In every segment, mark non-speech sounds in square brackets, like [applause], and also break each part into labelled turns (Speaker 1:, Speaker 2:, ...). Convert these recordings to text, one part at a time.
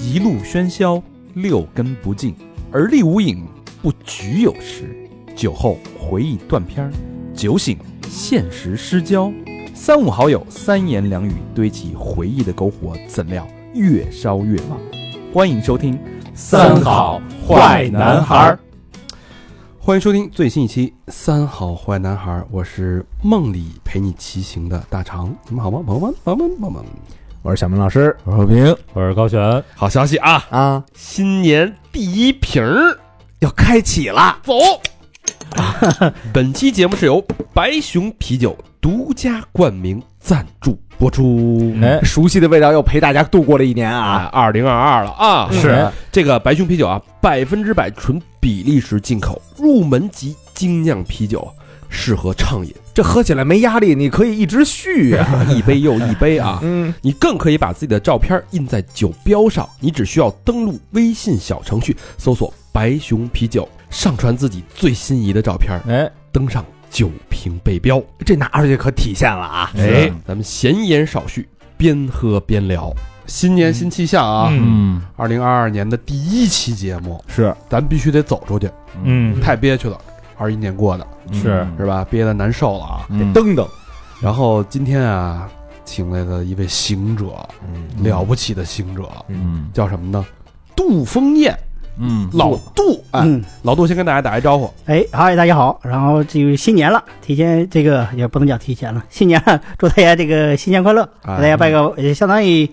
Speaker 1: 一路喧嚣，六根不净，而立无影，不局有时。酒后回忆断片儿，酒醒现实失焦。三五好友三言两语堆起回忆的篝火，怎料越烧越旺。欢迎收听《
Speaker 2: 儿，
Speaker 3: 欢迎收听最新一期《三好坏男孩》，我是梦里陪你骑行的大肠，你们好吗？朋友们，朋友们，朋友们，
Speaker 4: 我是小明老师
Speaker 2: 我是和平，我是高璇，
Speaker 3: 好消息啊！
Speaker 4: 啊，
Speaker 3: 新年第一瓶儿
Speaker 4: 要开启了，
Speaker 3: 走。
Speaker 4: [laughs]
Speaker 3: 本期节目是由白熊啤酒独家冠名赞助播出。
Speaker 2: 哎，
Speaker 4: 熟悉的味道又陪大家度过了一年啊，
Speaker 5: 哎
Speaker 3: 啊，
Speaker 4: 嗯
Speaker 3: 二零二二了啊！
Speaker 2: 是
Speaker 3: 这个白熊啤酒啊，百分之百纯比利时进口，入门级精酿啤酒，适合畅饮，
Speaker 4: 这喝起来没压力，你可以一直续呀、
Speaker 3: 一杯又一杯啊！
Speaker 4: 啊 [laughs] 嗯，
Speaker 3: 你更可以把自己的照片印在酒标上，你只需要登录微信小程序，搜索“白熊啤酒”，上传自己最心仪的照片，
Speaker 2: 哎，
Speaker 3: 登上酒瓶背标。
Speaker 4: 这拿出去可体现了啊，
Speaker 2: 是
Speaker 3: 哎，咱们闲言少叙，边喝边聊。新年新气象啊！
Speaker 2: 嗯
Speaker 3: 二零二二年的第一期节目，
Speaker 4: 是
Speaker 3: 咱必须得走出去，
Speaker 2: 嗯
Speaker 3: 太憋屈了。二一年过的
Speaker 5: 嗯
Speaker 2: 是
Speaker 3: 是吧？憋得难受了
Speaker 2: 嗯
Speaker 3: 啊。
Speaker 4: 得噔噔，
Speaker 3: 然后今天啊，请来了一位行者，
Speaker 4: 嗯
Speaker 5: 嗯
Speaker 3: 了不起的行者，
Speaker 2: 嗯
Speaker 3: 叫什么呢？杜丰燕。
Speaker 2: 嗯
Speaker 3: 老杜，哎，
Speaker 6: 嗯，
Speaker 3: 老杜先跟大家打一招呼，
Speaker 6: 哎，嗨，大家好，然后这个新年了，提前这个也不能叫提前了，新年了，祝大家这个新年快乐，给
Speaker 3: 哎
Speaker 6: 大家拜个也相当于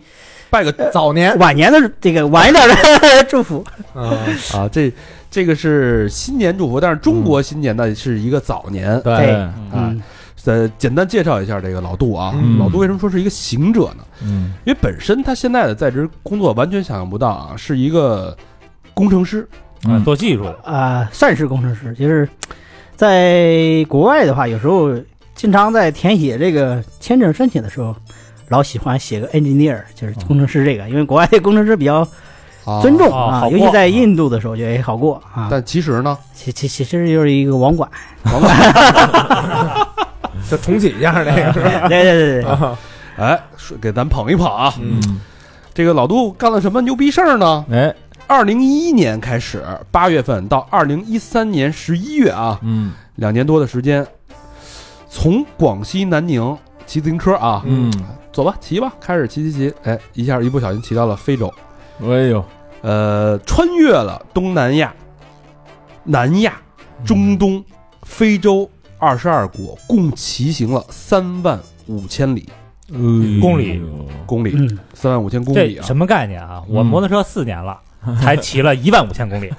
Speaker 3: 拜个
Speaker 4: 早年
Speaker 6: 晚年的这个晚一
Speaker 3: [laughs]
Speaker 6: 点的祝福，
Speaker 5: 嗯
Speaker 3: 啊！这这个是新年祝福，但是中国新年呢是一个早年。
Speaker 2: 对
Speaker 6: 对，
Speaker 3: 啊
Speaker 6: 嗯，
Speaker 3: 呃，简单介绍一下这个老杜啊，
Speaker 2: 嗯
Speaker 3: 老杜为什么说是一个行者呢？
Speaker 2: 嗯
Speaker 3: 因为本身他现在的在职工作完全想象不到啊，是一个工程师，
Speaker 2: 啊
Speaker 5: 嗯
Speaker 2: 做技术
Speaker 6: 啊、算是工程师，就是在国外的话，有时候经常在填写这个签证申请的时候，老喜欢写个 engineer，就是工程师这个，因为国外的工程师比较
Speaker 3: 啊
Speaker 6: 尊重
Speaker 2: 哦
Speaker 6: 啊，
Speaker 2: 好
Speaker 6: 尤
Speaker 2: 过
Speaker 6: 其在
Speaker 2: 啊
Speaker 6: 印度的时候就也好过啊，
Speaker 3: 但其实呢，
Speaker 6: 其其其实就是一个
Speaker 3: [laughs]
Speaker 6: 网管。
Speaker 3: 往往
Speaker 4: 就重启一下那个，是吧
Speaker 6: 对对对对，
Speaker 3: 哎，说给咱捧一捧啊，
Speaker 4: 嗯，
Speaker 3: 这个老杜干了什么牛逼事儿呢？
Speaker 2: 哎
Speaker 3: 二零一一年开始，八月份到二零一三年十一月啊，
Speaker 2: 嗯
Speaker 3: 两年多的时间，从广西南宁骑自行车啊，
Speaker 2: 嗯，
Speaker 3: 走吧，骑吧，开始骑骑骑，哎，一下一不小心骑到了非洲，
Speaker 2: 哎呦
Speaker 3: 呃，穿越了东南亚、南亚、中东、非洲二十二国，共骑行了三万五千里
Speaker 2: 公里
Speaker 3: 公里，
Speaker 6: 嗯，
Speaker 3: 三万五千公里
Speaker 5: 这
Speaker 3: 啊，
Speaker 5: 什么概念啊？
Speaker 2: 嗯
Speaker 5: 我摩托车四年了，才骑了一万五千公里。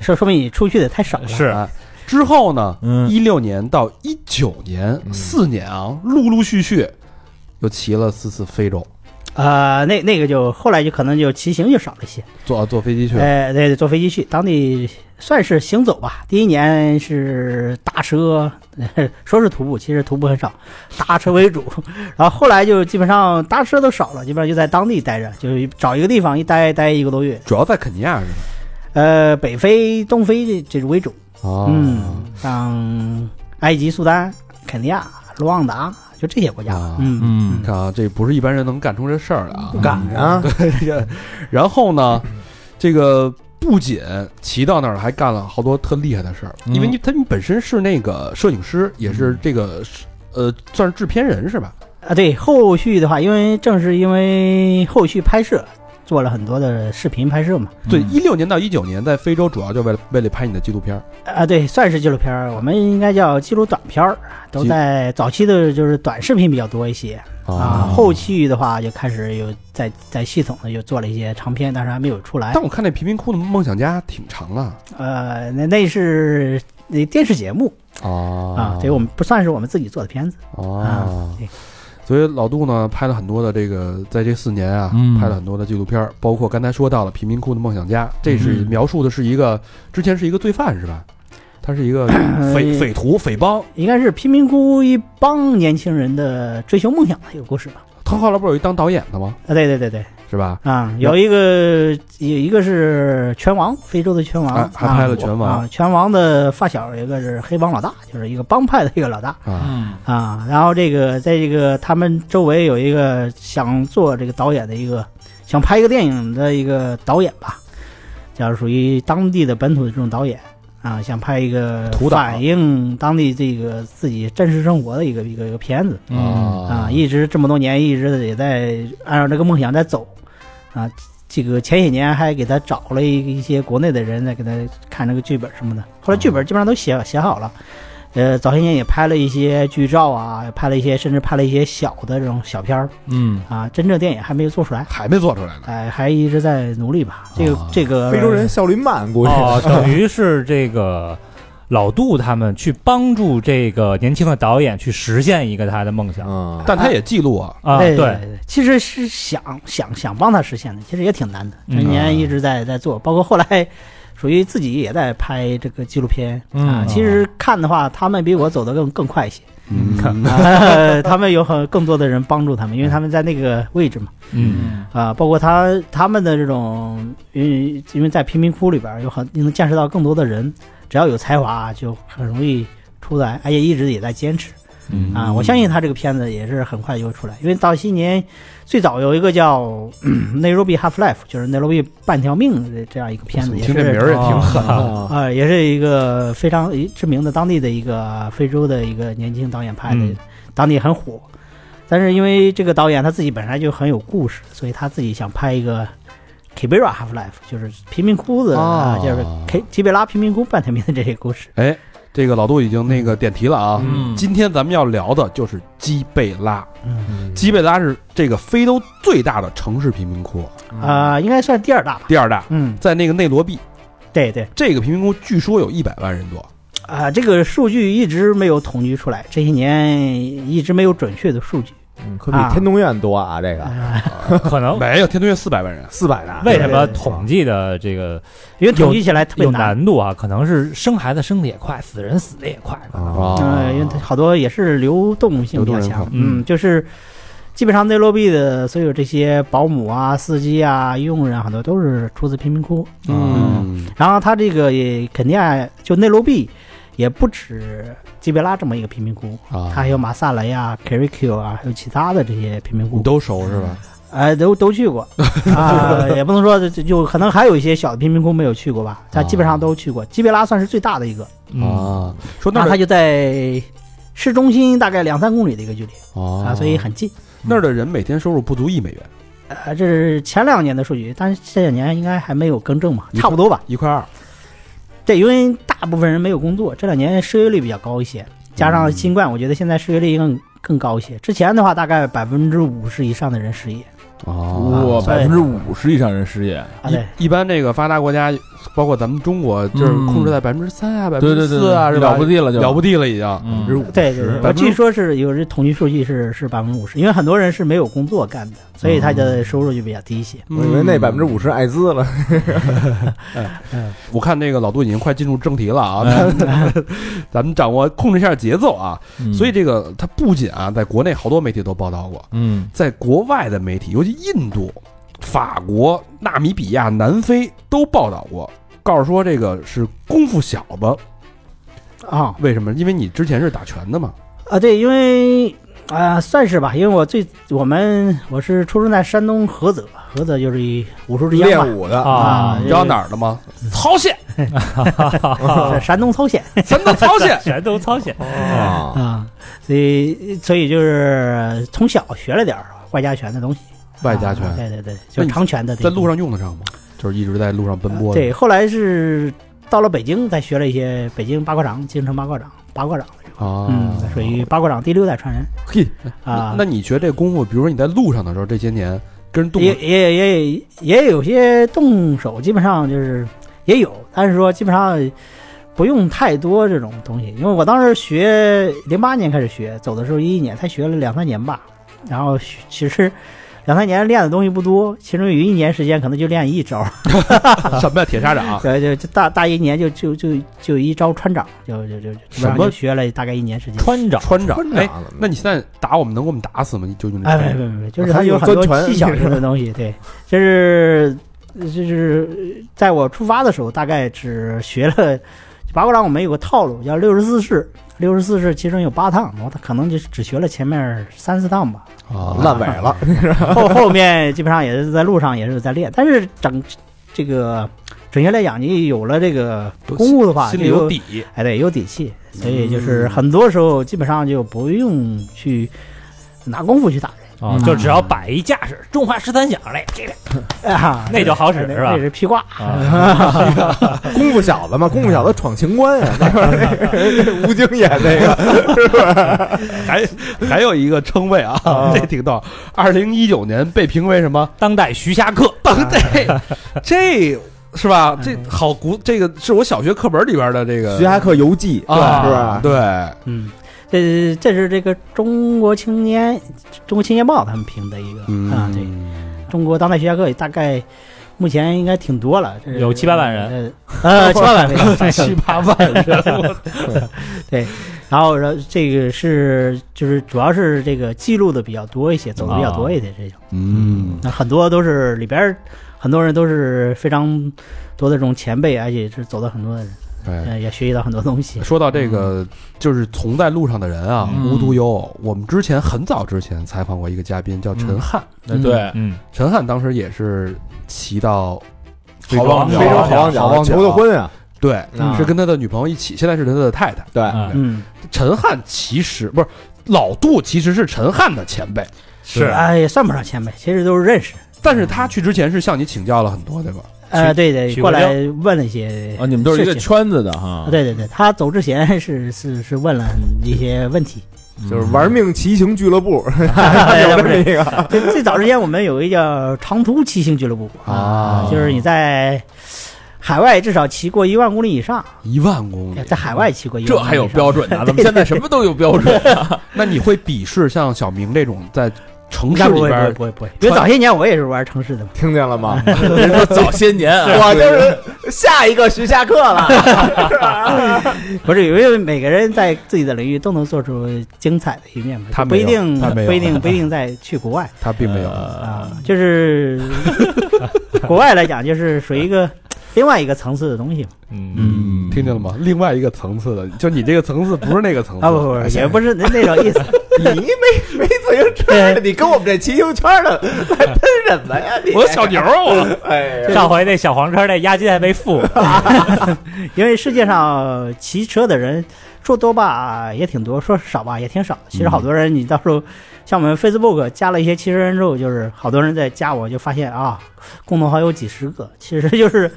Speaker 6: 说说明你出去的太少了。
Speaker 5: 是
Speaker 3: 哎之后呢，
Speaker 2: 嗯
Speaker 3: 一六年到一九年四年啊，陆陆续续又骑了四次非洲，
Speaker 6: 啊、那那个就后来就可能就骑行就少了一些。
Speaker 3: 坐啊坐飞机去，
Speaker 6: 哎，对，坐飞机去当地算是行走吧。第一年是搭车， [laughs] 说是徒步，其实徒步很少，搭车为主。然后后来就基本上搭车都少了，基本上就在当地待着，就是找一个地方一待待一个多月。
Speaker 3: 主要在肯尼亚是吧？
Speaker 6: 呃，北非、东非这这是为主。
Speaker 3: 哦
Speaker 6: 嗯，像埃及、苏丹、肯尼亚、卢旺达，就这些国家。
Speaker 3: 啊
Speaker 6: 嗯
Speaker 2: 嗯
Speaker 3: 你看啊，这不是一般人能干出这事儿的啊
Speaker 4: [laughs] 不。敢啊，
Speaker 5: 嗯
Speaker 3: [laughs] 然后呢，这个不仅骑到那儿了，还干了好多特厉害的事儿，
Speaker 2: 嗯
Speaker 3: 因为你他们本身是那个摄影师，也
Speaker 6: 嗯
Speaker 3: 是这个呃，算是制片人是吧？
Speaker 6: 啊，对，后续的话，因为正是因为后续拍摄做了很多的视频拍摄嘛，
Speaker 3: 对，一六年到一九年在非洲主要就为了为了拍你的纪录片儿，
Speaker 6: 啊，对，算是纪录片儿，我们应该叫记录短片儿，都
Speaker 3: 记哦
Speaker 6: 在早期的就是短视频比较多一些啊，后期的话就开始有在在系统的又做了一些长片，但是还没有出来
Speaker 3: 但，我看那贫民窟的梦想家挺长啊。
Speaker 6: 呃，那那是。那电视节目
Speaker 3: 哦
Speaker 6: 啊，对我们不算是我们自己做的片子啊
Speaker 3: 哦，，
Speaker 6: 对
Speaker 3: 所以老杜呢拍了很多的这个，在这四年啊，
Speaker 2: 嗯
Speaker 3: 拍了很多的纪录片儿，包括刚才说到了《贫民窟的梦想家》，这是
Speaker 2: 嗯
Speaker 3: 描述的是一个之前是一个罪犯是吧？他是一
Speaker 6: [coughs]
Speaker 3: 个匪匪徒匪帮，
Speaker 6: 应该是贫民窟一帮年轻人的追求梦想的一个故事吧。
Speaker 3: 他后来不是有一当导演的吗？
Speaker 6: 啊，对对对对，
Speaker 3: 是吧？
Speaker 6: 啊，有一个有一个是拳王，非洲的拳王，
Speaker 3: 啊还拍了
Speaker 6: 啊
Speaker 3: 拳王
Speaker 6: 啊，拳王的发小有一个是黑帮老大，就是一个帮派的一个老大
Speaker 3: 啊，
Speaker 4: 嗯
Speaker 6: 啊。然后这个在这个他们周围有一个想做这个导演的一个想拍一个电影的一个导演吧，就是属于当地的本土的这种导演啊，想拍一个
Speaker 3: 土导
Speaker 6: 反映当地这个自己真实生活的一个一个一个片子。
Speaker 3: 嗯
Speaker 6: 啊，一直这么多年一直也在按照这个梦想在走，啊，这个前些年还给他找了一一些国内的人来给他看这个剧本什么的，后来剧
Speaker 4: 啊
Speaker 6: 本基本上都写写好了，呃，早些年也拍了一些剧照啊，也拍了一些甚至拍了一些小的这种小片儿
Speaker 2: 嗯
Speaker 6: 啊，真正电影还没有做出来，
Speaker 3: 还没做出来呢。
Speaker 6: 哎、还一直在努力吧，这个、
Speaker 3: 啊
Speaker 6: 这个
Speaker 4: 哎非洲人效率慢，估计
Speaker 2: 哦
Speaker 5: 哦，等于是这个老杜他们去帮助这个年轻的导演去实现一个他的梦想
Speaker 4: 嗯，
Speaker 3: 但他也记录啊，
Speaker 5: 啊，
Speaker 6: 哎
Speaker 5: 对，，
Speaker 6: 其实是想想想帮他实现的，其实也挺难的。这
Speaker 5: 嗯
Speaker 6: 年一直在在做，包括后来属于自己也在拍这个纪录片、啊。
Speaker 2: 嗯
Speaker 6: 其实看的话，他们比我走得更更快
Speaker 5: [laughs]
Speaker 6: 一些、
Speaker 3: 嗯，
Speaker 6: 啊，他们有很更多的人帮助他们，因为他们在那个位置嘛
Speaker 5: 嗯，
Speaker 6: 啊，包括他他们的这种，因为因为在贫民窟里边儿有很你能见识到更多的人，只要有才华就很容易出来，而且一直也在坚持。
Speaker 3: 嗯
Speaker 6: 啊，我相信他这个片子也是很快就会出来，因为早些年最早有一个叫《嗯 Nairobi Half Life》，就是 Nairobi 半条命的这样一个片子，也
Speaker 3: 嗯听这名
Speaker 6: 是
Speaker 3: 儿也挺狠的。
Speaker 4: 啊
Speaker 6: 啊、也是一个非常诶知名的当地的一个非洲的一个年轻导演拍的，
Speaker 5: 嗯
Speaker 6: 当地很火。但是因为这个导演他自己本来就很有故事，所以他自己想拍一个 Kibera Half Life，就是贫民窟的，啊
Speaker 3: 哦，
Speaker 6: 就是 K 吉贝拉贫民窟半条命的这些故事。
Speaker 3: 哎，这个老杜已经那个点题了啊。
Speaker 2: 嗯
Speaker 3: 今天咱们要聊的就是基贝拉，
Speaker 4: 嗯
Speaker 3: 基贝拉是这个非洲最大的城市贫民窟，
Speaker 6: 啊、应该算第二大吧。
Speaker 3: 第二大，
Speaker 6: 嗯，
Speaker 3: 在那个内罗毕，
Speaker 6: 对对。
Speaker 3: 这个贫民窟据说有一百万人多。
Speaker 6: 啊，这个数据一直没有统计出来，这些年一直没有准确的数据。
Speaker 4: 嗯可比天通苑多啊，这个
Speaker 6: 啊，
Speaker 5: 可
Speaker 2: 哦
Speaker 3: [laughs]
Speaker 5: 能
Speaker 3: 没有，天通苑四百万人，
Speaker 4: 四百大，
Speaker 5: 嗯为什么统计的这个
Speaker 6: 因为 [laughs] 统计起来特别
Speaker 5: 有
Speaker 6: 难。
Speaker 5: 难度啊？可能是生孩子生的也快，死人死的也快。
Speaker 4: 啊？
Speaker 6: 呃，因为它好多也是流动性比较
Speaker 3: 流动人
Speaker 6: 强
Speaker 3: 口，
Speaker 6: 嗯，就是基本上内罗毕的所有这些保姆啊、司机啊、佣人啊很多都是出自贫民窟。
Speaker 3: 嗯，
Speaker 6: 然后它这个也肯定啊就内罗毕也不止基贝拉这么一个贫民窟，
Speaker 3: 啊
Speaker 6: 它还有马萨雷啊、k i r i k i o 啊，还有其他的这些贫民窟
Speaker 3: 你。都熟是吧？
Speaker 6: 哎，都都去 [laughs] 过啊，也不能说就就可能还有一些小的贫民窟没有去过吧，但基本上都去过。基贝拉算是最大的一个，
Speaker 5: 嗯，
Speaker 3: 啊，说那
Speaker 6: 那
Speaker 3: 儿
Speaker 6: 它
Speaker 3: 的
Speaker 6: 就在市中心大概两三公里的一个距离啊，
Speaker 3: 啊
Speaker 6: 所以很近。
Speaker 3: 那儿的人每天收入不足一美元，
Speaker 6: 呃，这是前两年的数据，但是这两年应该还没有更正嘛，
Speaker 3: 你看
Speaker 6: 差不多吧。
Speaker 3: 一块二。
Speaker 6: 对，因为大部分人没有工作，这两年失业率比较高一些，加上新冠，我觉得现在失业率更更高一些。之前的话，大概百分之五十以上的人失业
Speaker 3: 哦，
Speaker 2: 哇，
Speaker 6: 啊所
Speaker 2: 百
Speaker 6: 以
Speaker 2: 分之五十以上人失业，
Speaker 6: 啊，对，
Speaker 3: 一般这个发达国家，包括咱们中国，就是控制在百分之三啊，百分
Speaker 2: 对对
Speaker 3: 之
Speaker 2: 对，
Speaker 3: 四啊，
Speaker 2: 嗯对
Speaker 3: 是吧？
Speaker 2: 了不地了就
Speaker 3: 了不地了，已经
Speaker 2: 嗯
Speaker 3: 百分之五
Speaker 6: 对对对，
Speaker 3: 百
Speaker 6: 我
Speaker 3: 分之
Speaker 6: 据说是有这统计数据是是百分之五十，因为很多人是没有工作干的，所以他的收入就比较低一些。
Speaker 4: 我以为那百分之。
Speaker 3: 嗯
Speaker 4: 五十艾滋了，
Speaker 3: 我看这个老杜已经快进入正题了啊，
Speaker 6: 嗯
Speaker 3: 咱们掌握控制一下节奏啊。
Speaker 2: 嗯
Speaker 3: 所以这个它不仅啊，在国内好多媒体都报道过，
Speaker 2: 嗯
Speaker 3: 在国外的媒体，尤其印度、法国、纳米比亚、南非都报道过，告诉说这个是功夫小子。
Speaker 6: 啊
Speaker 3: 为什么？因为你之前是打拳的嘛。
Speaker 6: 啊，对，因为啊、算是吧，因为我最我们我是出生在山东菏泽，菏泽就是一武
Speaker 2: 嗯
Speaker 6: 术之乡
Speaker 4: 练
Speaker 6: 嘛。
Speaker 4: 武的，
Speaker 6: 啊
Speaker 5: 啊，。
Speaker 3: 你知道哪儿的吗？
Speaker 6: 嗯
Speaker 3: 曹县，
Speaker 6: 是山东曹县
Speaker 3: 咱的曹县
Speaker 5: 啊
Speaker 6: [laughs]
Speaker 5: 全都操心。
Speaker 4: 啊，
Speaker 6: 啊，所以所以就是从小学了点儿外家拳的东西，
Speaker 3: 外家
Speaker 6: 啊
Speaker 3: 拳
Speaker 6: 对对对，
Speaker 3: 那
Speaker 6: 就
Speaker 3: 你
Speaker 6: 长拳的这
Speaker 3: 在
Speaker 6: 个
Speaker 3: 路上用得上吗？就是一直在路上奔波的。
Speaker 6: 对，后来是到了北京，才学了一些北京八卦掌、京城八卦掌、八卦掌，
Speaker 3: 啊，
Speaker 6: 嗯，属于八卦掌第六代传人
Speaker 3: 嘿，
Speaker 6: 啊。
Speaker 3: 那你学这功夫，比如说你在路上的时候，这些年跟人动
Speaker 6: 也也也也有些动手，基本上就是也有，但是说基本上不用太多这种东西。因为我当时学零八年开始学，走的时候一一年才学了两三年吧，然后学其实两三年练的东西不多，其中有一年时间可能就练一
Speaker 3: 啊
Speaker 6: 招，
Speaker 3: [laughs] 什么呀？铁砂掌？
Speaker 6: [laughs] 对，就就大大一年就就就就一招穿掌，就就就就基本上
Speaker 3: 什么
Speaker 6: 就学了大概一年时间。
Speaker 5: 穿掌
Speaker 3: 穿掌？哎，
Speaker 4: 了
Speaker 3: 那你现在打我们能给我们打死吗？你就用那
Speaker 6: 哎，
Speaker 3: 穿
Speaker 6: 没
Speaker 3: 掌
Speaker 6: 没没，就是
Speaker 4: 还
Speaker 6: 它
Speaker 4: 有
Speaker 6: 很多
Speaker 4: 专权
Speaker 3: [laughs]
Speaker 6: 技巧性的东西，对，就是就是在我出发的时候，大概只学了八卦掌，我们有个套路叫六十四式，六十四式其中有八趟，我可能就只学了前面三四趟
Speaker 3: [laughs]
Speaker 6: 吧，
Speaker 3: 啊
Speaker 4: 烂尾了， [laughs]
Speaker 6: 后后面基本上也是在路上也是在练，但是整这个准确来讲，你有了这个功夫的话，
Speaker 3: 心
Speaker 6: 就
Speaker 3: 里有底。嗯
Speaker 6: 哎，对，有底气，所以就是很多时候基本上就不用去拿功夫去打
Speaker 5: 啊，就只要摆一架势，中华十三响嘞，这个
Speaker 6: 人啊，
Speaker 5: 那就好使
Speaker 6: 哎那
Speaker 5: 是吧
Speaker 6: 那是披挂，
Speaker 5: 啊，
Speaker 4: 功夫小子嘛，功夫小子闯情关呀，那会儿 [laughs] 吴京演那个，
Speaker 3: 还还有一个称谓啊， [laughs] 这挺逗。二零一九年被评为什么？
Speaker 5: 当代徐霞客，
Speaker 3: [laughs] 对，这是吧？这
Speaker 6: 嗯
Speaker 3: 好古，这个是我小学课本里边的这个
Speaker 4: 徐霞客游记
Speaker 3: 啊，
Speaker 4: 是吧？
Speaker 3: 对，
Speaker 6: [laughs] 嗯，这这是这个中国青年中国青年报他们评的一个、
Speaker 3: 嗯
Speaker 6: 啊，对，中国当代学侠客大概。目前应该挺多了，这是
Speaker 5: 有七八万人，
Speaker 6: 呃，
Speaker 5: [laughs]
Speaker 6: 呃七八万人，
Speaker 3: 七八万人，
Speaker 6: 然后说这个是就是主要是这个记录的比较多一些，走的比较多一些这
Speaker 5: 啊
Speaker 6: 种。
Speaker 3: 嗯，
Speaker 6: 那很多都是里边儿很多人都是非常多的这种前辈，而且是走的很多的人，
Speaker 3: 对。
Speaker 6: 呃，也学习到很多东西。
Speaker 3: 哎说到这个，就是从在路上的人啊，
Speaker 5: 嗯
Speaker 3: 无独有偶。我们之前很早之前采访过一个嘉宾，叫陈汉。
Speaker 2: 那对，
Speaker 5: 嗯，
Speaker 3: 陈汉当时也是骑到非洲
Speaker 2: 好望
Speaker 4: 非
Speaker 2: 角
Speaker 4: 洲好望
Speaker 3: 好
Speaker 4: 角
Speaker 3: 望
Speaker 4: 求的婚啊，
Speaker 3: 对，
Speaker 4: 嗯
Speaker 3: 是跟他的女朋友一起，现在是他的太太。
Speaker 4: 对，
Speaker 5: 嗯
Speaker 6: 嗯，
Speaker 3: 陈汉其实不是老杜，其实是陈汉的前辈，
Speaker 5: 是啊
Speaker 6: 哎，也算不上前辈，其实都是认识。
Speaker 3: 但是他去之前是向你请教了很多，对吧？
Speaker 6: 呃，对对，
Speaker 5: 取
Speaker 6: 过
Speaker 5: 过
Speaker 6: 来问了一些
Speaker 4: 哦
Speaker 2: 啊，你们都是一个
Speaker 6: 事情
Speaker 2: 圈子的哈，
Speaker 4: 啊
Speaker 6: 啊对对对，他走之前是是是问了一些问题。哎
Speaker 2: 嗯，
Speaker 4: 就是玩命骑行俱乐部，有这么一个，
Speaker 6: 最最早之前，我们有一个叫长途骑行俱乐部
Speaker 3: 啊
Speaker 6: 就是你在海外至少骑过一万公里以上，
Speaker 3: 一万公里，
Speaker 6: 在哎海外骑过一万
Speaker 2: 这
Speaker 6: 公里以上
Speaker 2: 还有标准呢？怎么现在什么都有
Speaker 6: [laughs]
Speaker 2: 标准？
Speaker 3: 那你会鄙视像小明这种在城市
Speaker 6: 那
Speaker 3: 里
Speaker 6: 不会不会
Speaker 3: 边
Speaker 6: 不会不会，因为早些年我也是玩城市的嘛。
Speaker 4: 听见了
Speaker 2: [laughs]
Speaker 4: 吗？
Speaker 2: 人说早些年啊，
Speaker 4: 我就是下一个徐霞客了，
Speaker 6: 不是，因为每个人在自己的领域都能做出精彩的一面嘛，
Speaker 3: 他
Speaker 6: 不
Speaker 3: 没
Speaker 6: 一
Speaker 3: 有
Speaker 6: 定
Speaker 3: 他没有
Speaker 6: 不一定不一定在去国外
Speaker 3: 他
Speaker 5: 嗯
Speaker 3: 并没有，
Speaker 2: 呃
Speaker 6: 啊， [laughs] 就是国外来讲，就是属于一 [laughs] 个另外一个层次的东西嘛。
Speaker 5: 嗯，
Speaker 2: 嗯
Speaker 3: 听见了吗？另外一个层次的，就你这个层次不是那个层次哎
Speaker 6: 啊，不不不，也不是那那种意 [laughs] 思。
Speaker 4: 你没没自行车，你跟我们这骑行圈的来喷什么呀？你
Speaker 3: 我小牛啊，我
Speaker 6: [laughs]
Speaker 4: 哎呀，
Speaker 5: 上回那小黄车那押金还没付，
Speaker 6: 因为世界上骑车的人说多吧也挺多，说少吧也挺少。其实好多人，你到时候像我们 Facebook 加了一些骑车人之后，就是好多人在加我，就发现啊，共同好友几十个，其实就是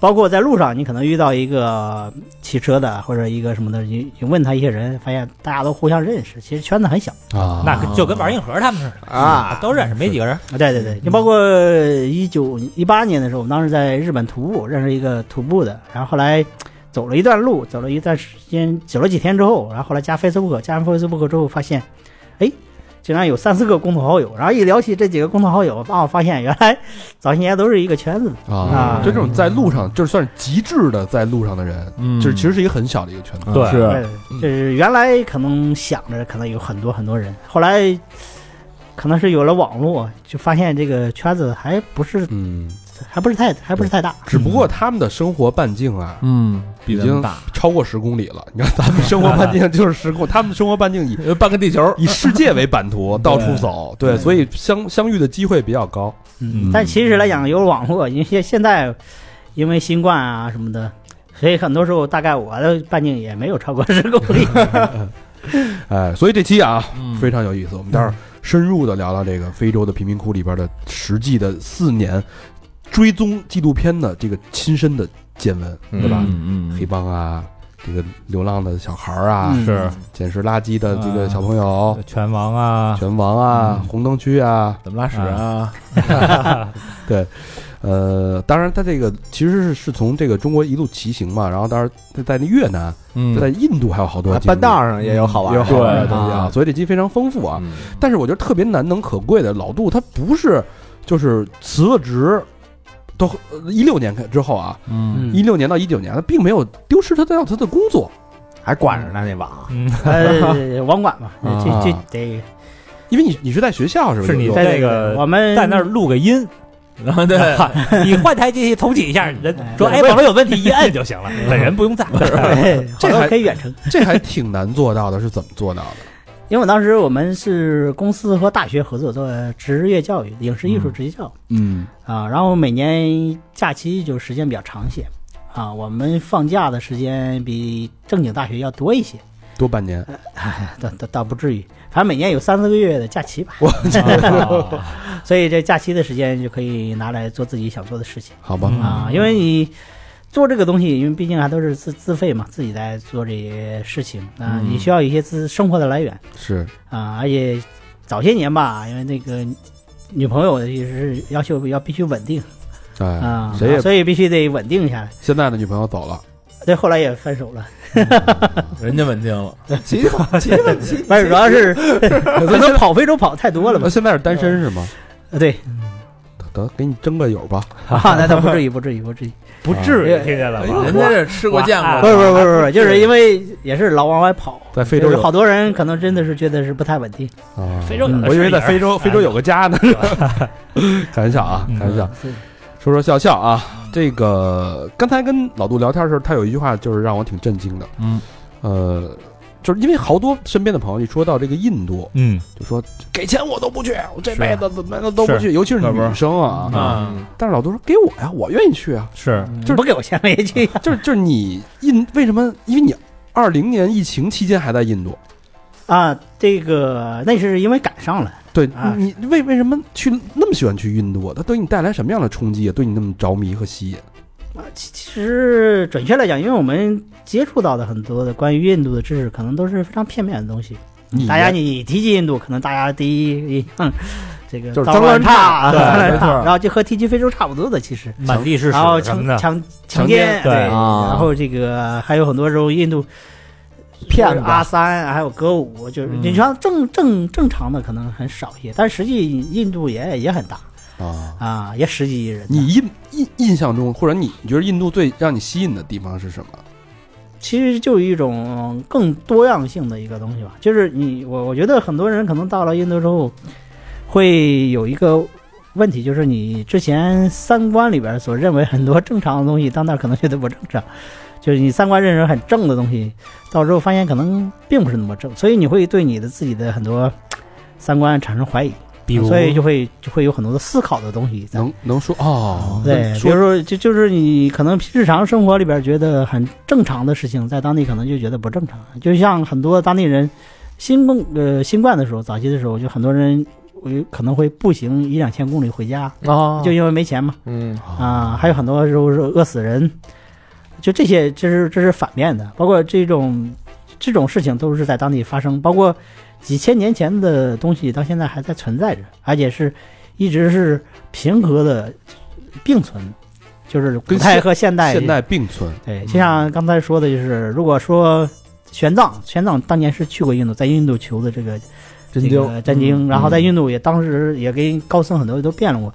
Speaker 6: 包括在路上，你可能遇到一个骑车的或者一个什么的，你你问他一些人，发现大家都互相认识，其实圈子很小。
Speaker 3: 啊
Speaker 5: 那就跟玩硬核他们似的
Speaker 4: 啊
Speaker 5: 都认识没几个人，
Speaker 6: 啊，对对对，
Speaker 3: 嗯
Speaker 6: 就包括一九一八年的时候，我们当时在日本徒步认识一个徒步的，然后后来走了一段路，走了一段时间，走了几天之后，然后后来加 Facebook，加完 Facebook 之后发现，哎，竟然有三四个共同好友，然后一聊起这几个共同好友，啊，我发现原来 [laughs] 早些年都是一个圈子，
Speaker 3: 啊
Speaker 6: 啊，
Speaker 3: 就这种在路上，就是算是极致的在路上的人，
Speaker 2: 嗯
Speaker 3: 就是其实是一个很小的一个圈子。
Speaker 2: 嗯
Speaker 5: 对
Speaker 2: 是
Speaker 6: 对，就是原来可能想着可能有很多很多人，后来可能是有了网络，就发现这个圈子还不是
Speaker 3: 嗯，
Speaker 6: 还不是太还不是太大。
Speaker 3: 只不过他们的生活半径啊，
Speaker 2: 嗯，比
Speaker 3: 已
Speaker 2: 咱们
Speaker 3: 经
Speaker 2: 大，
Speaker 3: 超过十公里了。你看咱们生活半
Speaker 2: [laughs]
Speaker 3: 径就是十公，他们的生活半径以
Speaker 2: 呃半个地球，
Speaker 3: 以世界为版图
Speaker 2: [laughs]
Speaker 3: 到处走，对，所以相相遇的机会比较高。
Speaker 2: 嗯
Speaker 6: 但其实来讲，有网络，因为现现在因为新冠啊什么的，所以很多时候大概我的半径也没有超过十公里。
Speaker 3: 哎，所以这期啊
Speaker 2: 嗯
Speaker 3: 非常有意思，我们待会儿深入的聊聊这个非洲的贫民窟里边的实际的四年追踪纪录片的这个亲身的见闻，对吧？
Speaker 2: 嗯
Speaker 3: 黑帮啊，这个流浪的小孩儿啊，
Speaker 6: 嗯
Speaker 2: 是
Speaker 3: 捡拾垃圾的这个小朋友，
Speaker 5: 哦拳王啊，
Speaker 3: 拳王啊，红灯区啊，
Speaker 2: 怎么拉屎啊？
Speaker 3: 对，呃，当然，它这个其实是是从这个中国一路骑行嘛，然后当然它在那越南，它
Speaker 2: 嗯
Speaker 3: 在印度还有好多
Speaker 4: 啊
Speaker 3: 景点
Speaker 4: 半道上也有好玩
Speaker 3: 也有
Speaker 4: 的，
Speaker 3: 好玩的
Speaker 2: 对
Speaker 3: 东西啊，
Speaker 4: 啊
Speaker 3: 所以这集非常丰富啊。
Speaker 4: 嗯
Speaker 3: 但是我觉得特别难能可贵的，老杜他不是就是辞了职，都一六年开之后啊，
Speaker 2: 嗯
Speaker 3: 一六年到一九年，他并没有丢失他的他的工作，
Speaker 4: 还管着呢那网，啊
Speaker 5: 嗯，
Speaker 6: 呃，网管嘛，
Speaker 3: 啊
Speaker 6: 这这得
Speaker 3: 因为你你是在学校是不
Speaker 5: 是你
Speaker 3: 有
Speaker 5: 在
Speaker 6: 对
Speaker 5: 那个
Speaker 6: 我
Speaker 5: [laughs]
Speaker 6: 们
Speaker 5: 在那儿录个音，
Speaker 2: 啊对，
Speaker 5: [laughs] 你换台机器重启一下，人
Speaker 6: 哎嗯
Speaker 5: 说哎网络有问题一摁就行了，本人不用在。
Speaker 6: [laughs] 对
Speaker 3: 这
Speaker 6: 好像
Speaker 3: 还
Speaker 6: 可以远程。
Speaker 3: [laughs] 这还挺难做到的，是怎么做到的？
Speaker 6: 因为我当时我们是公司和大学合作做职业教育，影视艺术职业教育。
Speaker 3: 嗯
Speaker 6: 啊，然后每年假期就时间比较长一些，啊，我们放假的时间比正经大学要多一些，
Speaker 3: 多半年，
Speaker 6: 哎，倒倒倒不至于，反正每年有三四个月的假期吧， [laughs]
Speaker 5: 啊
Speaker 6: 所以这假期的时间就可以拿来做自己想做的事情
Speaker 3: 好吧，
Speaker 5: 嗯
Speaker 6: 啊，因为你做这个东西，因为毕竟还都是自自费嘛，自己在做这些事情啊，
Speaker 3: 嗯
Speaker 6: 你需要一些自生活的来源
Speaker 3: 是
Speaker 6: 啊，而且早些年吧，因为那个女朋友也是要求要必须稳定
Speaker 3: 哎，
Speaker 6: 啊，
Speaker 3: 谁也
Speaker 6: 所以必须得稳定下来。
Speaker 3: 现在的女朋友走了，
Speaker 6: 对，后来也分手了。
Speaker 2: 人家稳定了，
Speaker 4: [laughs] 骑骑
Speaker 6: [laughs]
Speaker 4: 骑，
Speaker 6: 但是主要是可能跑非洲跑太多了吧
Speaker 3: 那？现在是单身是吗？[laughs]
Speaker 6: 呃对
Speaker 3: 得给你争个友吧，
Speaker 6: 啊，那倒不至于，不至于，不至于。
Speaker 5: 不至
Speaker 6: 哎
Speaker 5: 于，听见了
Speaker 2: 人
Speaker 5: 吗？
Speaker 2: 家这吃过见
Speaker 3: 啊
Speaker 6: 不
Speaker 2: 过，
Speaker 6: 是不是不是不是，就是因为也是老往外跑，
Speaker 3: 在非洲
Speaker 6: 就是
Speaker 3: 有
Speaker 6: 好多人可能真的是觉得是不太稳定。
Speaker 3: 啊，
Speaker 5: 非洲有的
Speaker 3: 我以为
Speaker 5: 是
Speaker 3: 在
Speaker 5: 人
Speaker 3: 非洲，
Speaker 5: 哎
Speaker 3: 非洲有个家呢。 [laughs] 开玩笑啊，
Speaker 5: 嗯
Speaker 3: 开玩笑。
Speaker 6: 是
Speaker 3: 说说笑笑啊，这个刚才跟老杜聊天的时候，他有一句话就是让我挺震惊的。
Speaker 2: 嗯，
Speaker 3: 呃，就是因为好多身边的朋友一说到这个印度，
Speaker 5: 嗯，
Speaker 3: 就说给钱我都不去，我这辈子怎么都不去，尤其是
Speaker 2: 可不
Speaker 3: 女生啊。
Speaker 5: 嗯
Speaker 2: 啊，
Speaker 3: 但是老杜说给我呀，我愿意去
Speaker 4: [laughs]
Speaker 3: 啊。
Speaker 5: 是
Speaker 6: 就是不给我钱我也
Speaker 3: [laughs]
Speaker 6: 去呀。
Speaker 3: 就是就是你印为什么？因为你二零年疫情期间还在印度，
Speaker 6: 啊，这个那是因为赶上了。
Speaker 3: 对
Speaker 6: 啊
Speaker 3: 你为为什么去那么喜欢去印度？它对你带来什么样的冲击啊？对你那么着迷和吸引？
Speaker 6: 啊其其实准确来讲，因为我们接触到的很多的关于印度的知识，可能都是非常片面的东西。
Speaker 3: 你
Speaker 6: 大家你提及印度，可能大家第一印象这个
Speaker 3: 就是
Speaker 6: 脏
Speaker 3: 脏乱
Speaker 6: 乱差，
Speaker 3: 差对
Speaker 6: 脏
Speaker 2: 没
Speaker 6: [laughs] 乱
Speaker 2: 错
Speaker 6: 差，然后就和提及非洲差不多的，其实。
Speaker 5: 满地是屎
Speaker 6: 然后
Speaker 5: 什
Speaker 6: 强
Speaker 5: 么的，
Speaker 6: 哦强
Speaker 2: 强
Speaker 6: 奸
Speaker 2: 奸
Speaker 5: 对
Speaker 4: 啊
Speaker 6: 然后这个还有很多时候印度
Speaker 4: 骗子
Speaker 6: 阿三，还有歌舞，就是
Speaker 2: 嗯
Speaker 6: 你像正正正常的可能很少一些，但实际印度也也很大
Speaker 3: 啊，
Speaker 6: 啊，也十几亿人呢。
Speaker 3: 你印印印象中，或者你你觉得印度最让你吸引的地方是什么？
Speaker 6: 其实就是一种更多样性的一个东西吧，就是你我我觉得很多人可能到了印度之后，会有一个问题，就是你之前三观里边所认为很多正常的东西，到那儿可能觉得不正常，就是你三观认为很正的东西，到之后发现可能并不是那么正，所以你会对你的自己的很多三观产生怀疑，
Speaker 5: 比如
Speaker 6: 所以就会就会有很多的思考的东西在。
Speaker 3: 能能说哦，
Speaker 6: 对，比
Speaker 3: 说
Speaker 6: 如说就就是你可能日常生活里边觉得很正常的事情，在当地可能就觉得不正常。就像很多当地人新冠呃新冠的时候，早期的时候，就很多人呃可能会步行一两千公里回家，
Speaker 5: 哦
Speaker 3: 哦
Speaker 4: 啊
Speaker 6: 就因为没钱嘛
Speaker 4: 嗯
Speaker 6: 啊，还有很多时候是饿死人，就这些，这是这是反面的，包括这种这种事情都是在当地发生，包括几千年前的东西到现在还在存在着，而且是一直是平和的并存，就是古
Speaker 3: 跟
Speaker 6: 代
Speaker 3: 现
Speaker 6: 和现代
Speaker 3: 现代并存，
Speaker 6: 对，就像刚才说的，就是如果说玄奘，玄奘当年是去过印度，在印度求的这个
Speaker 4: 真
Speaker 6: 这个
Speaker 4: 经
Speaker 6: 占经，然后在印度也当时也跟高僧很多都辩论过。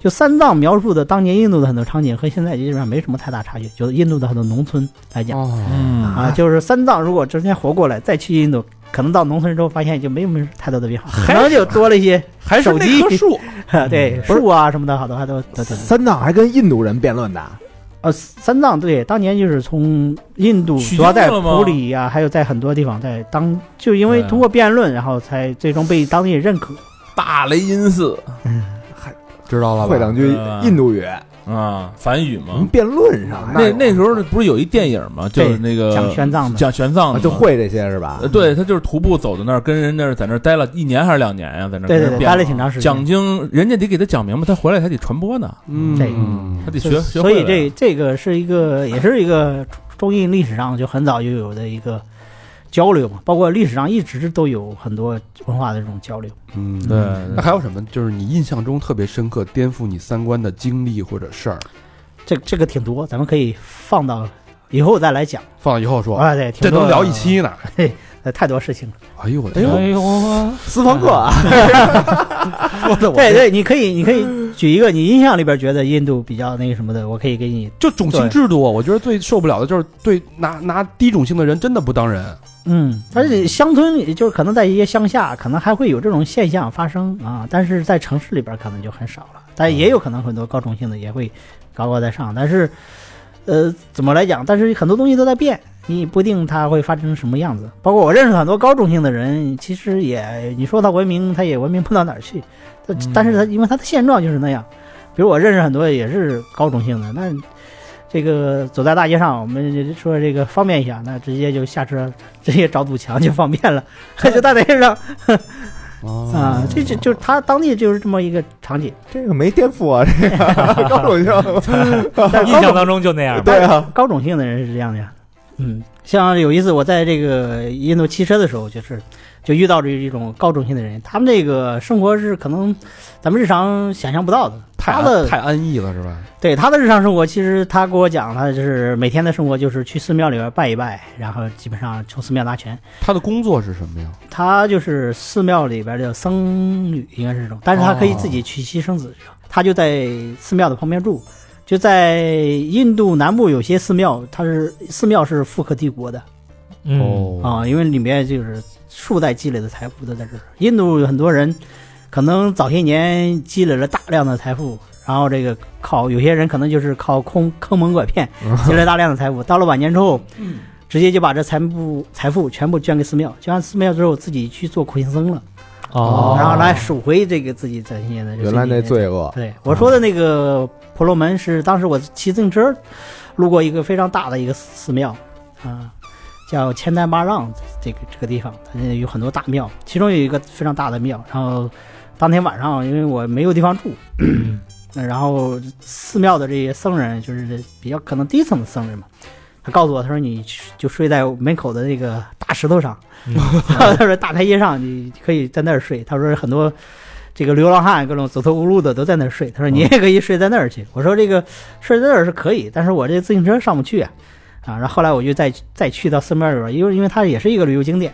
Speaker 6: 就三藏描述的当年印度的很多场景和现在基本上没什么太大差距，就是印度的很多农村来讲
Speaker 3: 哦，
Speaker 2: 嗯
Speaker 6: 啊，就是三藏如果之前活过来再去印度，可能到农村之后发现就没有太多的变化，可能就多了一些 [laughs]
Speaker 3: 还是
Speaker 6: 手
Speaker 3: 那
Speaker 6: 机
Speaker 3: 棵树，
Speaker 6: 对树啊什么的，好多还都都都
Speaker 4: 三藏还跟印度人辩论的，
Speaker 6: 呃，三藏对，当年就是从印度，
Speaker 2: 取
Speaker 6: 主要
Speaker 2: 经
Speaker 6: 在
Speaker 2: 了吗
Speaker 6: 普里呀、还有在很多地方，在当就因为
Speaker 2: 对啊
Speaker 6: 通过辩论，然后才最终被当地人认可。
Speaker 2: 大雷音寺
Speaker 3: 知道了吧？
Speaker 4: 会两句印度语，
Speaker 2: 啊，梵语
Speaker 4: 我们
Speaker 2: 嘛，
Speaker 4: 辩论上
Speaker 2: 那那时候不是有一电影嘛，啊就是那个
Speaker 6: 讲玄奘的
Speaker 2: 讲玄奘
Speaker 4: 啊
Speaker 2: 的
Speaker 4: 就
Speaker 2: 嘛
Speaker 4: 会这些是吧
Speaker 2: 呃，？对他就是徒步走到那儿，跟人那儿在那儿待了一年还是两年呀、在那
Speaker 6: 对对
Speaker 2: 儿跟人
Speaker 6: 对，
Speaker 2: 辩
Speaker 6: 待了
Speaker 2: 论
Speaker 6: 挺长时间。
Speaker 2: 讲经，人家得给他讲明白，他回来还得传播呢，
Speaker 6: 对
Speaker 3: 嗯
Speaker 2: 他，得
Speaker 6: 所
Speaker 2: 学
Speaker 6: 以
Speaker 2: 学
Speaker 6: 所
Speaker 2: 会了
Speaker 6: 以
Speaker 2: 呀。
Speaker 6: 这这个是一个，也是一个中中印历史上就很早就有的一个，交流嘛，包括历史上一直都有很多文化的这种交流。
Speaker 3: 嗯，
Speaker 2: 对，
Speaker 3: 那还有什么？就是你印象中特别深刻、颠覆你三观的经历或者事儿，
Speaker 6: 这这个挺多，咱们可以放到以后再来讲
Speaker 3: 放到以后说，
Speaker 6: 啊。对，挺
Speaker 3: 这
Speaker 6: 多
Speaker 3: 能
Speaker 6: 的
Speaker 3: 聊一，期呢。
Speaker 6: 呃太多事情了。
Speaker 3: 哎呦我的
Speaker 2: 哎
Speaker 3: 天，
Speaker 2: 呦哎呦，我
Speaker 4: 私房课啊， [laughs] 说的我
Speaker 6: 对对，你可以你可以举一个你印象里边觉得印度比较那个什么的，我可以给你，
Speaker 3: 就种姓制度，我觉得最受不了的就是对拿拿低种姓的人真的不当人。
Speaker 6: 嗯，而且乡村里就是可能在一些乡下，可能还会有这种现象发生啊，但是在城市里边可能就很少了，但也有可能很多高中性的也会高高在上，但是，呃，怎么来讲？但是很多东西都在变，你不一定它会发生什么样子。包括我认识很多高中性的人，其实也你说他文明，他也文明不到哪儿去，但
Speaker 2: 嗯
Speaker 6: 但是他因为他的现状就是那样。比如我认识很多也是高中性的，那这个走在大街上，我们说这个方便一下，那直接就下车， [laughs] 直接找堵墙就方便了， [laughs] 就大街上
Speaker 5: 哦
Speaker 3: 嗯
Speaker 6: 啊，这这就是他当地就是这么一个场景。
Speaker 4: [laughs] 这个没颠覆啊，这个高冷性，
Speaker 6: 但是
Speaker 5: 印象当中就那样吧。
Speaker 4: 对啊，
Speaker 6: 高种姓的人是这样的呀。嗯，像有一次我在这个印度骑车的时候，就是就遇到这一种高种姓的人，他们这个生活是可能咱们日常想象不到的。
Speaker 3: 太
Speaker 6: 他的
Speaker 3: 安太安逸了是吧？
Speaker 6: 对他的日常生活，其实他跟我讲，他就是每天的生活就是去寺庙里边拜一拜，然后基本上从寺庙拿钱。
Speaker 3: 他的工作是什么呀？
Speaker 6: 他就是寺庙里边的僧侣，应该是这种，但是他可以自己娶妻生子，他就在寺庙的旁边住。就在印度南部有些寺庙，它是寺庙是富可敌国的
Speaker 5: 嗯，
Speaker 3: 哦
Speaker 6: 啊、因为里面就是数代积累的财富都在这儿。印度有很多人可能早些年积累了大量的财富，然后这个靠有些人可能就是靠空 [laughs] 坑蒙拐骗
Speaker 4: 嗯
Speaker 6: 积累大量的财富，到了晚年之后，直接就把这财富财富全部捐给寺庙，捐完寺庙之后自己去做苦行僧了，
Speaker 5: 哦，
Speaker 6: 啊然后来赎回这个自己早些年的这个
Speaker 4: 原来那
Speaker 6: 身体
Speaker 4: 罪恶，
Speaker 6: 对，我说的那个婆罗门是当时我骑自行车路过一个非常大的一个寺庙，啊，叫千丹巴让这个这个地方，它那有很多大庙，其中有一个非常大的庙。然后当天晚上，因为我没有地方住， [clears throat] 然后寺庙的这些僧人就是比较可能低层的僧人嘛。他告诉我，他说你就睡在门口的那个大石头上，
Speaker 5: 嗯
Speaker 6: [laughs] 他说大台阶上，你可以在那儿睡。他说很多这个流浪汉、各种走投无路的都在那儿睡。他说你也可以睡在那儿去。我说这个睡在那儿是可以，但是我这自行车上不去啊。啊，然后后来我就再再去到寺庙里边儿，因为因为它也是一个旅游景点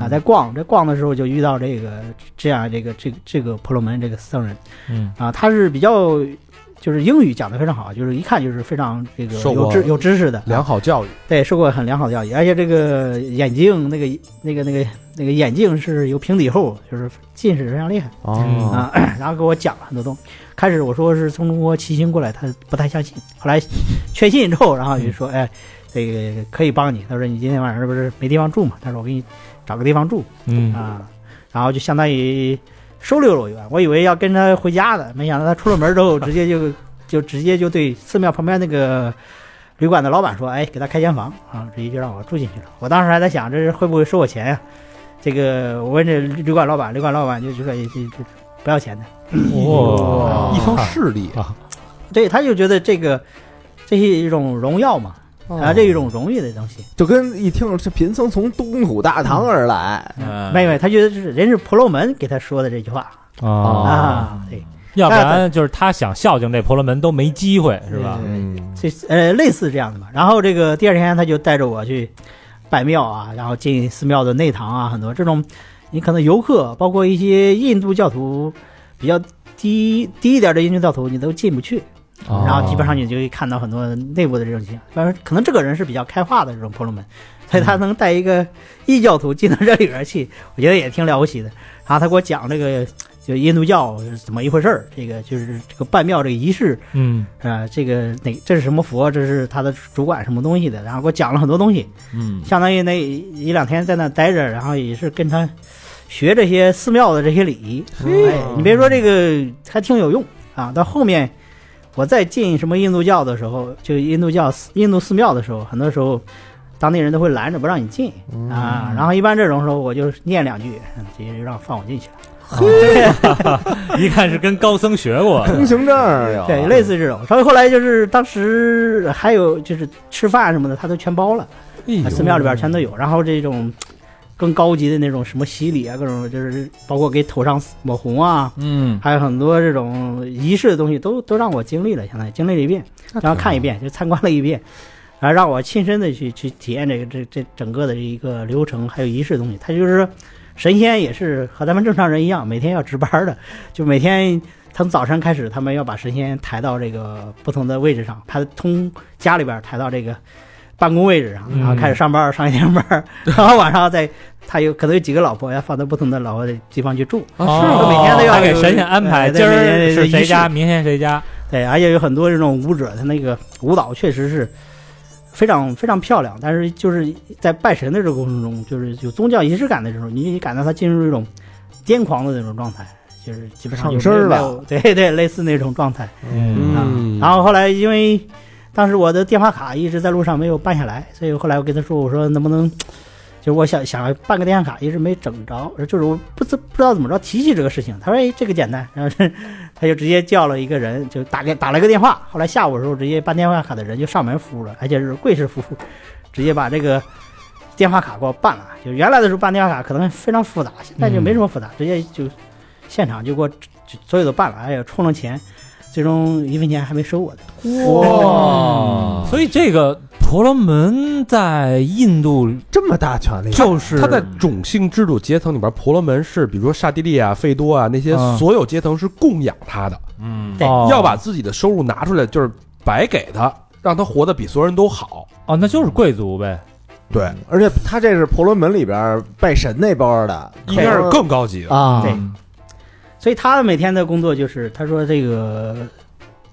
Speaker 6: 啊，在逛这逛的时候就遇到这个这样这个这个这个婆罗门这个僧人
Speaker 5: 嗯，
Speaker 6: 啊，他是比较就是英语讲的非常好，就是一看就是非常这个
Speaker 3: 受
Speaker 6: 有
Speaker 3: 过
Speaker 6: 知有知识的，
Speaker 3: 良好教育，
Speaker 6: 对，受过很良好的教育，而且这个眼镜那个那个那个那个眼镜是有平底厚，就是近视非常厉害。
Speaker 4: 哦，
Speaker 6: 啊， [clears throat] 然后给我讲了很多东西。开始我说是从中国骑行过来，他不太相信。后来确信之后，然后就说：“哎，这个可以帮你。”他说：“你今天晚上是不是没地方住嘛？”他说：“我给你找个地方住
Speaker 5: 嗯
Speaker 6: 啊。”然后就相当于收留了我一晚。我以为要跟他回家的，没想到他出了门之后，直接就 [laughs] 就直接就对寺庙旁边那个旅馆的老板说：“哎，给他开间房啊！”直接就让我住进去了。我当时还在想，这是会不会收我钱呀、这个我问这旅馆老板，旅馆老板就就说：“哎这这不要钱的。”
Speaker 5: 哇，
Speaker 3: 一方势力
Speaker 5: 啊
Speaker 6: 对，他就觉得这个这是一种荣耀嘛，啊，这一种荣誉的东西。
Speaker 4: 就跟一听是贫僧从东土大唐而来，
Speaker 2: 哎
Speaker 6: 没有没有，他觉得是人是婆罗门给他说的这句话
Speaker 4: 哦
Speaker 5: 啊，
Speaker 6: 啊，对，
Speaker 5: 要不然就是他想孝敬这婆罗门都没机会，是吧？
Speaker 4: 嗯，
Speaker 6: 这呃类似这样的嘛。然后这个第二天他就带着我去拜庙啊，然后进寺庙的内堂啊，很多这种你可能游客，包括一些印度教徒比较低低一点的印度教徒，你都进不去。
Speaker 3: 哦
Speaker 6: 然后基本上
Speaker 5: 哦
Speaker 6: 你就会看到很多内部的这种情况。反正可能这个人是比较开化的这种婆罗门，所以他能带一个异教徒进到这里边去，我觉得也挺了不起的。然后他给我讲这个就印度教是怎么一回事儿，这个就是这个拜庙这个仪式
Speaker 5: 嗯
Speaker 6: 啊、这个哪这是什么佛，这是他的主管什么东西的，然后给我讲了很多东西，
Speaker 2: 嗯，
Speaker 6: 相当于那一两天在那待着，然后也是跟他学这些寺庙的这些礼仪。哎，你别说这个还挺有用啊。到后面我再进什么印度教的时候，就印度教寺印度寺庙的时候，很多时候当地人都会拦着不让你进啊。然后一般这种时候，我就念两句，嗯直接就让放我进去了。
Speaker 5: [laughs]
Speaker 6: 嗯
Speaker 5: 一看是跟高僧学
Speaker 6: [laughs] 啊
Speaker 5: 过的
Speaker 4: 通行证儿有，
Speaker 6: 对，类似这种。所以后来就是当时还有就是吃饭什么的，他都全包了。
Speaker 3: 哎
Speaker 6: 啊寺庙里边全都有。然后这种更高级的那种什么洗礼啊，各种就是包括给头上抹红啊，
Speaker 2: 嗯，
Speaker 6: 还有很多这种仪式的东西都都让我经历了，相当于经历了一遍，然后看一遍就参观了一遍，然后让我亲身的去去体验这个这这整个的一个流程还有仪式的东西。他就是说神仙也是和咱们正常人一样，每天要值班的，就每天。从早晨开始，他们要把神仙抬到这个不同的位置上，他从家里边抬到这个办公位置上，然后开始上班，上一天班， [laughs] 然后晚上再他有可能有几个老婆要放到不同的老婆的地方去住，
Speaker 5: 哦
Speaker 6: 每天都要
Speaker 5: 他给
Speaker 6: 有
Speaker 5: 神仙安排，
Speaker 6: 哎对
Speaker 5: 今
Speaker 6: 每天
Speaker 5: 儿
Speaker 6: 得
Speaker 5: 是
Speaker 6: 仪
Speaker 5: 谁
Speaker 6: 式
Speaker 5: 家，明天谁家，
Speaker 6: 对，而且有很多这种舞者，他那个舞蹈确实是非常非常漂亮，但是就是在拜神的这个过程中，就是有宗教仪式感的时候，你你感到他进入一种癫狂的那种状态，就是基本上
Speaker 4: 上身儿了
Speaker 6: 了，对对，类似那种状态。
Speaker 5: 嗯
Speaker 6: 啊
Speaker 3: 嗯，
Speaker 6: 然后后来因为当时我的电话卡一直在路上没有办下来，所以后来我跟他说，我说能不能，就是我想想办个电话卡，一直没整着，就是我不知不知道怎么着提起这个事情。他说哎，这个简单，然后是他就直接叫了一个人，就打给打了个电话。后来下午的时候，直接办电话卡的人就上门服务了，而且是贵式服务，直接把这个。电话卡给我办了，就原来的时候办电话卡可能非常复杂，现在就没什么复杂，直接就现场就给我就所有都办了，哎呀，充了钱，最终一分钱还没收我的。
Speaker 2: 哇
Speaker 5: 所以这个婆罗门在印度
Speaker 4: 这么大权力，
Speaker 5: 就是
Speaker 3: 它在种姓制度阶层里边，婆罗门是比如说刹帝利啊、费多啊那些
Speaker 5: 嗯哦
Speaker 3: 所有阶层是供养他的，
Speaker 2: 嗯，
Speaker 6: 对
Speaker 3: 要把自己的收入拿出来，就是白给他，让他活得比所有人都好。
Speaker 5: 哦，那就是贵族呗，
Speaker 4: 对，而且他这是婆罗门里边拜神那包的，
Speaker 3: 应该是更高级的。
Speaker 5: 哦
Speaker 4: 啊，
Speaker 6: 对所以他每天的工作就是，他说这个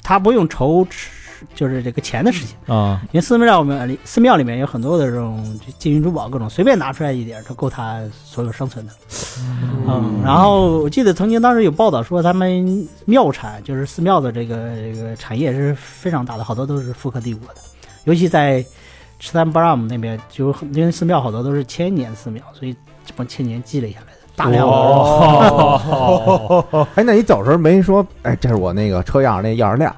Speaker 6: 他不用愁吃，就是这个钱的事情，
Speaker 5: 啊，
Speaker 6: 因为寺庙里面寺庙里面有很多的这种金银珠宝，各种随便拿出来一点儿，都够他所有生存的。嗯，然后我记得曾经当时有报道说，他们庙产就是寺庙的这个这个产业是非常大的，好多都是富可敌国的，尤其在赤丹巴拉姆那边，就很因为寺庙好多都是千年寺庙，所以这帮千年积累下来的大量的人
Speaker 5: 哦，
Speaker 4: [laughs] 哎，那你走时候没说，哎，这是我那个车钥匙那钥匙链儿，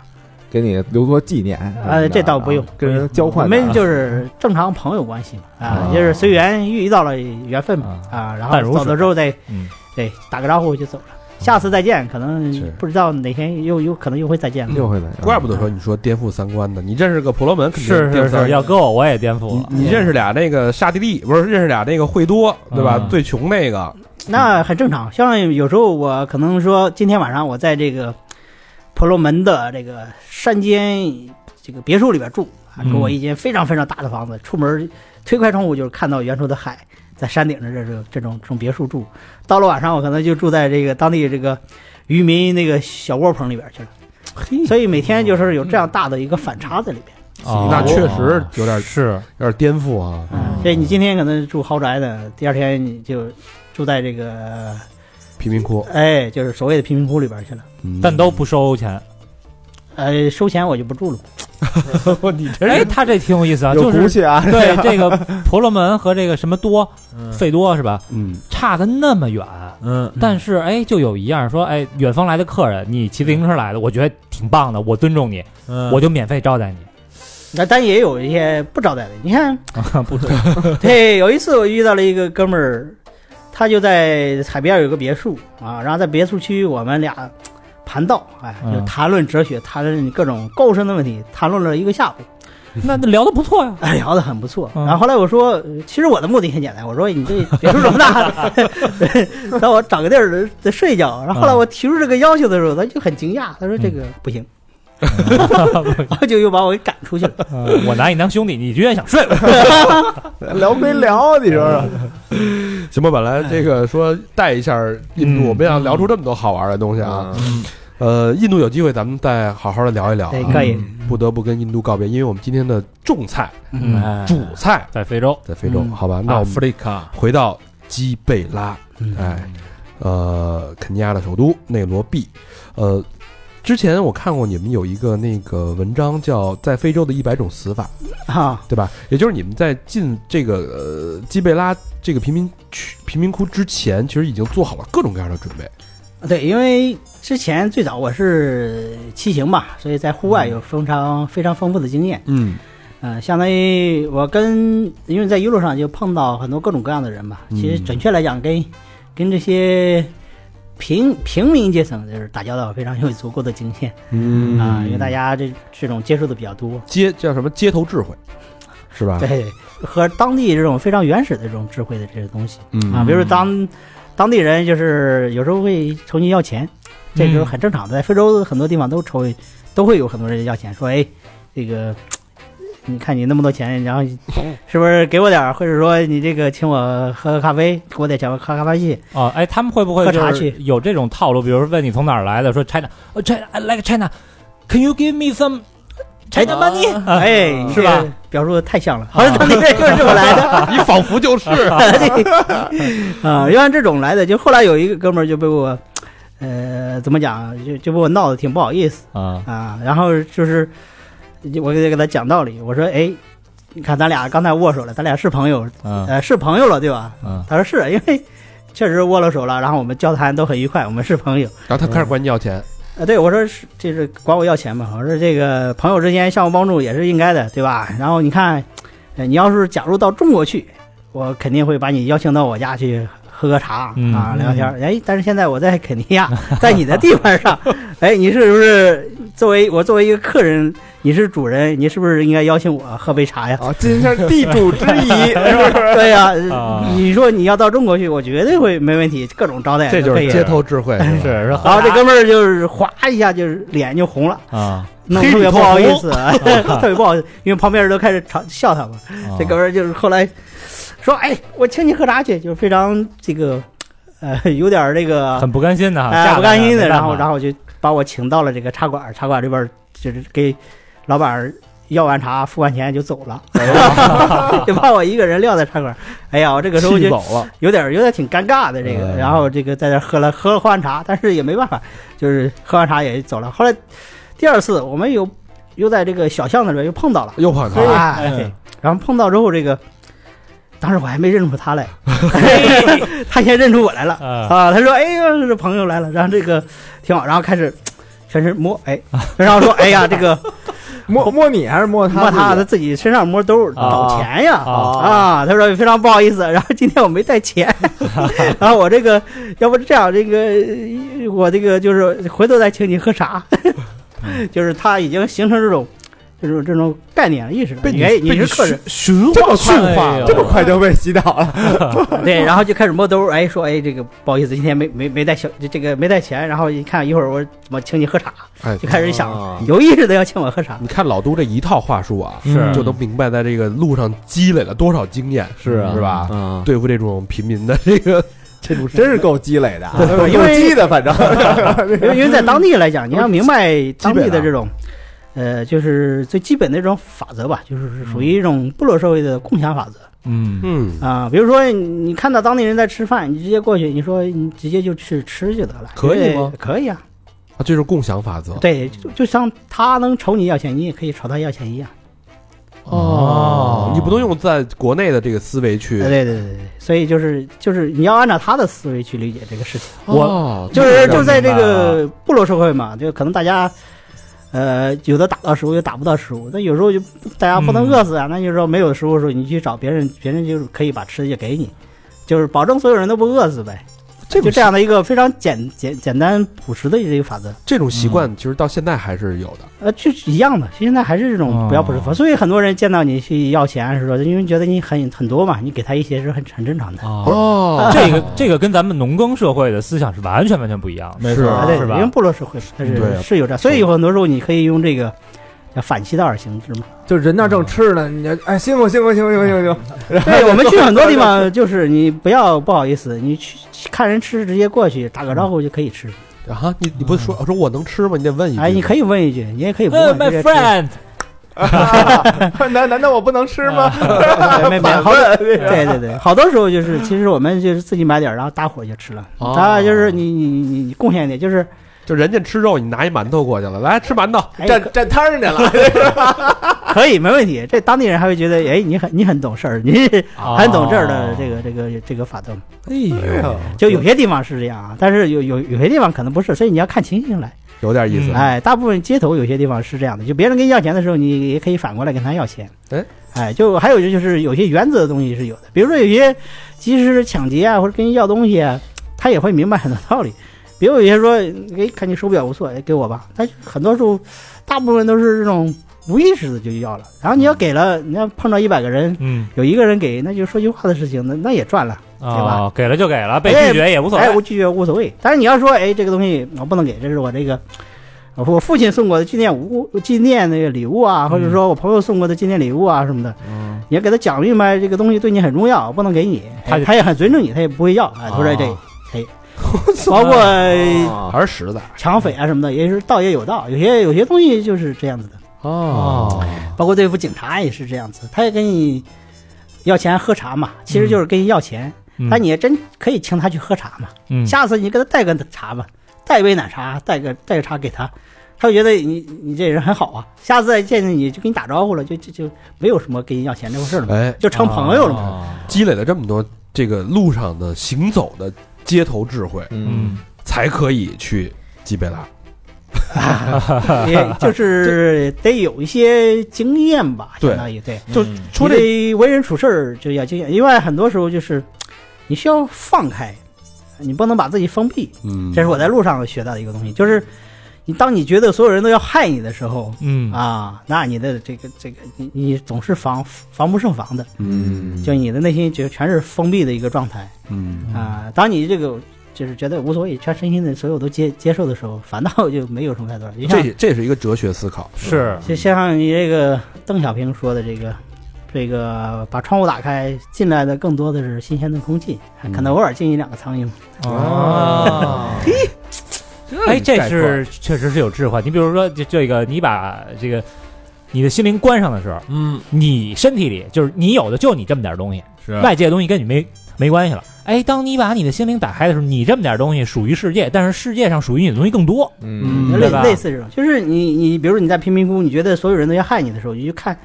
Speaker 4: 给你留作纪念。
Speaker 6: 呃这倒不用
Speaker 4: 跟人交
Speaker 6: 我
Speaker 4: 换的啊。
Speaker 6: 们就是正常朋友关系嘛，啊
Speaker 4: 啊，
Speaker 6: 就是随缘遇到了缘分嘛，啊，然
Speaker 5: 淡如
Speaker 6: 后
Speaker 5: 水
Speaker 6: 走了之后再
Speaker 5: 嗯，
Speaker 6: 对打个招呼就走了，下次再见，可能
Speaker 1: 是
Speaker 6: 不知道哪天又又可能又会再见了。
Speaker 4: 又会的，
Speaker 3: 怪不得说你说颠覆三观呢，你认识个婆罗门肯定
Speaker 5: 是
Speaker 3: 颠
Speaker 5: 是
Speaker 3: 覆三
Speaker 5: 是，
Speaker 3: 观
Speaker 5: 要搁我我也颠覆了，
Speaker 3: 你你认识俩那个刹帝利，不是认识俩那个惠多，对吧？
Speaker 5: 嗯
Speaker 3: 最穷那个，
Speaker 6: 那很正常，像有时候我可能说今天晚上我在这个婆罗门的这个山间这个别墅里边住啊，给我一间非常非常大的房子，出门推开窗户就是看到远处的海，在山顶上这这这种这种别墅住，到了晚上我可能就住在这个当地这个渔民那个小窝棚里边去了，所以每天就是有这样大的一个反差在里边。
Speaker 5: 哦
Speaker 3: 那确实有点
Speaker 5: 是
Speaker 3: 有点颠覆啊。
Speaker 6: 嗯，所以你今天可能住豪宅的，第二天你就住在这个
Speaker 3: 贫民
Speaker 6: [laughs]
Speaker 3: 窟，
Speaker 6: 哎，就是所谓的贫民窟里边去了。
Speaker 5: 但都不收钱。
Speaker 6: 呃，收钱我就不住了。
Speaker 5: 哎，他这挺有意思啊，
Speaker 4: 有
Speaker 5: 就
Speaker 4: 骨
Speaker 5: 是
Speaker 4: 气啊！ [laughs]
Speaker 5: 对这个婆罗门和这个什么多费多是吧，
Speaker 3: 嗯，
Speaker 5: 差的那么远。
Speaker 2: 嗯，
Speaker 5: 但是哎，就有一样说，哎，远方来的客人，你骑自行车来的，我觉得挺棒的，我尊重你，我
Speaker 2: 我
Speaker 5: 就免费招待你。
Speaker 6: 那但也有一些不招待的。你看， [laughs]
Speaker 5: 不是，
Speaker 6: 对，有一次我遇到了一个哥们儿，他就在海边有个别墅啊，然后在别墅区我们俩盘道，哎，就
Speaker 5: 嗯
Speaker 6: 谈论哲学，谈论各种高深的问题，谈论了一个下午。
Speaker 5: [laughs]
Speaker 6: [laughs]
Speaker 5: 那那聊的不错呀。
Speaker 6: 哎，聊得很不错。
Speaker 5: 嗯
Speaker 6: 然后后来我说，呃其实我的目的很简单，我说你这别墅这么大， [laughs] 让我找个地儿再睡一觉。然后后来我提出这个要求的时候，他就很惊讶，他说这
Speaker 5: 嗯
Speaker 6: 个
Speaker 5: [laughs]
Speaker 6: 不行， [laughs] 然后就又把我给赶出去了。
Speaker 5: 呃我拿你当兄弟，你居然想睡我？
Speaker 4: 聊没聊？啊你说说，
Speaker 3: 行吧，本来这个说带一下印度，
Speaker 5: 嗯
Speaker 3: 没想到聊出这么多好玩的
Speaker 6: 嗯
Speaker 3: 东西啊。呃，印度有机会咱们再好好的聊一聊、
Speaker 6: 对，
Speaker 3: 啊。
Speaker 6: 可以，
Speaker 3: 不得不跟印度告别，因为我们今天的重菜、
Speaker 6: 嗯
Speaker 5: 哎
Speaker 3: 主菜
Speaker 5: 在非洲，
Speaker 3: 在非洲，
Speaker 6: 嗯
Speaker 3: 好吧？
Speaker 5: 啊
Speaker 3: 那
Speaker 2: 阿
Speaker 3: 我们
Speaker 2: 弗利卡，
Speaker 3: 回到基贝拉，
Speaker 6: 嗯
Speaker 3: 哎，呃，肯尼亚的首都内罗毕，呃。之前我看过你们有一个那个文章叫《在非洲的一百种死法》，
Speaker 6: 啊，
Speaker 3: 对吧？也就是你们在进这个呃基贝拉这个贫民区贫民窟之前，其实已经做好了各种各样的准备。
Speaker 6: 对，因为之前最早我是骑行嘛，所以在户外有非常非常丰富的经验。
Speaker 3: 嗯
Speaker 6: 呃，相当于我跟因为在一路上就碰到很多各种各样的人吧。其实准确来讲，跟跟这些平平民阶层就是打交道，非常有足够的经验
Speaker 3: 嗯
Speaker 6: 啊、因为大家这这种接触的比较多，
Speaker 3: 街叫什么街头智慧，
Speaker 4: [laughs] 是吧？
Speaker 6: 对，和当地这种非常原始的这种智慧的这些东西
Speaker 3: 嗯
Speaker 6: 啊，比如说当当地人就是有时候会冲你要钱，这时候很正常的，在非洲很多地方都抽，都会有很多人要钱，说哎，这个你看你那么多钱，然后 [laughs] 是不是给我点儿，或者说你这个请我喝个咖啡，给我点钱，我喝咖啡去。
Speaker 5: 哦，哎，他们会不会
Speaker 6: 喝
Speaker 5: 就
Speaker 6: 茶
Speaker 5: 是
Speaker 6: 去
Speaker 5: 有这种套路？比如说问你从哪儿来的，说 China，呃、c h i n a i like China，Can you give me some
Speaker 6: 哎
Speaker 5: China money？、
Speaker 6: 哎，
Speaker 5: 是吧？
Speaker 6: 表述的太像了，好啊像当地人就是这么来的。
Speaker 3: 你仿佛就是，
Speaker 6: [laughs] 啊，一般这种来的，就后来有一个哥们儿就被我，呃，怎么讲，就就被我闹得挺不好意思。
Speaker 5: 啊，
Speaker 6: 啊，然后就是我给给他讲道理，我说哎，你看咱俩刚才握手了，咱俩是朋友，
Speaker 5: 嗯
Speaker 6: 呃，是朋友了对吧？
Speaker 5: 嗯，
Speaker 6: 他说是啊因为确实握了手了，然后我们交谈都很愉快，我们是朋友。
Speaker 3: 然后他开始管你要钱，
Speaker 6: 呃，对我说是，这是管我要钱嘛？我说这个朋友之间相互帮助也是应该的，对吧？然后你看，呃你要是假如到中国去，我肯定会把你邀请到我家去喝个茶、
Speaker 5: 嗯
Speaker 6: 啊，聊天儿。哎，但是现在我在肯尼亚，在你的地盘上，哎，你是不是作为我作为一个客人，你是主人，你是不是应该邀请我喝杯茶呀？
Speaker 4: 啊，尽一下地主之谊，是吧？
Speaker 6: 对呀、
Speaker 5: 啊
Speaker 6: 你说你要到中国去，我绝对会没问题，各种招待
Speaker 3: 这
Speaker 6: 都
Speaker 3: 就
Speaker 6: 可
Speaker 3: 是
Speaker 6: 以。
Speaker 3: 街头智慧，
Speaker 5: 是是
Speaker 6: 然啊后这哥们儿就是哗一下就是脸就红了。
Speaker 5: 啊，
Speaker 6: 弄得特别不好意思，啊
Speaker 5: [laughs]
Speaker 6: 特别不好意思，因为旁边人都开始嘲笑他嘛。
Speaker 5: 啊
Speaker 6: 这哥们儿就是后来说：“哎，我请你喝茶去。”就是非常这个，呃，有点儿这个
Speaker 5: 很不甘心的哈，
Speaker 6: 哎
Speaker 5: 下
Speaker 6: 不甘心的，
Speaker 5: 没办
Speaker 6: 然
Speaker 5: 法
Speaker 6: 后然后就把我请到了这个茶馆，茶馆这边就是给老板儿要完茶付完钱就走了，
Speaker 5: 哎
Speaker 6: [laughs] 就把我一个人撂在茶馆。哎呀，我 [laughs] 这个时候
Speaker 3: 气
Speaker 6: 就
Speaker 3: 走
Speaker 6: [laughs]
Speaker 3: 了，
Speaker 6: 有点有点挺尴尬的这个，
Speaker 3: 嗯
Speaker 6: 然后这个在这喝了喝喝完茶，但是也没办法，就是喝完茶也走了。后来第二次我们又又在这个小巷子里面又碰到了，
Speaker 3: 又跑他了，
Speaker 6: 哎，对然后碰到之后这个，当时我还没认出他来， [laughs] 他先认出我来了
Speaker 5: 啊
Speaker 6: 啊，他说哎呀这朋友来了，然后这个挺好，然后开始全是摸哎，然后说哎呀这个
Speaker 4: 摸摸你还是摸他？
Speaker 6: 摸他他自己身上摸兜儿找钱呀
Speaker 5: 啊
Speaker 6: 啊，他说非常不好意思，然后今天我没
Speaker 4: [laughs]
Speaker 6: 带钱，然后我这个要不这样，这个我这个就是回头再请你喝
Speaker 4: [laughs]
Speaker 6: 茶，就是他已经形成这种这种这种概念意识了，
Speaker 4: 被你
Speaker 6: 哎你
Speaker 4: 被
Speaker 6: 是客人，
Speaker 4: 驯这么快
Speaker 5: 驯
Speaker 6: 啊
Speaker 5: 化了
Speaker 4: 啊这么快就被洗脑
Speaker 6: [laughs]
Speaker 4: 了，
Speaker 6: 对，然后就开始摸兜儿，哎，说哎这个不好意思，今天没没没带小这个没带钱，然后一看一会儿我怎么请你喝茶，
Speaker 3: 哎
Speaker 6: 就开始想
Speaker 4: 啊
Speaker 6: 有意识的要请我喝茶，
Speaker 3: 你看老杜这一套话术啊，
Speaker 5: 是
Speaker 3: 就能明白在这个路上积累了多少经验，
Speaker 4: 是啊
Speaker 3: 是吧？
Speaker 6: 嗯
Speaker 4: 啊，
Speaker 3: 对付这种平民的这个这种
Speaker 4: 真是够积累的啊，
Speaker 6: 对因
Speaker 4: 够
Speaker 6: 为
Speaker 4: 积的，反正 [laughs]
Speaker 6: 因为因为在当地来讲，你要明白当地
Speaker 4: 基本
Speaker 6: 的
Speaker 4: 啊
Speaker 6: 这种，呃，就是最基本的这种法则吧，就是属于一种部落社会的共享法则
Speaker 5: 嗯
Speaker 3: 嗯，
Speaker 6: 啊、比如说你你看到当地人在吃饭，你直接过去，你说你直接就去吃就得了，
Speaker 3: 可以
Speaker 6: 因为
Speaker 3: 吗
Speaker 6: 可以啊，
Speaker 3: 啊这是共享法则
Speaker 6: 对，就就像他能瞅你要钱，你也可以朝他要钱一样。
Speaker 3: 哦你不能用在国内的这个思维去
Speaker 6: 对，对对对，对所以就是就是你要按照他的思维去理解这个事情。
Speaker 3: 我
Speaker 6: 就是就在这
Speaker 5: 明
Speaker 6: 个部落社会嘛，就可能大家，呃，有的打到食物，有的打不到食物。那有时候就大家不能饿死啊，那就是说没有食物的时候，你去找别人，别人就是可以把吃的就给你，就是保证所有人都不饿死呗。
Speaker 3: 这
Speaker 6: 就
Speaker 3: 种
Speaker 6: 这样的一个非常简简简单朴实的一个法则，
Speaker 3: 这种习惯，其实到现在还是有的。
Speaker 6: 呃，就是一样的。现在还是这种不要朴实法，所以很多人见到你去要钱啊是说，因为觉得你很很多嘛，你给他一些是很很正常的。
Speaker 5: 哦，
Speaker 3: 哦
Speaker 5: 这个这个跟咱们农耕社会的思想是完全完全不一样的，
Speaker 3: 没错
Speaker 6: 啊，对，
Speaker 5: 是吧
Speaker 6: 因为部落社会它
Speaker 3: 对啊
Speaker 6: 是是有这样，所以有很多时候你可以用这个叫反其道而行之嘛。
Speaker 4: 就人那正吃呢，你哎辛苦辛苦辛苦辛苦辛苦，
Speaker 6: [laughs] 对，我们去很多地 [laughs] 方，就是你不要不好意思，你去看人吃，直接过去打个招呼就可以吃。
Speaker 3: 啊，你你不是说我说我能吃吗？你得问一句。
Speaker 6: 哎，你可以问一句，你也可以不
Speaker 5: 呃
Speaker 6: 问。
Speaker 5: ，My
Speaker 6: 直接吃
Speaker 5: friend，
Speaker 4: [laughs] 难难道我不能吃吗？
Speaker 6: 哎没没没，啊
Speaker 5: 啊
Speaker 6: 好多对对 [laughs] 对，好多时候就是，其实我们就是自己买点儿，然后大伙儿就吃了。
Speaker 3: 哦
Speaker 6: 当然就是你你你你你贡献一点，就是
Speaker 3: 就人家吃肉，你拿一馒头过去了，来吃馒头。
Speaker 6: 哎
Speaker 4: 站站摊儿去了，
Speaker 6: 可以，没问题。这当地人还会觉得，哎，你很你很懂事儿， [laughs] 你是很懂这儿的这个这个这个法灯。
Speaker 1: 哎呦，
Speaker 6: 就有些地方是这样啊，但是有有有些地方可能不是，所以你要看情形来。
Speaker 4: 有点意思。
Speaker 2: 嗯
Speaker 6: 哎，大部分街头有些地方是这样的，就别人跟你要钱的时候，你也可以反过来跟他要钱。
Speaker 4: 哎，
Speaker 6: 哎，就还有就就是有些原则的东西是有的，比如说有些即使是抢劫啊，或者跟人要东西啊，他也会明白很多道理。 [laughs] 比如有些说，哎，看你手表不错，哎，给我吧。但是很多时候，大部分都是这种无意识的就要了。然后你要给了，你要碰到一百个人，
Speaker 5: 嗯
Speaker 6: 有一个人给，那就说句话的事情，那那也赚了。
Speaker 5: 啊，给了就给了，被拒绝也无所
Speaker 6: 哎，
Speaker 5: 谓。
Speaker 6: 我拒绝无所谓。但是你要说，哎，这个东西我不能给，这是我这个呃我父亲送我的纪念物、纪念那个礼物
Speaker 5: 嗯
Speaker 6: 啊，或者说我朋友送我的纪念礼物啊什么的，
Speaker 2: 嗯，
Speaker 6: 你要给他讲明白，这个东西对你很重要，我不能给你。哎
Speaker 5: 他
Speaker 6: 他
Speaker 5: 就
Speaker 6: 他也很尊重你，他也不会要啊。他说这
Speaker 5: 哦
Speaker 6: 可以，包括
Speaker 4: 哦
Speaker 3: 还是实在
Speaker 6: 抢匪
Speaker 5: 嗯
Speaker 6: 啊什么的，也是道也有道，有些有些东西就是这样子的。
Speaker 3: 哦，
Speaker 6: 包括对付警察也是这样子，他也跟你要钱喝茶嘛，其实就是跟你要钱，
Speaker 5: 嗯
Speaker 6: 但你也真可以请他去喝茶嘛。
Speaker 5: 嗯
Speaker 6: 下次你给他带个茶吧，带一杯奶茶，带个带个茶给他，他会觉得你你这人很好啊。下次再见见你就跟你打招呼了，就就就没有什么跟你要钱这回事了嘛，
Speaker 3: 哎，
Speaker 6: 就成朋友了嘛。
Speaker 5: 哦
Speaker 2: 啊
Speaker 3: 积累了这么多这个路上的行走的街头智慧，
Speaker 4: 嗯，
Speaker 3: 才可以去吉贝拉。啊 [laughs]
Speaker 6: 也就是得有一些经验吧，
Speaker 3: 对
Speaker 6: 相当于对。
Speaker 3: 就
Speaker 2: 嗯
Speaker 3: 说
Speaker 6: 你
Speaker 3: 这
Speaker 6: 得为人处事儿就要经验，因为很多时候就是你需要放开，你不能把自己封闭。
Speaker 3: 嗯
Speaker 6: 这是我在路上学到的一个东西，就是你当你觉得所有人都要害你的时候
Speaker 5: 嗯
Speaker 6: 啊，那你的这个这个你你总是防防不胜防的，
Speaker 3: 嗯
Speaker 6: 就你的内心就全是封闭的一个状态
Speaker 3: 嗯
Speaker 6: 啊。当你这个就是觉得无所谓，全身心的所有都接接受的时候，反倒就没有什么太多了。就像
Speaker 3: 这这是一个哲学思考，
Speaker 5: 是
Speaker 6: 就像你这个邓小平说的这个。这个把窗户打开，进来的更多的是新鲜的空气，可能偶尔进一两个苍蝇。
Speaker 5: 啊。哎，这是确实是有智慧。你比如说，这这个，你把这个你的心灵关上的时候，
Speaker 2: 嗯
Speaker 5: 你身体里就是你有的就你这么点东西，
Speaker 2: 是
Speaker 5: 外界的东西跟你没没关系了。哎，当你把你的心灵打开的时候，你这么点东西属于世界，但是世界上属于你的东西更多。
Speaker 4: 嗯
Speaker 6: 类
Speaker 5: 对吧
Speaker 6: 类似这种，就是你你比如说你在贫民窟，你觉得所有人都要害你的时候，你就看，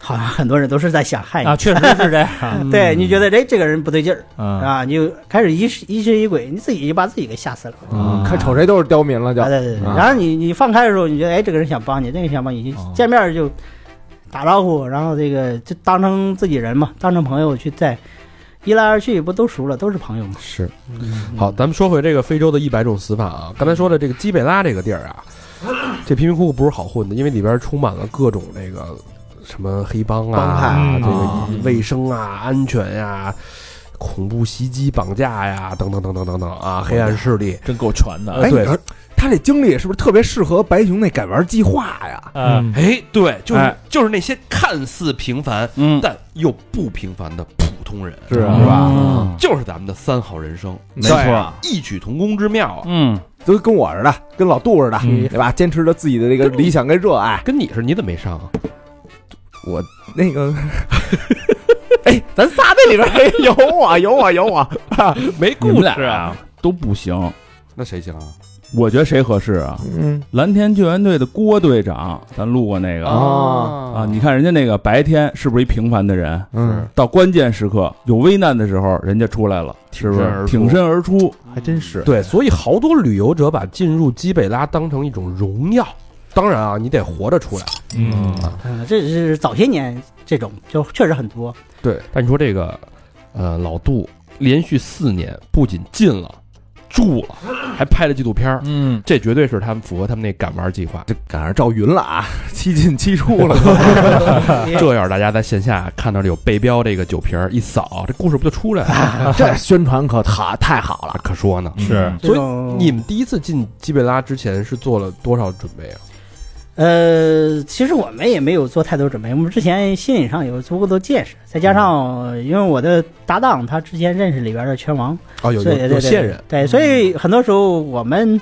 Speaker 6: 好像很多人都是在想害你。
Speaker 5: 啊，确实是这样。
Speaker 6: 对你觉得哎这个人不对劲儿、
Speaker 5: 嗯，
Speaker 6: 啊，你就开始疑疑神疑鬼，你自己就把自己给吓死了。
Speaker 4: 嗯看瞅谁都是刁民了，就
Speaker 6: 啊，对对对。
Speaker 4: 啊
Speaker 6: 然后你你放开的时候，你觉得哎这个人想帮你，这个想帮你，
Speaker 5: 哦
Speaker 6: 见面就打招呼，然后这个就当成自己人嘛，当成朋友去在一来二去不都熟了，都是朋友嘛。
Speaker 3: 是。
Speaker 2: 嗯
Speaker 3: 好，咱们说回这个非洲的一百种死法啊。刚才说的这个基贝拉这个地儿啊，这贫民窟不是好混的，因为里边充满了各种那个什么黑帮
Speaker 4: 帮派
Speaker 3: 啊，
Speaker 5: 嗯
Speaker 3: 这
Speaker 4: 啊
Speaker 3: 个卫生啊、安全呀、恐怖袭击、绑架呀、等等等等等等啊，黑暗势力。
Speaker 2: 真够全的
Speaker 4: 哎，
Speaker 2: 啊，
Speaker 4: 你
Speaker 3: 对
Speaker 4: 说他这经历是不是特别适合白熊那改玩计划呀？
Speaker 5: 嗯，
Speaker 3: 哎，对，就是、
Speaker 2: 哎
Speaker 3: 就是那些看似平凡
Speaker 2: 嗯
Speaker 3: 但又不平凡的普通人，
Speaker 4: 是啊
Speaker 3: 是吧？
Speaker 2: 嗯
Speaker 3: 就是咱们的三好人生，
Speaker 2: 没错
Speaker 4: 对啊，
Speaker 3: 异曲同工之妙啊。
Speaker 2: 嗯，
Speaker 4: 都跟我似的，跟老杜似的，
Speaker 5: 嗯
Speaker 4: 对吧？坚持着自己的这个理想跟热爱。
Speaker 3: 跟你似的，你怎么没上啊？
Speaker 4: 我那个，哎，咱仨那里边儿有
Speaker 3: 啊
Speaker 4: 我，有我，有我。
Speaker 3: [laughs] 没
Speaker 2: 你
Speaker 3: 故
Speaker 2: 们
Speaker 3: 事
Speaker 2: 俩啊，都不行。
Speaker 3: 那谁行啊？
Speaker 2: 我觉得谁合适啊？
Speaker 4: 嗯
Speaker 2: 蓝天救援队的郭队长，咱录过那个
Speaker 4: 啊
Speaker 2: 啊，你看人家那个白天是不是一平凡的人？
Speaker 4: 嗯，
Speaker 2: 到关键时刻有危难的时候，人家出来了，是不是挺身而出？
Speaker 4: 还真是。
Speaker 3: 对，所以好多旅游者把进入基贝拉当成一种荣耀。当然啊，你得活着出来。
Speaker 5: 嗯
Speaker 6: 嗯，这是早些年这种就确实很多。
Speaker 3: 对，但你说这个，呃，老杜连续四年不仅进了，住了，还拍了纪录片儿，
Speaker 2: 嗯，
Speaker 3: 这绝对是他们符合他们那敢玩计划。
Speaker 4: 这赶上赵云了啊，七进七出了。
Speaker 3: 这要是大家在线下看到这有背标这个酒瓶儿一扫，这故事不就出来了？ [laughs]
Speaker 4: 这宣传可太太好了。
Speaker 3: 啊可说呢。
Speaker 2: 是
Speaker 6: 这
Speaker 3: 所以
Speaker 6: 种
Speaker 3: 你们第一次进基贝拉之前是做了多少准备啊？
Speaker 6: 呃，其实我们也没有做太多准备，我们之前心理上有足够的见识，再加上呃因为我的搭档他之前认识里边的拳王，
Speaker 3: 哦，有
Speaker 6: 所以
Speaker 3: 有
Speaker 6: 对
Speaker 3: 有
Speaker 6: 对
Speaker 3: 线人，
Speaker 6: 对，所以
Speaker 4: 嗯
Speaker 6: 很多时候我们，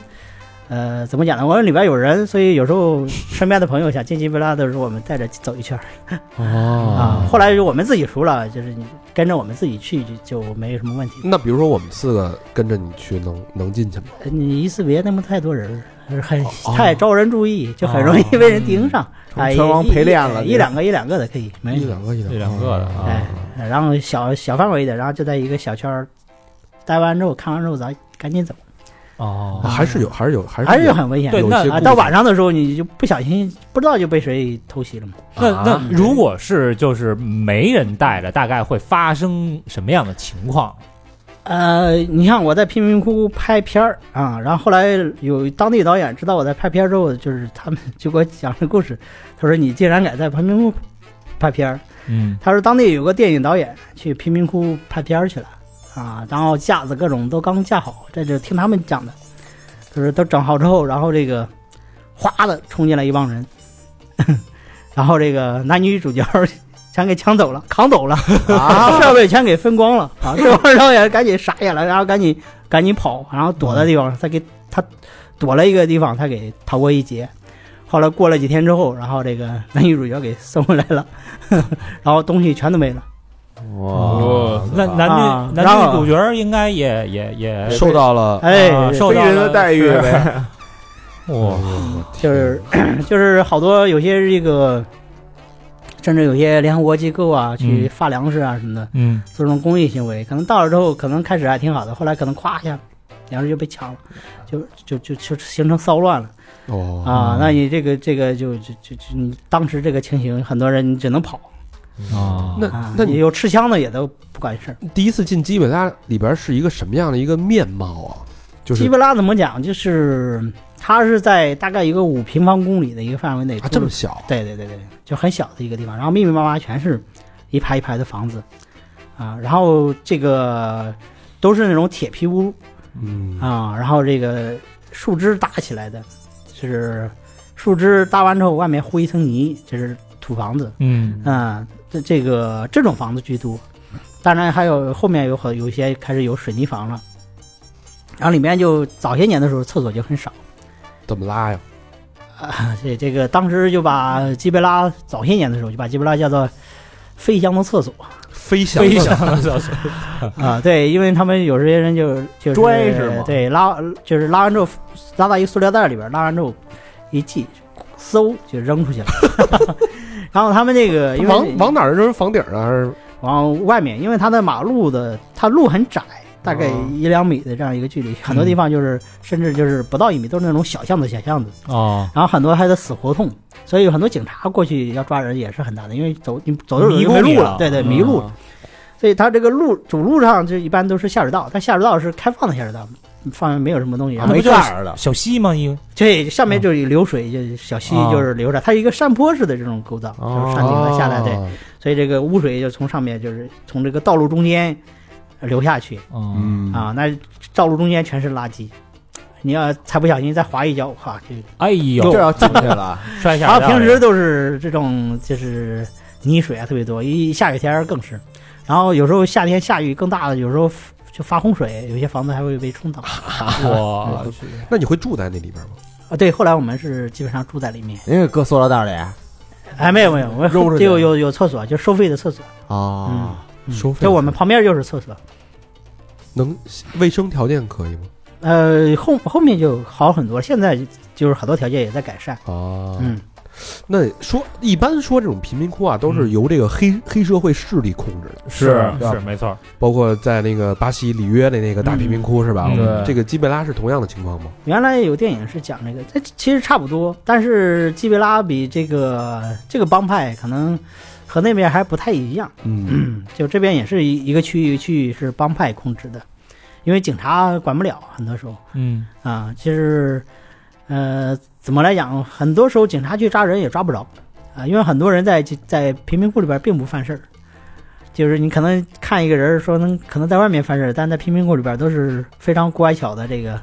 Speaker 6: 呃，怎么讲呢？我们里边有人，所以有时
Speaker 4: [laughs]
Speaker 6: 候身边的朋友想进基贝拉的时候，我们带着走一圈儿
Speaker 3: 哦
Speaker 6: 啊。后来我们自己熟了，就是你跟着我们自己去就就没什么问题。
Speaker 3: 那比如说我们四个跟着你去能能进去吗？
Speaker 6: 呃你一次别那么太多人儿，
Speaker 4: 哦
Speaker 6: 很太招人注意，就很容易被人盯上。啊，
Speaker 4: 嗯拳王
Speaker 6: 一
Speaker 4: 陪练了
Speaker 6: 一一两个一两个的可以，没
Speaker 3: 一两个一
Speaker 5: 一两个的
Speaker 3: 啊
Speaker 6: 哎，然后小小范围一点，然后就在一个小圈儿待完之后，看完之后咱赶紧走，
Speaker 5: 哦
Speaker 3: 啊还是有还是有还
Speaker 6: 还是
Speaker 3: 有
Speaker 6: 很危险
Speaker 5: 对
Speaker 6: 的。
Speaker 3: 有
Speaker 5: 那
Speaker 3: 些
Speaker 6: 啊，
Speaker 3: 故事
Speaker 6: 到晚上的时候你就不小心不知道就被谁偷袭了嘛。
Speaker 5: 那
Speaker 3: 啊
Speaker 5: 那如果是就是没人带着，大概会发生什么样的情况？
Speaker 6: 呃，你像我在贫民窟拍片儿啊，然后后来有当地导演知道我在拍片儿之后，就是他们就给我讲这故事，他说你竟然敢在贫民窟拍片儿，
Speaker 5: 嗯，
Speaker 6: 他说当地有个电影导演去贫民窟拍片儿去了啊，然后架子各种都刚架好，这就听他们讲的，就是都整好之后，然后这个哗的冲进来一帮人， [laughs] 然后这个男女主角全给抢走了，扛走了，啊，设备全给分光了啊，这帮导演赶紧傻眼了，然后赶紧赶紧跑，然后躲在地方，他给他躲了一个地方，他给逃过一劫。后来过了几天之后，然后这个 [laughs] 男女主角给送回来了， [laughs] 然后东西全都没了。
Speaker 5: 哦，那男
Speaker 6: 啊
Speaker 5: 女男
Speaker 6: 然
Speaker 5: 女
Speaker 6: 后
Speaker 5: 主角应该也也也
Speaker 3: 受到
Speaker 6: [laughs]
Speaker 3: 了
Speaker 6: 哎，
Speaker 5: 啊受
Speaker 4: 黑
Speaker 5: 到
Speaker 4: 人
Speaker 5: 了
Speaker 4: 的待遇
Speaker 5: 是
Speaker 4: 呗，
Speaker 5: [laughs] 哇，
Speaker 6: 就是 [coughs] 就是好多有些这个，甚至有些联合国机构啊，去
Speaker 5: 嗯
Speaker 6: 发粮食啊什么的，
Speaker 5: 嗯，
Speaker 6: 做这种公益行为，可能到了之后，可能开始还挺好的，后来可能咵一下，粮食就被抢了，就就就就形成骚乱了
Speaker 3: 哦
Speaker 6: 啊！那你这个这个就就就就你当时这个情形，很多人只能跑
Speaker 5: 啊
Speaker 3: 嗯那
Speaker 6: 啊，
Speaker 3: 那你
Speaker 6: 有持枪的也都不管事儿。
Speaker 3: 第一次进基北拉里边是一个什么样的一个面貌啊？就
Speaker 6: 基
Speaker 3: 是
Speaker 6: 布拉怎么讲？就是它是在大概一个五平方公里的一个范围内
Speaker 3: 啊这么小，
Speaker 6: 对对对对，就很小的一个地方，然后密密麻麻全是一排一排的房子，啊，然后这个都是那种铁皮屋
Speaker 3: 嗯
Speaker 6: 啊，然后这个树枝搭起来的，就是树枝搭完之后外面糊一层泥，这是土房子，
Speaker 5: 嗯
Speaker 6: 啊，这这个这种房子居多，当然还有后面有很有一些开始有水泥房了，然后里面就早些年的时候厕所就很少。
Speaker 3: 怎么拉呀？
Speaker 6: 这这个当时就把基贝拉早些年的时候就把基贝拉叫做飞翔的厕所
Speaker 3: 飞翔
Speaker 5: 飞翔的小熊，
Speaker 6: 啊，对，因为他们有些人就就是
Speaker 4: 拽是吗
Speaker 6: 对，拉就是拉完之后拉到一个塑料袋里边，拉完之后一系，嗖就扔出去了。然后他们这个因为
Speaker 3: 往往哪儿扔？房顶儿啊？还是
Speaker 6: 往外面，因为它的马路的它路很窄，大概
Speaker 3: 哦
Speaker 6: 一两米的这样一个距离，很多地方就是甚至就是不到一米，都是那种小巷子小巷子。
Speaker 5: 哦，
Speaker 6: 然后很多还得死胡同，所以有很多警察过去要抓人也是很难的，因为走你走着走
Speaker 5: 迷
Speaker 6: 就
Speaker 5: 路
Speaker 6: 没路
Speaker 5: 了
Speaker 6: 对对，
Speaker 5: 嗯
Speaker 6: 迷路了。所以它这个路主路上就一般都是下水道，但下水道是开放的下水道，上面没有什么东西。然后
Speaker 5: 那
Speaker 4: 没
Speaker 5: 不就
Speaker 4: 盖儿的，
Speaker 5: 小溪吗？因为
Speaker 6: 这上面就是流水，就是小溪
Speaker 5: 啊
Speaker 6: 就是流着，它是一个山坡式的这种构造，就是山顶的下来，对，
Speaker 3: 哦
Speaker 6: 所以这个污水就从上面就是从这个道路中间流下去
Speaker 5: 嗯
Speaker 2: 嗯，
Speaker 6: 啊，那道路中间全是垃圾，你要才不小心再滑一跤，哇，这
Speaker 5: 哎呦，
Speaker 4: 这要进去了，
Speaker 5: 摔下
Speaker 6: 然
Speaker 5: 来
Speaker 6: 后
Speaker 5: 了。
Speaker 6: 平时都是这种就是泥水啊特别多，一下雨天儿更是。然后有时候夏天下雨更大的，有时候就发洪水，有些房子还会被冲倒啊。
Speaker 5: 我去，
Speaker 3: 那你会住在那里边吗？
Speaker 6: 对，后来我们是基本上住在里面。
Speaker 4: 您给搁塑料袋里
Speaker 6: 哎，没有没有，我
Speaker 4: 揉着
Speaker 6: 们
Speaker 4: 点
Speaker 6: 有有有厕所，就收费的厕所。
Speaker 4: 啊，
Speaker 6: 嗯
Speaker 3: 收费
Speaker 6: 就我们旁边就是厕所。
Speaker 3: 能卫生条件可以吗？
Speaker 6: 呃，后后面就好很多，现在就是很多条件也在改善。
Speaker 3: 啊
Speaker 6: 嗯，
Speaker 3: 那说一般说这种贫民窟啊，都
Speaker 5: 嗯
Speaker 3: 是由这个黑黑社会势力控制的，
Speaker 2: 是
Speaker 5: 是没错，
Speaker 3: 包括在那个巴西里约的那个大贫民窟是吧？
Speaker 5: 嗯
Speaker 2: 对
Speaker 3: 这个基贝拉是同样的情况吗？
Speaker 6: 原来有电影是讲这个，这其实差不多，但是基贝拉比这个这个帮派可能和那边还不太一样。
Speaker 3: 嗯，
Speaker 6: [clears throat] 就这边也是一一个区域，一个区域是帮派控制的，因为警察管不了，很多时候
Speaker 5: 嗯
Speaker 6: 啊，其实，呃，怎么来讲，很多时候警察去抓人也抓不着啊，因为很多人在在贫民窟里边并不犯事儿，就是你可能看一个人说能可能在外面犯事儿，但在贫民窟里边都是非常乖巧的这个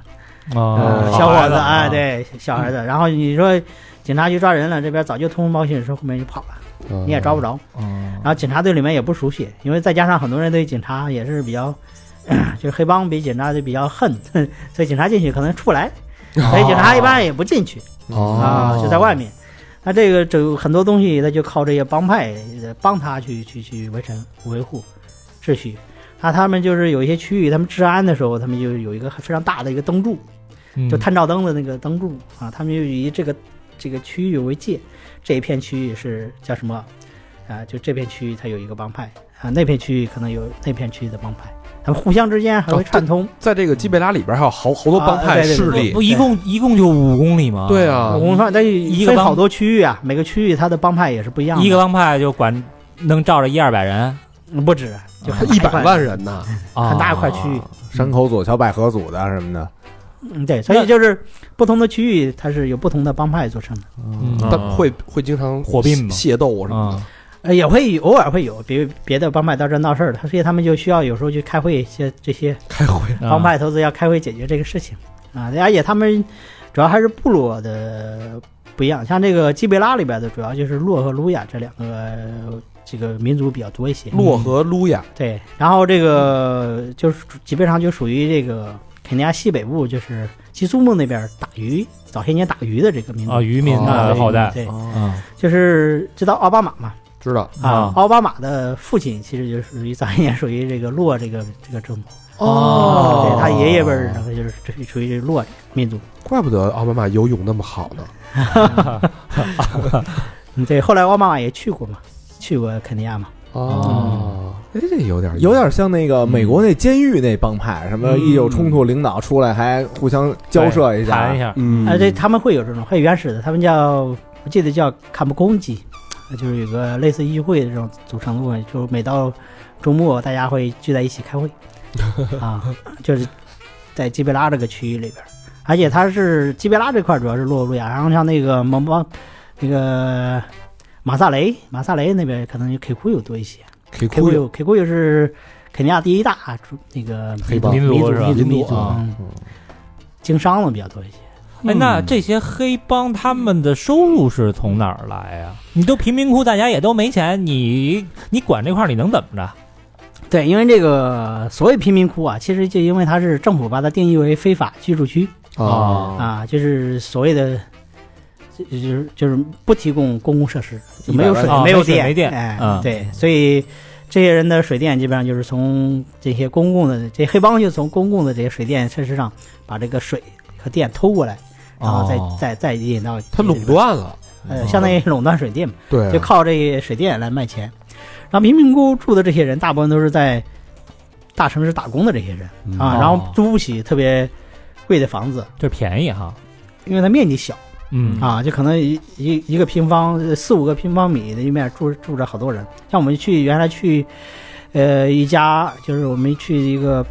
Speaker 5: 啊
Speaker 6: 呃，小伙子，哎，，对，小孩子。然后你说警察局抓人了，这边早就通风报信，说后面就跑了，你也抓不着。
Speaker 5: 嗯
Speaker 6: 然后警察对里面也不熟悉，因为再加上很多人对警察也是比较， [clears throat] 就是黑帮比警察就比较恨，所以警察进去可能出不来，所哎以警
Speaker 5: 哦
Speaker 6: 察一般也不进去啊，就在外面。那这个就很多东西，他就靠这些帮派呃帮他去去去维持维护秩序。那他们就是有一些区域，他们治安的时候，他们就有一个非常大的一个灯柱，
Speaker 5: 嗯
Speaker 3: 嗯
Speaker 6: 就探照灯的那个灯柱啊，他们就以这个这个区域为界，这一片区域是叫什么？啊，就这片区域它有一个帮派啊，那片区域可能有那片区域的帮派，他们互相之间还会串通。
Speaker 3: 在这个基贝拉里边还有好好多帮
Speaker 6: 啊
Speaker 3: 派
Speaker 6: 对对对
Speaker 3: 势
Speaker 6: 对
Speaker 3: 力
Speaker 6: 对，
Speaker 5: 不一共一共就五公里吗？
Speaker 3: 对啊
Speaker 6: 我跟你说，但是一
Speaker 5: 个
Speaker 6: 分
Speaker 5: 帮
Speaker 6: 好多区域啊，每个区域它的帮派也是不一样的，
Speaker 5: 一个帮派就管能罩着一二百人，
Speaker 6: 嗯不止，就很大
Speaker 3: 啊一
Speaker 6: 块
Speaker 3: 百万哦人呐，
Speaker 6: 很大一块区域。
Speaker 4: 山口组、小百合组的什么的，
Speaker 6: 嗯，对，所以就是不同的区域，它是有不同的帮派组成的，
Speaker 5: 嗯
Speaker 3: 但会会经常
Speaker 5: 火并嘛
Speaker 3: 械斗什么
Speaker 5: 啊
Speaker 3: 的。
Speaker 6: 呃，也会偶尔会有别别的帮派到这儿闹事儿了，所以他们就需要有时候去开会，些这些
Speaker 5: 嗯
Speaker 3: 开会
Speaker 5: 啊
Speaker 6: 帮派头子要开会解决这个事情啊。而且他们主要还是部落的不一样，像这个基贝拉里边的主要就是洛和卢亚这两个呃这个民族比较多一
Speaker 5: 嗯
Speaker 6: 些。
Speaker 3: 洛和卢亚
Speaker 6: 对，然后这个就是基本上就属于这个肯尼亚西北部，就是基苏木那边打鱼，早些年打鱼的这个民族
Speaker 5: 啊，渔民
Speaker 6: 啊
Speaker 5: 的后代
Speaker 6: 对，
Speaker 5: 啊
Speaker 6: 就是知道奥巴马嘛。
Speaker 3: 知道
Speaker 6: 啊
Speaker 5: 啊，
Speaker 6: 奥巴马的父亲其实就属于早些年属于这个洛这个这个种族，哦
Speaker 5: 哦
Speaker 3: 哦
Speaker 6: 对他爷爷辈儿然后就是属于属于这洛民族。
Speaker 3: 怪不得奥巴马游泳那么好呢。
Speaker 6: 嗯对，后来奥巴马也去过嘛，去过肯尼亚嘛。
Speaker 3: 哦，哎，这有点意思
Speaker 4: 有点像那个美国那监狱那帮派，什么一有冲突，领导出来还互相交涉一下
Speaker 5: 谈一。下，
Speaker 3: 嗯
Speaker 6: 啊，对，他们会有这种很原始的，他们叫我记得叫卡布公鸡，就是有个类似议会的这种组成的部分，就是每到周末大家会聚在一起开会啊，就是在基贝拉这个区域里边儿，而且它是基贝拉这块儿主要是落入亚，然后像那个蒙邦那个马萨雷马萨雷那边可能就 K 库有多一些
Speaker 3: 可以
Speaker 6: ，K
Speaker 3: 哭
Speaker 6: 库有 K 库又是肯尼亚第一大主那个
Speaker 3: 黑帮
Speaker 6: 民族
Speaker 5: 民
Speaker 6: 民
Speaker 5: 族
Speaker 6: 族
Speaker 5: 是吧
Speaker 6: 民族
Speaker 3: 民族
Speaker 6: 民族
Speaker 5: 啊
Speaker 6: 嗯经商的比较多一些。
Speaker 5: 哎，那这些黑帮他们的收入是从哪儿来呀、你都贫民窟，大家也都没钱，你你管这块儿，你能怎么
Speaker 6: 啊
Speaker 5: 着？
Speaker 6: 对，因为这个所谓贫民窟啊，其实就因为它是政府把它定义为非法居住区
Speaker 3: 啊，
Speaker 6: 啊，就是所谓的，就就是就是不提供公共设施，就
Speaker 4: 一
Speaker 6: 没
Speaker 4: 百
Speaker 6: 有
Speaker 4: 万
Speaker 6: 水、
Speaker 5: 啊
Speaker 6: 没有
Speaker 5: 没水
Speaker 6: 电，
Speaker 5: 没电
Speaker 6: 哎，
Speaker 5: 嗯
Speaker 6: 对，所以这些人的水电基本上就是从这些公共的这黑帮就从公共的这些水电设施上把这个水和电偷过来，然后再、
Speaker 5: 哦
Speaker 6: 再再引到
Speaker 3: 他垄，断了，嗯
Speaker 5: 嗯
Speaker 6: 呃，相当于垄断水电嘛。
Speaker 3: 对啊，
Speaker 6: 就靠这水电来卖钱。然后贫民窟住的这些人，大部分都是在大城市打工的这些人啊，
Speaker 5: 哦
Speaker 6: 然后租不起特别贵的房子，
Speaker 5: 就是便宜哈，
Speaker 6: 因为它面积小
Speaker 5: 嗯
Speaker 6: 啊，就可能一一一个平方呃四五个平方米的一面住住着好多人。像我们去原来去，呃，一家就是我们去一个。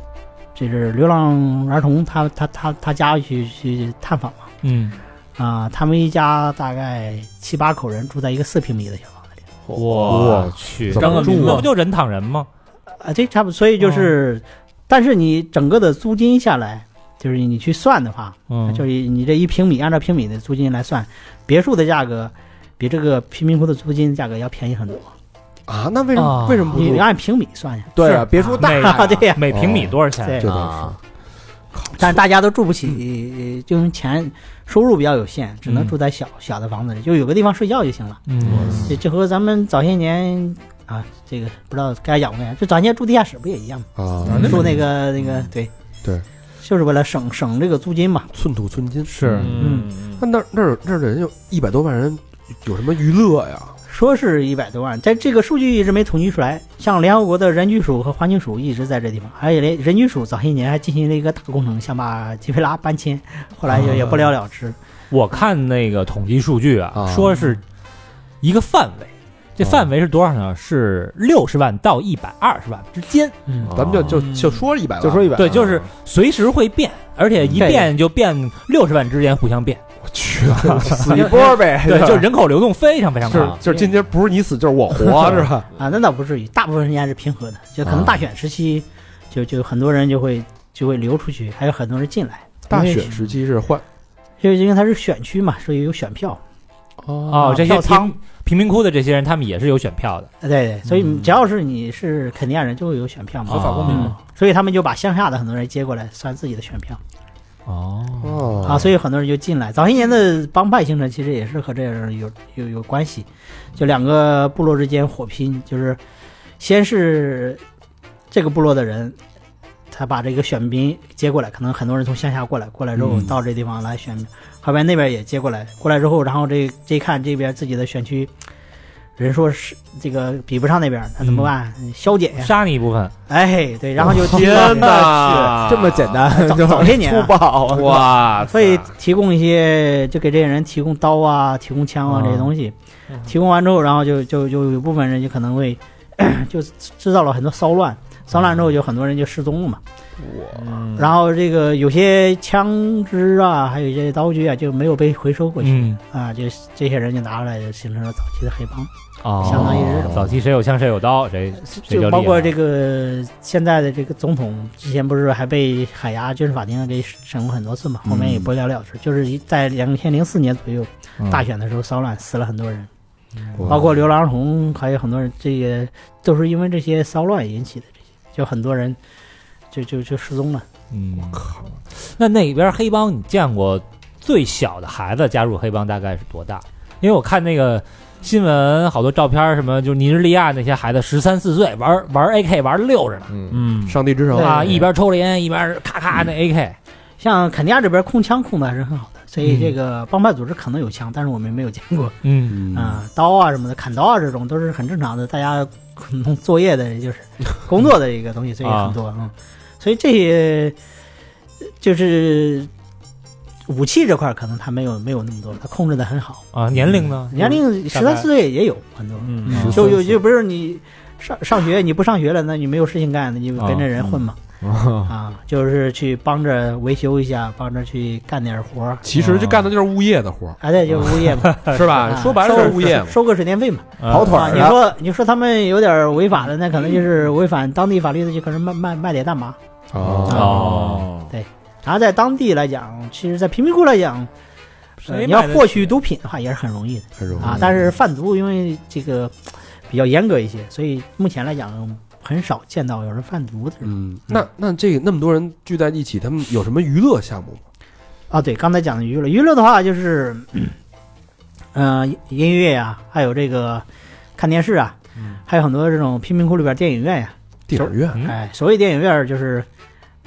Speaker 6: 就是流浪儿童他，他他他家去去探访嘛，
Speaker 5: 嗯，
Speaker 6: 啊、他们一家大概七八口人住在一个四平米的小房子里。
Speaker 5: 我去，
Speaker 3: 怎么
Speaker 5: 张
Speaker 3: 住
Speaker 5: 那
Speaker 3: 啊
Speaker 5: 不就人躺人吗？
Speaker 6: 啊，这差不多，所以
Speaker 4: 哦
Speaker 6: 就是，但是你整个的租金下来，就是你去算的话，
Speaker 5: 嗯，
Speaker 4: 哦
Speaker 6: 啊就是你这一平米按照平米的租金来算，别墅的价格比这个贫民窟的租金价格要便宜很多。
Speaker 3: 啊，那为什么
Speaker 5: 啊
Speaker 3: 为什么不
Speaker 6: 你
Speaker 3: 住
Speaker 6: 你？按平米算呀，
Speaker 4: 对啊，
Speaker 5: 是
Speaker 4: 别墅大
Speaker 5: 每
Speaker 6: [laughs]
Speaker 4: 呀，
Speaker 6: 对呀、
Speaker 5: 每平米多少钱？
Speaker 6: 对
Speaker 3: 这倒
Speaker 4: 啊，
Speaker 6: 但是大家都住不起，就是钱收入比较有限，只
Speaker 4: 嗯
Speaker 6: 能住在小小的房子里，就有个地方睡觉就行了。
Speaker 5: 嗯，
Speaker 6: 这就和咱们早些年啊，这个不知道该讲不该讲，就早些年住地下室不也一样吗？
Speaker 3: 啊，
Speaker 5: 那
Speaker 6: 住那个那个对
Speaker 3: 对，
Speaker 6: 就是为了省省这个租金嘛。
Speaker 3: 寸土寸金。
Speaker 2: 是
Speaker 5: 嗯，
Speaker 3: 那那儿那儿那儿人有一百多万人，有什么娱乐呀？
Speaker 6: 说是一百多万，但这个数据一直没统计出来。像联合国的人居署和环境署一直在这地方，而且连人居署早些年还进行了一个大工程，想把吉佩拉搬迁，后来就也不了了之。
Speaker 5: 我看那个统计数据啊，
Speaker 3: 啊
Speaker 5: 说是一个范围，
Speaker 6: 啊
Speaker 5: 这范围是多少呢？是六十万到一百二十万之间。
Speaker 6: 嗯，
Speaker 3: 咱们就就
Speaker 5: 嗯
Speaker 3: 就说一百万，
Speaker 4: 就说一百，
Speaker 5: 对，就是随时会变，而且一
Speaker 6: 嗯对
Speaker 5: 变就变六十万之间互相变。
Speaker 3: 我去，啊死
Speaker 4: 死 [laughs] 一波
Speaker 6: 哎
Speaker 4: 呗，
Speaker 5: 对， [laughs] 就人口流动非常非常
Speaker 3: 就是
Speaker 5: 快。
Speaker 3: 就是今天不是你死就是我活， [laughs] 是吧？
Speaker 6: 啊，那倒不至于，大部分人家是平和的，就可能大选时
Speaker 5: 啊
Speaker 6: 期，就就很多人就会就会流出去，还有很多人进来。
Speaker 3: 大
Speaker 6: 因为
Speaker 3: 选时期是换
Speaker 6: 就是因为它是选区嘛，所以有选票。
Speaker 5: 哦，这些
Speaker 6: 票仓
Speaker 5: 贫贫民窟的这些人，他们也是有选票的。
Speaker 6: 对对，所以只要是你是肯尼亚人，就会有选票嘛，
Speaker 5: 嗯合法公民
Speaker 6: 嗯
Speaker 5: 嘛。
Speaker 6: 所以他们就把乡下的很多人接过来算自己的选票。
Speaker 5: 哦，
Speaker 3: 哦
Speaker 6: 啊，所以很多人就进来。早些年的帮派形成其实也是和这样有有有关系，就两个部落之间火拼，就是先是这个部落的人，他才把这个选民接过来。可能很多人从乡下过来，过来之后
Speaker 2: 嗯
Speaker 6: 到这地方来选民，后边那边也接过来，过来之后，然后这这一看这边自己的选区人数是这个比不上那边，那怎
Speaker 3: 嗯
Speaker 6: 么办？消减呀，
Speaker 5: 杀你一部分，
Speaker 6: 哎，对，然后就
Speaker 3: 哦天哪，
Speaker 4: 这么简单，
Speaker 6: 早
Speaker 4: 就
Speaker 6: 早些年啊
Speaker 4: 粗暴啊，
Speaker 3: 哇！
Speaker 6: 所以提供一些，就给这些人提供刀啊、提供枪啊
Speaker 5: 啊
Speaker 6: 这些东西
Speaker 5: 嗯，
Speaker 6: 提供完之后，然后就就就有部分人就可能会 [coughs] 就制造了很多骚乱，骚乱之后就很多人就失踪了嘛。
Speaker 5: 嗯
Speaker 6: 然后这个有些枪支啊，还有一些刀具啊，就没有被回收过去
Speaker 5: 嗯
Speaker 6: 啊，就这些人就拿出来，就形成了早期的黑帮，
Speaker 5: 啊，
Speaker 6: 相当于是这种
Speaker 5: 早期谁有枪谁有刀，谁谁啊
Speaker 6: 就
Speaker 5: 就
Speaker 6: 包括
Speaker 5: 厉害
Speaker 6: 这个现在的这个总统，之前不是还被海牙军事法庭给审过很多次嘛？后
Speaker 5: 嗯
Speaker 6: 面也不了了之，就是一在两千零四年左右大选的时候骚乱死了很多人，包括刘郎红，还有很多人，这些都是因为这些骚乱引起的，这些就很多人就就就失踪了。
Speaker 5: 嗯，我靠！那那边黑帮你见过最小的孩子加入黑帮大概是多大？因为我看那个新闻，好多照片儿什么，就是尼日利亚那些孩子十三四岁玩玩 AK 玩溜着呢，
Speaker 4: 嗯，
Speaker 2: 嗯，
Speaker 3: 上帝之手
Speaker 5: 啊，一边抽着烟一边咔咔
Speaker 6: 嗯
Speaker 5: 那 AK，
Speaker 6: 像肯尼亚这边控枪控的还是很好的，所以这个帮派组织可能有枪，但是我们没有见过
Speaker 5: 嗯，
Speaker 6: 啊、刀啊什么的，砍刀啊这种都是很正常的，大家可能作业的就是
Speaker 5: [laughs]
Speaker 6: 工作的一个东西，所以很
Speaker 5: 啊
Speaker 6: 多嗯，所以这些呃就是武器这块儿可能他没有没有那么多，他控制的很好。
Speaker 5: 啊，年龄呢？
Speaker 6: 年龄十
Speaker 5: 大概
Speaker 6: 三四岁也有很多，
Speaker 5: 嗯
Speaker 2: 嗯
Speaker 6: 就就就不是你上上学你不上学了，那你没有事情干，那你就跟着人混嘛，
Speaker 2: 嗯
Speaker 6: 啊，就是去帮着维修一下，帮着去干点活儿，
Speaker 3: 其实就干的就是物业的活儿，
Speaker 6: 啊，对，就物业
Speaker 2: [laughs]
Speaker 6: 嘛，
Speaker 3: 是吧？
Speaker 6: 啊
Speaker 3: 说白了就是
Speaker 6: 收
Speaker 3: 物业嘛。
Speaker 6: 收个水电费嘛。
Speaker 4: 跑腿
Speaker 6: 啊
Speaker 4: 儿
Speaker 6: 你
Speaker 4: 的，
Speaker 6: 说你说他们有点违法的，那可能
Speaker 2: [laughs]
Speaker 6: 就是违反当地法律的，就可能卖卖卖点大麻。
Speaker 3: 啊
Speaker 5: 哦，
Speaker 6: 然后在当地来讲，其实，在贫民窟来讲，呃
Speaker 5: 谁
Speaker 6: 你要
Speaker 5: 买得
Speaker 6: 获
Speaker 5: 起
Speaker 6: 取毒品的话也是很容易的
Speaker 3: 很容易
Speaker 6: 啊。但是贩毒因为这个比较严格一些，所以目前来讲很少见到有人贩毒的人
Speaker 3: 嗯，那那这个那么多人聚在一起，他们有什么娱乐项目吗？
Speaker 6: 啊。对，刚才讲的娱乐，娱乐的话就是，嗯、呃音乐呀、还有这个看电视啊，还有很多这种贫民窟里边电影院呀、
Speaker 3: 电影院
Speaker 5: 嗯
Speaker 6: 哎，所谓电影院儿就是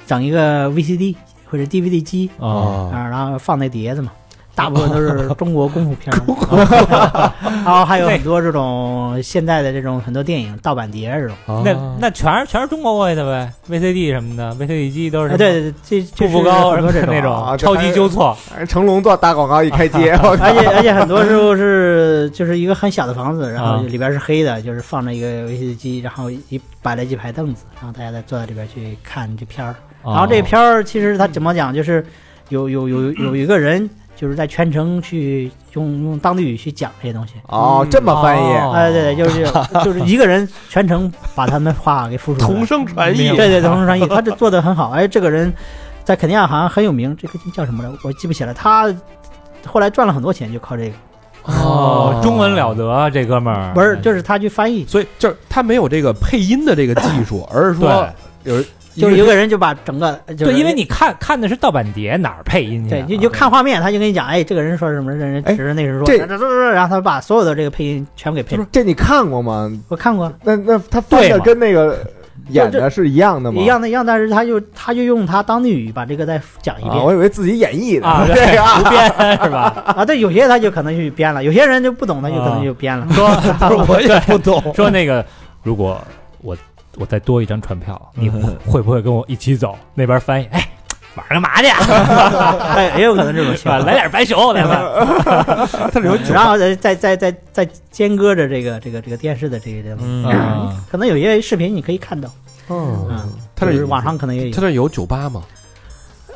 Speaker 6: 整一个 VCD 或者 DVD 机
Speaker 4: 嗯
Speaker 3: 哦
Speaker 5: 啊，
Speaker 6: 啊，然后放那碟子嘛。大部分都是中国功夫
Speaker 5: [laughs]
Speaker 6: 片儿，然后还有很多这种现在的这种很多电影盗版碟儿这种。
Speaker 3: 啊
Speaker 5: 那那全是全是中国过去的呗，VCD 什么的，VCD 机都是
Speaker 6: 哎，对，对，对这
Speaker 5: 步步
Speaker 6: 这
Speaker 5: 高
Speaker 6: 是
Speaker 5: 什
Speaker 6: 很
Speaker 5: 么
Speaker 6: 多
Speaker 5: 的
Speaker 6: 这
Speaker 5: 那
Speaker 6: 种，
Speaker 5: 种，
Speaker 4: 啊
Speaker 5: 超级纠错，
Speaker 4: 哎成龙做打广告一开街，我靠
Speaker 6: 而且而且很多时候是就是一个很小的房子，
Speaker 5: 啊
Speaker 6: 然后里边是黑的，就是放着一个 VCD 机，然后一摆了几排凳子，然后大家再坐在里边去看这片儿。然啊
Speaker 5: 哦
Speaker 6: 后这片儿其实它怎么讲，就是有有有有一个人就是在全程去用用当地语去讲这些东西。
Speaker 4: 哦，这么翻
Speaker 5: 哦
Speaker 4: 译，
Speaker 6: 哎，对对，就是就是一个人全程把他们话给复述出来，
Speaker 5: 啊
Speaker 3: 声传
Speaker 6: 对对，同声传译，他这做的很好。哎，这个人在肯尼亚好像很有名，这个叫什么来？我记不起来。他后来赚了很多钱，就靠这个，
Speaker 5: 哦，中文了得，这哥们儿哎
Speaker 6: 不是，就是他去翻译，
Speaker 3: 所以就是他没有这个配音的这个技术，而是说
Speaker 5: 对
Speaker 3: 有人
Speaker 6: 就是一个人就把整个就是
Speaker 5: 对，因为你看看的是盗版碟，哪儿配音去
Speaker 6: 对
Speaker 5: 啊？
Speaker 6: 你就看画面，他就跟你讲，哎，这个人说什么，这人
Speaker 4: 哎
Speaker 6: 指着那个人说，
Speaker 4: 这
Speaker 6: 这这这，然后他把所有的这个配音全部给配了。
Speaker 4: 这你看过吗？
Speaker 6: 我看过，
Speaker 4: 那那他翻
Speaker 5: 对
Speaker 4: 的
Speaker 5: 嘛
Speaker 4: 跟那个演的是一样的吗？
Speaker 6: 一样的一样，但是他就他就用他当地语把这个再讲一
Speaker 4: 啊，
Speaker 6: 遍
Speaker 4: 我以为自己演绎的 [laughs]
Speaker 5: 啊，[laughs]
Speaker 4: 对啊，
Speaker 5: 胡编是
Speaker 6: [laughs]
Speaker 5: 吧？
Speaker 6: 啊。对，有些他就可能去编了，有些人就不懂，他就可能就编了。
Speaker 5: 说我也不
Speaker 2: 懂，
Speaker 5: [laughs] 说那个，如果我我再多一张船票，
Speaker 6: 嗯
Speaker 5: 你会不会跟我一起走？那边翻译，哎，晚上干嘛去？
Speaker 6: [laughs]
Speaker 5: 啊
Speaker 6: [laughs] 哎，也有可能这种
Speaker 5: 是 [laughs]
Speaker 6: 情
Speaker 5: 吧？
Speaker 6: 况。
Speaker 5: 来点白
Speaker 6: 嗯
Speaker 5: 酒，来吧。
Speaker 3: 他是有酒
Speaker 6: 然后再再再再再间隔着这个这个这个电视的这个，
Speaker 5: 啊
Speaker 6: 可能有些视频你可以看到，
Speaker 4: 哦
Speaker 3: 嗯，
Speaker 6: 嗯，
Speaker 3: 他
Speaker 6: 就是
Speaker 3: 这
Speaker 6: 网上可能也
Speaker 3: 他
Speaker 6: 有，
Speaker 3: 这有酒吧吗？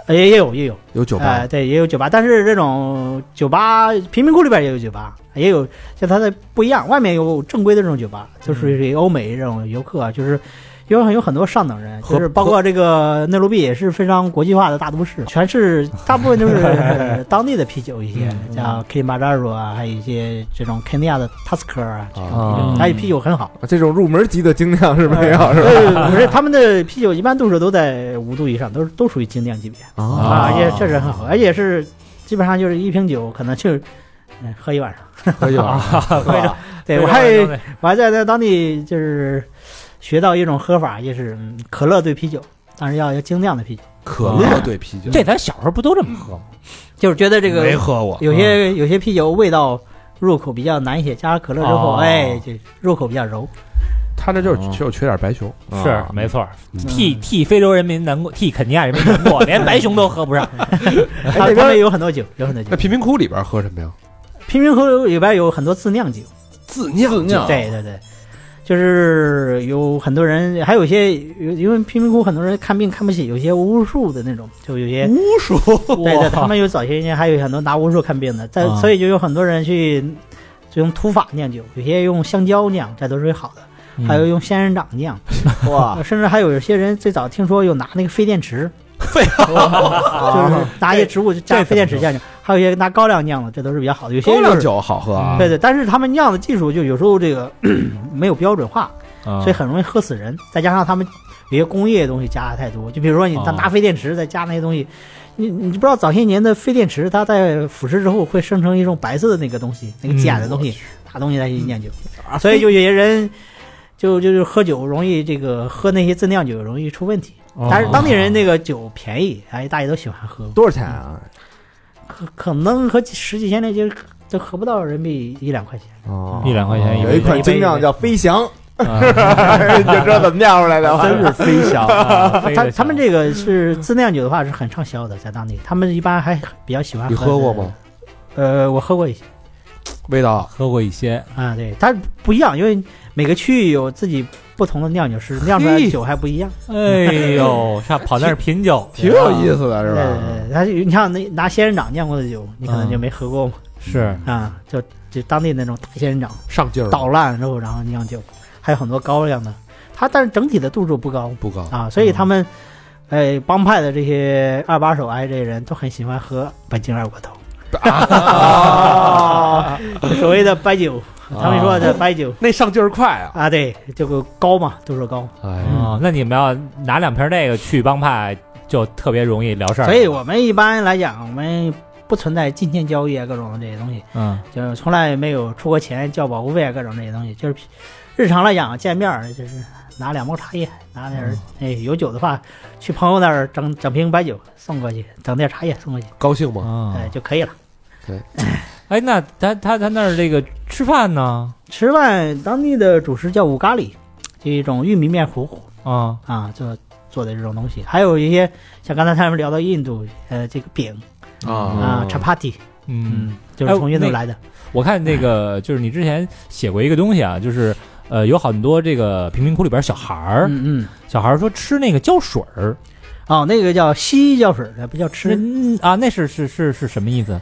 Speaker 6: 呃也也有也有，
Speaker 3: 有酒吧
Speaker 6: 哎，对，也有酒吧，但是这种酒吧贫民窟里边也有酒吧，也有就它的不一样，外面有正规的这种酒吧，就属于欧美这种游客啊，就是。因为有很多上等人，
Speaker 3: 和
Speaker 6: 就是包括这个内罗毕也是非常国际化的大都市，全是大部分都是呃当地的啤酒一些，像 k i m a j a r o 啊，还有一些这种肯尼亚的 Tusker 啊，这种啤酒
Speaker 5: 啊
Speaker 6: 还有啤酒很好，
Speaker 4: 这种入门级的精酿是没有是吧？
Speaker 6: [laughs] 呃，不是他们的啤酒一般度数都在五度以上，都是都属于精酿级别。啊，也确实很好，而且是基本上就是一瓶酒，可能就是嗯喝一晚上。
Speaker 3: 喝酒吧，
Speaker 6: 啊
Speaker 5: 非常
Speaker 6: [laughs] 对我还我还在在当地就是学到一种喝法，就是嗯可乐兑啤酒，当然要要精酿的啤酒，
Speaker 3: 可乐兑啤酒，
Speaker 5: 这咱小时候不都这么喝吗？
Speaker 6: 就是觉得这
Speaker 3: 没
Speaker 6: 个
Speaker 3: 喝过。
Speaker 6: 有些有些啤酒味道入口比较难一些，加上可乐之
Speaker 5: 哦
Speaker 6: 后，哎，就入口比较柔。
Speaker 3: 他这
Speaker 6: 嗯
Speaker 3: 就是缺缺点白啊熊，
Speaker 5: 是没错儿，替替非洲人民难过，替肯尼亚人民难过，连白熊都喝不上。
Speaker 6: 他他们嗯有很多酒，有很多酒
Speaker 3: 那。贫民窟里边喝什么呀？
Speaker 6: 贫民窟里边有很多自酿酒，
Speaker 3: 自酿自酿
Speaker 6: 对对对，就是有很多人，还有一些有因为贫民窟很多人看病看不起，有些巫术的那种，就有些
Speaker 3: 巫术，
Speaker 6: [laughs] 对对，他们有早些年还有很多拿巫术看病的，在、
Speaker 5: 啊
Speaker 6: 所以就有很多人去就用土法酿酒，有些用香蕉酿，这都是好的，
Speaker 3: 嗯
Speaker 6: 还有用仙人掌酿，
Speaker 3: 啊
Speaker 4: 哇，
Speaker 6: 甚至还有有些人最早听说有拿那个废电池，就是
Speaker 3: 啊
Speaker 6: 拿一些植物就加
Speaker 5: 这
Speaker 6: 废电池酿酿，还有一些拿高粱酿的，这都是比较好的，有些
Speaker 3: 高
Speaker 6: 就
Speaker 3: 粱
Speaker 6: 是
Speaker 3: 酒好喝啊！
Speaker 6: 对对，但是他们酿的技术就有时候这个 [coughs] 没有标准化，
Speaker 5: 嗯，
Speaker 6: 所以很容易喝死人。再加上他们有些工业的东西加的太多，就比如说你
Speaker 5: 哦
Speaker 6: 他拿废电池再加那些东西，你你不知道早些年的废电池它在腐蚀之后会生成一种白色的那个东西，那个碱的东西，大东西再去酿酒，啊所以就有些人就就就喝酒容易这个喝那些自酿酒容易出问题。但
Speaker 5: 哦
Speaker 6: 是当地人那个酒便宜，哎，大家都喜欢喝，
Speaker 4: 多少钱啊？
Speaker 6: 可可能和几十几千那就都合不到人民币一两块钱。
Speaker 4: 哦
Speaker 5: 一两块钱一
Speaker 4: 有一
Speaker 5: 杯
Speaker 4: 款精酿叫飞翔，
Speaker 5: 哦
Speaker 6: [laughs]
Speaker 4: [laughs]
Speaker 6: 哎
Speaker 4: 你就知道怎么酿出来的
Speaker 5: 真 [laughs]
Speaker 4: 了。
Speaker 5: 是飞翔啊，飞得
Speaker 6: 他
Speaker 5: 翔
Speaker 6: 他们这个是自酿酒的话是很畅销的，在当地，他们一般还比较喜欢。
Speaker 3: 你喝过吗？？
Speaker 6: 呃，我喝过一些
Speaker 3: 味道
Speaker 5: 喝过一些，
Speaker 6: 啊，对，它不一样，因为每个区域有自己不同的酿酒师，酿出来的酒还不一样。
Speaker 5: 哎
Speaker 6: [laughs]
Speaker 5: 呦，上跑那儿品酒去
Speaker 3: 挺有意思的，
Speaker 6: 对
Speaker 3: 是吧？
Speaker 6: 对对，呃它就你像那拿仙人掌酿过的酒，你可能就
Speaker 3: 嗯
Speaker 6: 没喝过嘛
Speaker 5: 是
Speaker 6: 啊，就就当地那种大仙人掌
Speaker 3: 上劲儿
Speaker 6: 捣烂之后，然后酿酒，还有很多高粱的。它但是整体的度数不高
Speaker 3: 不高，
Speaker 6: 啊，所以他们，呃，帮派的这些二把手哎这些人都很喜欢喝北京二锅头。
Speaker 4: 啊，
Speaker 6: [laughs] 所谓的白酒，他
Speaker 5: 嗯
Speaker 6: 们
Speaker 5: 啊
Speaker 6: 说的白酒
Speaker 3: 那上劲儿快啊！
Speaker 6: 啊，对，这个高嘛，度数高，
Speaker 3: 哎呀，
Speaker 6: 嗯
Speaker 5: 哦，那你们要拿两瓶那个去帮派，就特别容易聊事儿。
Speaker 6: 所以我们一般来讲，我们不存在金钱交易啊，各种的这些东西，
Speaker 5: 嗯，
Speaker 6: 就是从来没有出过钱交保护费啊，各种这些东西，就是日常来讲见面儿就是拿两包茶叶，拿点儿、哎有酒的话，去朋友那儿整整瓶白酒送过去，整点茶叶送过去，
Speaker 3: 高兴吗？
Speaker 5: 哦
Speaker 6: 哎就可以了。
Speaker 5: 哎，那他他他那儿这个吃饭呢？
Speaker 6: 吃饭当地的主食叫五咖喱，就一种玉米面糊糊。
Speaker 5: 啊，
Speaker 6: 啊，做做的这种东西，还有一些像刚才他们聊到印度，呃，这个饼啊、c h a p a t i
Speaker 5: 嗯，，
Speaker 6: 就是从印度来的，
Speaker 5: 我看那个就是你之前写过一个东西啊，就是呃有很多这个贫民窟里边小孩儿，
Speaker 6: 嗯嗯，
Speaker 5: 小孩儿说吃那个胶水儿，
Speaker 6: 哦，那个叫西药水儿，不叫吃，
Speaker 5: 那啊那是是是是什么意思？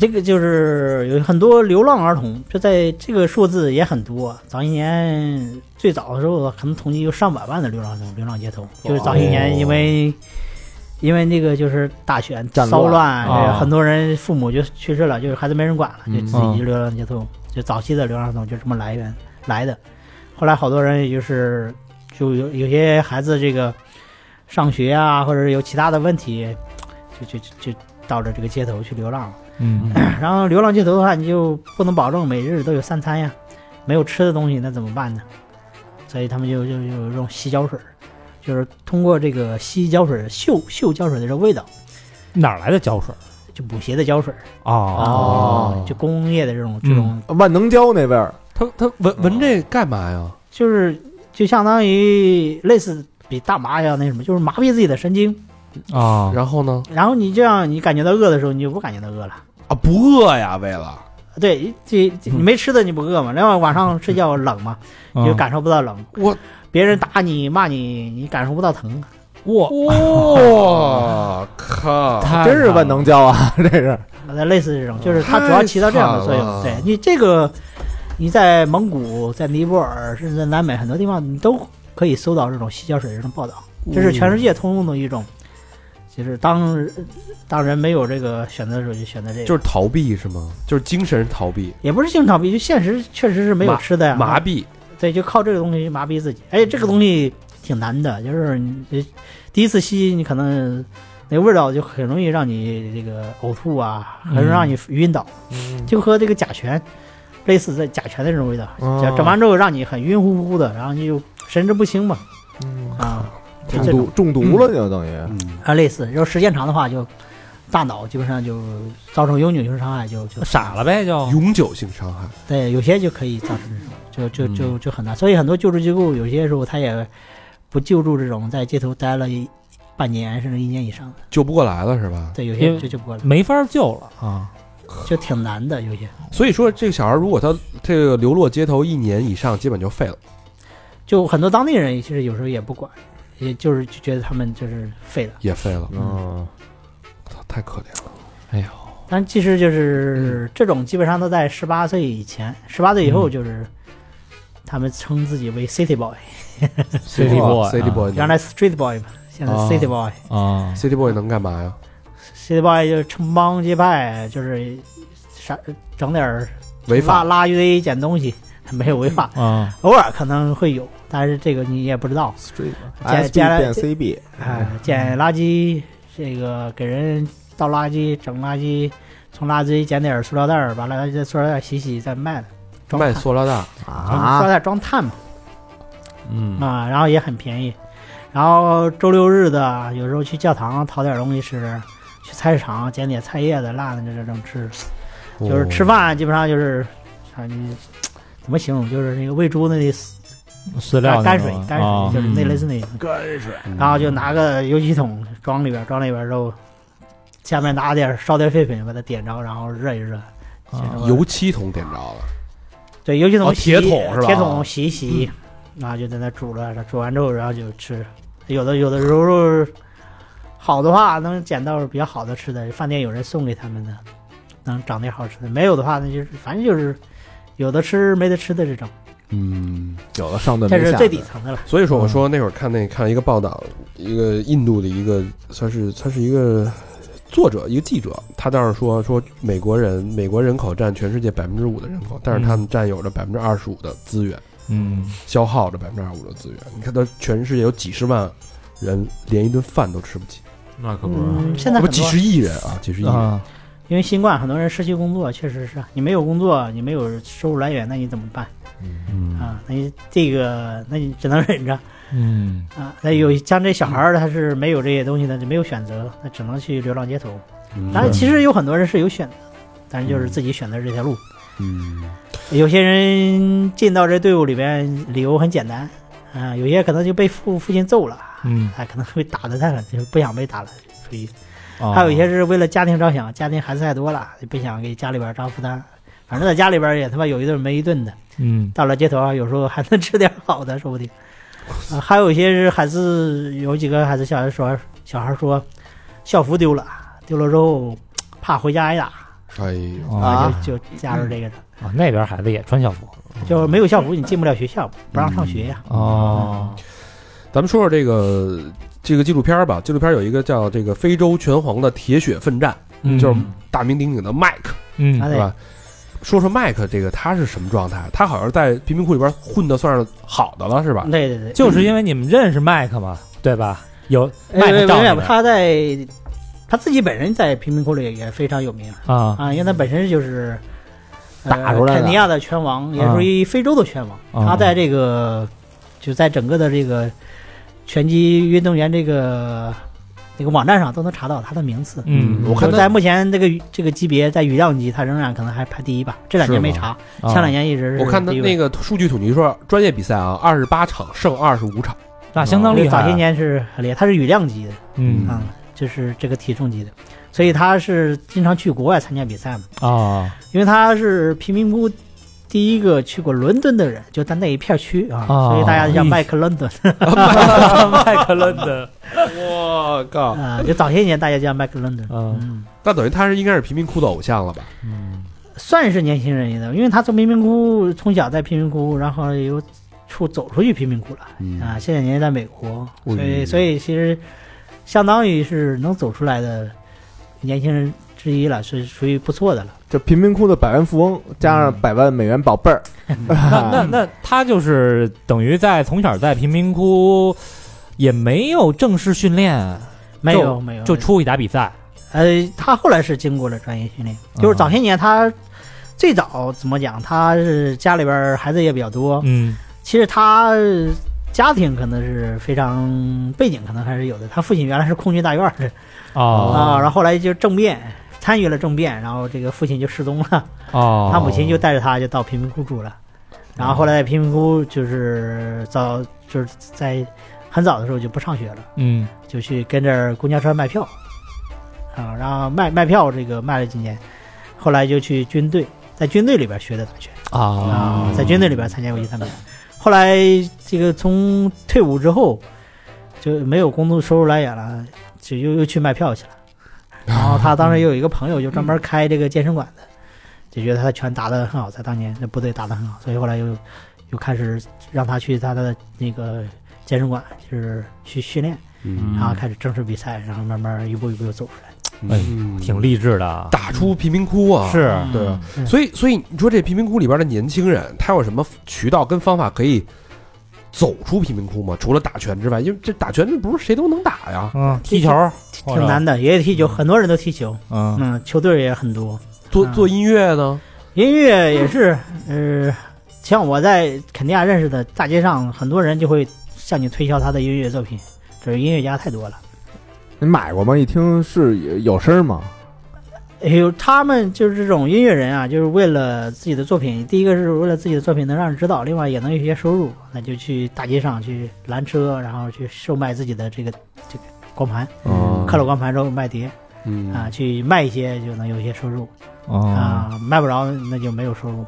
Speaker 6: 这个就是有很多流浪儿童，就在这个数字也很多，早一年最早的时候，可能统计有上百万的流浪儿童流浪街头，就是早一年因为。因为那个就是大选
Speaker 4: 战
Speaker 6: 骚
Speaker 4: 乱
Speaker 6: 乱，这个
Speaker 5: 哦
Speaker 6: 很多人父母就去世了，就是孩子没人管了，就
Speaker 3: 嗯
Speaker 6: 自己就流浪街头，就早期的流浪儿童就这么来源来的。后来好多人也就是就有有些孩子这个上学啊，或者是有其他的问题，就就就就到这这个街头去流浪了。
Speaker 5: 嗯，
Speaker 6: 然后流浪街头的话，你就不能保证每日都有三餐呀，没有吃的东西，那怎么办呢？所以他们就就就有一种吸胶水儿，就是通过这个吸胶水儿嗅嗅胶水的这味道，
Speaker 5: 哪儿来的胶水儿？
Speaker 6: 就补鞋的胶水儿啊
Speaker 5: 哦，
Speaker 6: 就工业的这种这种，
Speaker 4: 万能胶那味儿，
Speaker 3: 他他闻
Speaker 6: 嗯
Speaker 3: 闻这干嘛呀？
Speaker 6: 就是就相当于类似比大麻要那什么，就是麻痹自己的神经。
Speaker 5: 啊，
Speaker 3: 然后呢？
Speaker 6: 然后你这样，你感觉到饿的时候，你就不感觉到饿了。
Speaker 3: 啊，不饿呀，为了
Speaker 6: 对，这这你没吃的你不饿嘛？然后晚上睡觉冷嘛，你
Speaker 5: 嗯
Speaker 6: 就感受不到冷。
Speaker 3: 我
Speaker 6: 别人打你骂你，你感受不到疼。
Speaker 5: 哇，
Speaker 3: [laughs] 哇靠！
Speaker 6: 哎
Speaker 5: 太
Speaker 4: 真是
Speaker 5: 难
Speaker 4: 万能胶啊！ [laughs] 这是
Speaker 6: 呃，类似这种，就是它主要起到这样的作用。
Speaker 3: 哦太惨了
Speaker 6: 对你这个，你在蒙古、在尼泊尔，甚至在南美很多地方，你都可以搜到这种洗脚水这种报道。
Speaker 3: 嗯
Speaker 6: 这是全世界通用的一种，就是当当人没有这个选择的时候，就选择这个，
Speaker 3: 就是逃避是吗？就是精神逃避，
Speaker 6: 也不是性逃避，就现实确实是没有
Speaker 3: 麻
Speaker 6: 吃的呀，
Speaker 3: 麻痹。
Speaker 6: 对，就靠这个东西去麻痹自己。而且这个东西挺难的，就是你呃第一次吸，你可能那个味道就很容易让你这个呕吐啊，很容易让你晕倒，嗯就和这个甲醛类似的甲醛的这种味
Speaker 4: 哦
Speaker 6: 道，整整完之后让你很晕乎乎的，然后你就神志不清嘛。啊，就
Speaker 4: 中
Speaker 6: 这
Speaker 4: 毒
Speaker 6: 种
Speaker 4: 中毒了就等于，
Speaker 6: 啊，类似。要时间长的话，就大脑基本上就造成永久性伤害，就就
Speaker 5: 傻了呗就。
Speaker 3: 永久性伤害。
Speaker 6: 对，有些就可以造成这种，就
Speaker 5: 嗯
Speaker 6: 就就就很难。所以很多救助机构有些时候他也不救助这种在街头待了一半年甚至一年以上的，
Speaker 3: 救不过来了是吧？
Speaker 6: 对，有
Speaker 5: 因
Speaker 6: 些
Speaker 5: 为
Speaker 6: 就救不过来，
Speaker 5: 没法救了啊！
Speaker 6: 就挺难的。有些
Speaker 3: 所以说，这个小孩如果他这个流落街头一年以上，基本就废了。
Speaker 6: 就很多当地人其实有时候也不管，也就是就觉得他们就是废了。
Speaker 3: 也废了，
Speaker 4: 嗯，
Speaker 3: 操太可怜了。
Speaker 6: 但其实
Speaker 5: 嗯
Speaker 6: 就是这种基本上都在十八岁以前，十八岁以后就是。他们称自己为 City Boy，
Speaker 5: City Boy
Speaker 3: City Boy，
Speaker 6: 原来 Street Boy 嘛，现在
Speaker 3: 哦
Speaker 6: City Boy。
Speaker 5: 啊，
Speaker 3: City Boy 能干嘛呀？
Speaker 6: City Boy 就是城邦结派，就是啥整点儿
Speaker 3: 违
Speaker 6: 拉
Speaker 3: 法嗯
Speaker 6: 拉一堆捡东西， [laughs] 没有违法，
Speaker 5: 啊，
Speaker 6: 偶尔可能会有，但是这个你也不知道。
Speaker 4: Street
Speaker 6: 加
Speaker 4: SB
Speaker 6: 加
Speaker 4: 变 CB，
Speaker 6: 哎、
Speaker 3: 嗯
Speaker 6: 捡垃圾，这个给人倒垃圾、整垃圾，从垃圾捡点儿塑料袋儿，把垃圾塑料袋儿洗洗再卖了，装
Speaker 3: 卖
Speaker 6: 碳
Speaker 3: 塑料袋，
Speaker 6: 嗯装塑料
Speaker 4: 啊，
Speaker 6: 袋装碳嘛
Speaker 3: 嗯，
Speaker 6: 啊，然后也很便宜。然后周六日的有时候去教堂讨点儿东西吃，去菜市场捡点菜叶子、辣的这种吃。
Speaker 3: 哦
Speaker 6: 就是吃饭基本上就是，啊你怎么形容？就是那个喂猪那里
Speaker 5: 饲料
Speaker 6: 干
Speaker 5: 那
Speaker 6: 泔
Speaker 5: 种
Speaker 6: 呃水，泔
Speaker 5: 啊
Speaker 3: 哦
Speaker 6: 水就是那类似那种。泔水，然后就拿个油漆桶装里边，装里边之后，下面拿点烧点废品把它点着，然后热一热。
Speaker 5: 啊
Speaker 6: 先说
Speaker 3: 哦油漆桶点着了，
Speaker 6: 对油漆
Speaker 3: 哦
Speaker 6: 桶洗
Speaker 3: 铁桶是吧嗯
Speaker 6: 铁桶洗一洗，然后就在那煮了，煮完之后然后就吃。有的有的时候好的话能捡到比较好的吃的，饭店有人送给他们的，能长点好吃的。没有的话那就是反正就是有的吃没得吃的这种，
Speaker 3: 嗯，
Speaker 4: 有的上顿
Speaker 6: 这
Speaker 4: 没
Speaker 6: 是
Speaker 4: 下
Speaker 6: 最底
Speaker 4: 顿，
Speaker 6: 层的了。
Speaker 3: 所以说我说那会儿看那看一个报道，一个印度的一个算是算是一个作者一个记者，他当时说说美国人美国人口占全世界百分之五的人口，但是他们占有着百分之二十五的资源，
Speaker 5: 嗯，
Speaker 3: 消耗着百分之二十五的资源。你看，他全世界有几十万人连一顿饭都吃不起，
Speaker 7: 那可不是，
Speaker 6: 嗯，现在
Speaker 3: 不
Speaker 6: 很
Speaker 3: 几
Speaker 6: 多
Speaker 3: 十亿人啊，几十亿人。
Speaker 5: 啊，
Speaker 6: 因为新冠，很多人失去工作，确实是啊你没有工作，你没有收入来源，那你怎么办
Speaker 3: 嗯，
Speaker 6: 啊？那你这个，那你只能忍着。
Speaker 5: 嗯，
Speaker 6: 啊，那有像这小孩儿，他是没有这些东西的，就没有选择，那只能去流浪街头。
Speaker 3: 嗯
Speaker 6: 当然，其实有很多人是有选择的，但是就是自己选择这条路。
Speaker 3: 嗯，
Speaker 6: 有些人进到这队伍里边，理由很简单，啊，有些可能就被父父亲揍了，
Speaker 5: 嗯，
Speaker 6: 哎，可能会打得太狠，就是不想被打了，属于。
Speaker 3: 哦
Speaker 5: 啊
Speaker 6: 还有一些是为了家庭着想，家庭孩子太多了，就不想给家里边儿当负担。反正在家里边儿也他妈有一顿没一顿的，
Speaker 5: 嗯
Speaker 6: 到了街头啊，有时候还能吃点好的，说
Speaker 3: [laughs]
Speaker 6: 不定。啊，还有一些是孩子，有几个孩子小孩说，小孩说校服丢了，丢了之后怕回家挨打，
Speaker 3: 哎呦，
Speaker 5: 啊
Speaker 4: 啊
Speaker 6: 就就加入这个的，
Speaker 5: 啊，那边孩子也穿校服
Speaker 6: 就是没有校服你进不了学校，不让上学啊呀、
Speaker 3: 嗯
Speaker 5: 哦，
Speaker 3: 咱们说说这个这个纪录片儿吧，纪录片儿有一个叫这个非洲拳皇的铁血奋战，
Speaker 5: 嗯
Speaker 3: 就是大名鼎鼎的麦克，
Speaker 5: 嗯
Speaker 6: 啊
Speaker 3: 是吧？说说麦克这个他是什么状态？他好像是在贫民窟里边混的算是好的了，是吧？
Speaker 6: 对对对，
Speaker 5: 就是因为你们认识麦克嘛，对吧？有麦
Speaker 6: 没
Speaker 5: 克
Speaker 6: 有
Speaker 5: 照
Speaker 6: 没
Speaker 5: 你
Speaker 6: 有，
Speaker 5: 们
Speaker 6: 他在他自己本人在贫民窟里也非常有名
Speaker 5: 啊
Speaker 6: 啊，因为他本身就是。呃
Speaker 4: 打出来的
Speaker 6: 肯尼亚的拳王，也
Speaker 5: 啊
Speaker 6: 属于非洲的拳王。
Speaker 5: 啊
Speaker 6: 他在这个，就在整个的这个拳击运动员这个那个网站上都能查到他的名次。
Speaker 5: 嗯，
Speaker 3: 我看他
Speaker 6: 就在目前这个这个级别，在羽量级，他仍然可能还排第一吧。这两年没查，
Speaker 5: 啊
Speaker 6: 前两年一直是
Speaker 3: 我看他
Speaker 6: 第一位
Speaker 3: 那个数据统计说，专业比赛啊，二十八场胜二十五场，
Speaker 5: 那相当厉害啊，
Speaker 6: 早些年是很厉害，他是羽量级的
Speaker 5: 嗯
Speaker 6: 啊、就是这个体重级的，所以他是经常去国外参加比赛嘛。 [laughs]
Speaker 5: 啊
Speaker 6: 因为他是贫民窟第一个去过伦敦的人，就在那一片区啊，
Speaker 5: 哦
Speaker 6: 所以大家就叫麦克伦
Speaker 5: [laughs]
Speaker 6: 敦
Speaker 5: 麦克伦的
Speaker 3: 我靠！
Speaker 6: 啊，就早些年大家叫麦克伦敦，
Speaker 5: 啊
Speaker 6: 嗯，
Speaker 3: 那等于他是应该是贫民窟的偶像了吧？
Speaker 6: 算是年轻人一代，因为他从贫民窟从小在贫民窟，然后又出走出去贫民窟了
Speaker 3: 嗯
Speaker 6: 啊，现在年纪在美国，
Speaker 3: 嗯
Speaker 5: 哦
Speaker 6: 所以所以其实相当于是能走出来的年轻人之一了，是属于不错的了。
Speaker 4: 这贫民窟的百万富翁加
Speaker 6: 嗯
Speaker 4: 上百万美元宝贝儿，
Speaker 5: 那
Speaker 4: 啊
Speaker 5: 那那他就是等于在从小在贫民窟，也没有正式训练，
Speaker 6: 没
Speaker 5: 就
Speaker 6: 有没有，
Speaker 5: 就出去打比赛。
Speaker 6: 呃，他后来是经过了专业训练，就是
Speaker 5: 啊
Speaker 6: 早些年他最早怎么讲，他是家里边儿孩子也比较多，
Speaker 5: 嗯
Speaker 6: 其实他呃家庭可能是非常背景可能还是有的。他父亲原来是空军大院儿的啊，
Speaker 5: 哦
Speaker 6: 然后后来就政变，参与了政变，然后这个父亲就失踪了，
Speaker 5: 哦，
Speaker 6: 他母亲就带着他就到贫民窟住了，然后后来在贫民窟就是早就是在很早的时候就不上学了，
Speaker 5: 嗯
Speaker 6: 就去跟着公交车卖票，啊，然后卖卖票这个卖了几年，后来就去军队，在军队里边学的打拳。
Speaker 5: 啊
Speaker 6: 啊，在军队里边参加过一次比赛。后来这个从退伍之后就没有工作收入来源了，就又又去卖票去了。然后他当时又有一个朋友，就专门开这个健身馆的，就觉得他的拳打得很好，在当年那部队打得很好，所以后来又又开始让他去他的那个健身馆，就是去训练，然后开始正式比赛，然后慢慢一步一步又走出来。
Speaker 5: 哎
Speaker 3: 嗯
Speaker 5: 挺励志的，
Speaker 3: 打出贫民窟啊，
Speaker 5: 是
Speaker 3: 对啊
Speaker 6: 嗯
Speaker 3: 所以，所以你说这贫民窟里边的年轻人，他有什么渠道跟方法可以走出贫民窟吗？除了打拳之外，因为这打拳这不是谁都能打呀，
Speaker 5: 嗯，踢球儿或者
Speaker 6: 挺难的，也踢球，很多人都踢球，
Speaker 2: 嗯，
Speaker 6: 嗯，球队也很多，
Speaker 3: 做
Speaker 6: 嗯
Speaker 3: 做音乐呢，
Speaker 6: 音乐也是，呃，像我在肯尼亚认识的大街上，很多人就会向你推销他的音乐作品，就是音乐家太多了。
Speaker 4: 你买过吗？一听是有有声儿吗？
Speaker 6: 哎呦，他们就是这种音乐人啊，就是为了自己的作品，第一个是为了自己的作品能让人知道，另外也能有一些收入，那就去大街上去拦车，然后去售卖自己的这个这个光盘，
Speaker 3: 啊
Speaker 6: 刻了光盘之后卖碟
Speaker 3: 嗯
Speaker 6: 嗯啊，去卖一些就能有一些收入
Speaker 2: 哦，
Speaker 6: 啊，卖不着那就没有收入，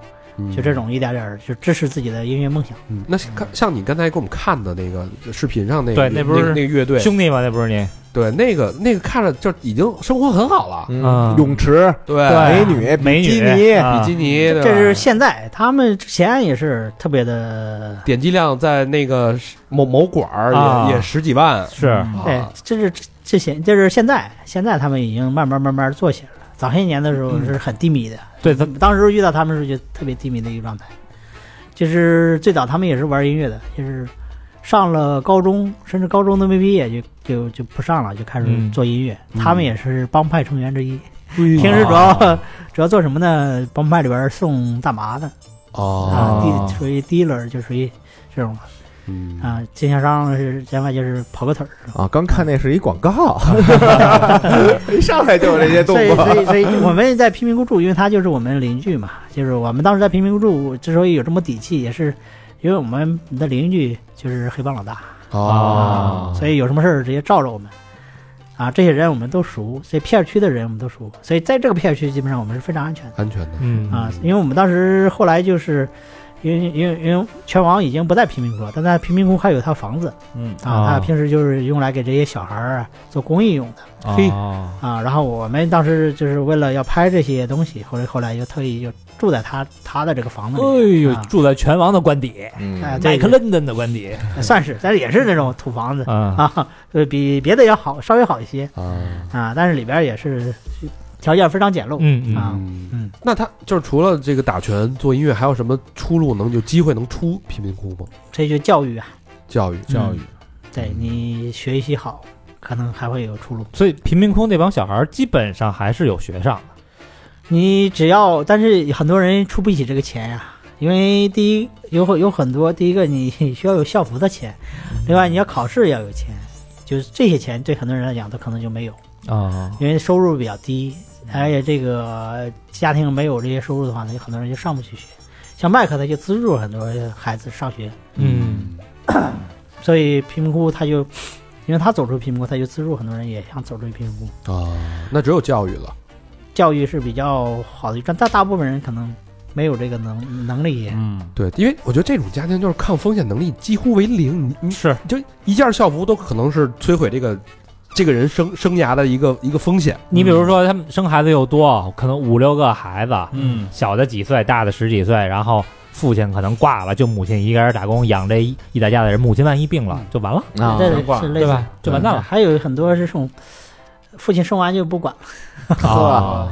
Speaker 6: 就这，种一点点儿就支持自己的音乐梦想。
Speaker 3: 嗯那像像你刚才给我们看的那个视频上那个，
Speaker 5: 对那
Speaker 3: 那
Speaker 5: 不是
Speaker 3: 那个乐队，
Speaker 5: 兄弟嘛，那不是你
Speaker 3: 对，那个那个看着就已经生活很好了，
Speaker 6: 嗯
Speaker 5: 啊
Speaker 4: 泳池、
Speaker 3: 对，
Speaker 4: 美女、
Speaker 5: 美
Speaker 4: 比
Speaker 5: 女
Speaker 4: 基尼，
Speaker 5: 啊
Speaker 3: 比基尼，对吧
Speaker 6: 这是现在，他们之前也是特别的，
Speaker 3: 点击量在那个某某馆儿也、
Speaker 5: 啊
Speaker 3: 也十几万，
Speaker 5: 是哎
Speaker 3: 啊
Speaker 6: 对，哎这是之前，这是现在，现在他们已经慢慢慢慢做起来了。早些年的时候是很低迷的，
Speaker 5: 对他
Speaker 6: 当时遇到他们是觉得特别低迷的一个状态。就是最早他们也是玩音乐的，就是上了高中，甚至高中都没毕业就就就不上了，就开始
Speaker 5: 嗯
Speaker 6: 做音乐。他们也是帮派成员之一，
Speaker 3: 平
Speaker 6: 平时 [laughs] 主要、主要做什么呢？帮派里边送大麻的
Speaker 3: 哦，
Speaker 6: 啊，
Speaker 5: 哦
Speaker 6: 地属于 dealer，就属于这种
Speaker 3: 嗯
Speaker 6: 啊，经销商是另外就是跑个腿儿，
Speaker 4: 啊，刚看那是一广
Speaker 6: [laughs]
Speaker 4: 告， [laughs] 一上来就有这些动
Speaker 6: 所以
Speaker 4: 作
Speaker 6: 所以所以我们在贫民窟住，因为他就是我们邻居嘛，就是我们当时在贫民窟住之所以有这么底气，也是因为我们的邻居就是黑帮老大，
Speaker 3: 哦
Speaker 5: 啊
Speaker 6: 所以有什么事儿直接罩着我们。啊，这些人我们都熟，这片区的人我们都熟，所以在这个片区基本上我们是非常安全的。
Speaker 3: 安全的，
Speaker 5: 嗯
Speaker 6: 啊，因为我们当时后来就是，因为因为因为拳王已经不在贫民窟了，但在贫民窟还有一套房子，
Speaker 2: 嗯
Speaker 6: 啊，
Speaker 5: 哦
Speaker 6: 他平时就是用来给这些小孩儿啊做公益用的
Speaker 5: 嘿
Speaker 6: 啊。然后我们当时就是为了要拍这些东西，后来后来就特意就住在他他的这个房子
Speaker 5: 哎
Speaker 6: 里，
Speaker 5: 呦
Speaker 6: 啊，
Speaker 5: 住在拳王的官邸，
Speaker 4: 嗯
Speaker 6: 哎、
Speaker 5: 麦
Speaker 6: 对
Speaker 5: 克伦敦的官邸
Speaker 6: 算是，但是也是那种土房子
Speaker 5: 啊，
Speaker 6: 啊，呃，比别的要好，稍微好一些
Speaker 5: 嗯
Speaker 3: 啊。
Speaker 6: 啊，但是里边儿也是条件非常简陋
Speaker 5: 嗯嗯
Speaker 6: 啊。
Speaker 3: 嗯
Speaker 6: 嗯，
Speaker 3: 那他就是除了这个打拳、做音乐，还有什么出路能有机会能出贫民窟吗？
Speaker 6: 这就教育啊，
Speaker 3: 教育
Speaker 2: 教育
Speaker 5: 嗯
Speaker 6: 对你学习好，可能还会有出路。
Speaker 5: 所以贫民窟那帮小孩儿基本上还是有学上的，
Speaker 6: 你只要，但是很多人出不起这个钱呀、因为第一有很有很多，第一个你需要有校服的钱，另外你要考试要有钱，就是这些钱对很多人来讲，他可能就没有，
Speaker 5: 啊
Speaker 6: 因为收入比较低，而且这个家庭没有这些收入的话，那就很多人就上不去学。像麦克他就资助很多孩子上学，
Speaker 5: 嗯
Speaker 6: 所以贫民窟他就，因为他走出贫民窟，他就资助很多人也想走出贫民窟。
Speaker 3: 啊，那只有教育了。
Speaker 6: 教育是比较好的，但大大部分人可能没有这个能能力。
Speaker 2: 嗯，
Speaker 3: 对，因为我觉得这种家庭就是抗风险能力几乎为零，你你
Speaker 5: 是
Speaker 3: 你就一件校服都可能是摧毁这个这个人生生涯的一个一个风险。
Speaker 5: 你比如说他们生孩子又多，可能五六个孩子，
Speaker 2: 嗯，
Speaker 5: 小的几岁，大的十几岁，然后父亲可能挂了，就母亲一个人打工养这一一大家子人，母亲万一病了就 [laughs] 完了，
Speaker 4: 啊
Speaker 6: 这
Speaker 5: 挂
Speaker 6: 是类
Speaker 5: 对
Speaker 6: 似
Speaker 5: 吧？就完蛋了
Speaker 6: 还有很多是这种父亲生完就不管了。
Speaker 5: 啊！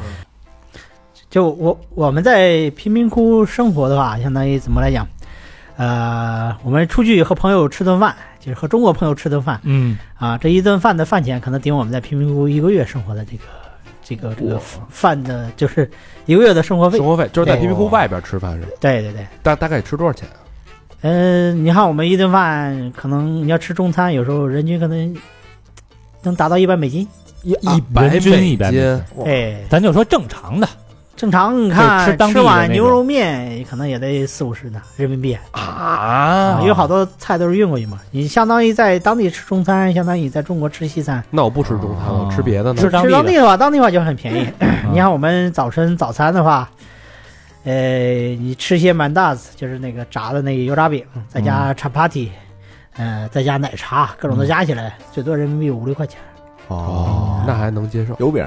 Speaker 6: 就我我们在贫民窟生活的话，相当于怎么来讲？呃，我们出去和朋友吃顿饭，就是和中国朋友吃顿饭
Speaker 5: 嗯，
Speaker 6: 啊，这一顿饭的饭钱可能顶我们在贫民窟一个月生活的这个这个这
Speaker 5: 哦
Speaker 6: 个饭的，就是一个月的生活费
Speaker 3: 生。活费就是在
Speaker 6: 对
Speaker 3: 贫民窟外边吃饭是吧？
Speaker 6: 对对对，
Speaker 3: 大大概吃多少钱啊？
Speaker 6: 呃，你看我们一顿饭，可能你要吃中餐，有时候人均可能嗯呃能嗯达到一百美金。
Speaker 5: 一
Speaker 3: 一百
Speaker 5: 人均
Speaker 3: 美
Speaker 5: 一百美金
Speaker 3: 金，
Speaker 6: 哎，
Speaker 5: 咱就说正常的，
Speaker 6: 正常你
Speaker 5: 对
Speaker 6: 看
Speaker 5: 吃当地的那
Speaker 6: 碗
Speaker 5: 种
Speaker 6: 牛肉面，可能也得四五十呢人民币
Speaker 3: 啊
Speaker 5: 哦
Speaker 6: 因为好多菜都是运过去嘛。你相当于在当地吃中餐，相当于你在中国吃西餐。
Speaker 3: 那我不吃中餐了，我吃别的呢
Speaker 5: 吃。当
Speaker 6: 吃当
Speaker 5: 地嗯哦
Speaker 6: 地
Speaker 5: 的
Speaker 6: 的话，当地的话就很便宜。 [laughs] 你看我们早晨早餐的话，呃，你吃些馒大子，就是那个炸的那个油炸饼，
Speaker 5: 嗯
Speaker 6: 再加 chapati，、呃，再加奶茶，各种都加起
Speaker 5: 嗯
Speaker 6: 来，最多人民币五六
Speaker 5: [laughs]
Speaker 6: 块钱。
Speaker 4: 哦，
Speaker 3: 那还能接受。
Speaker 4: 油饼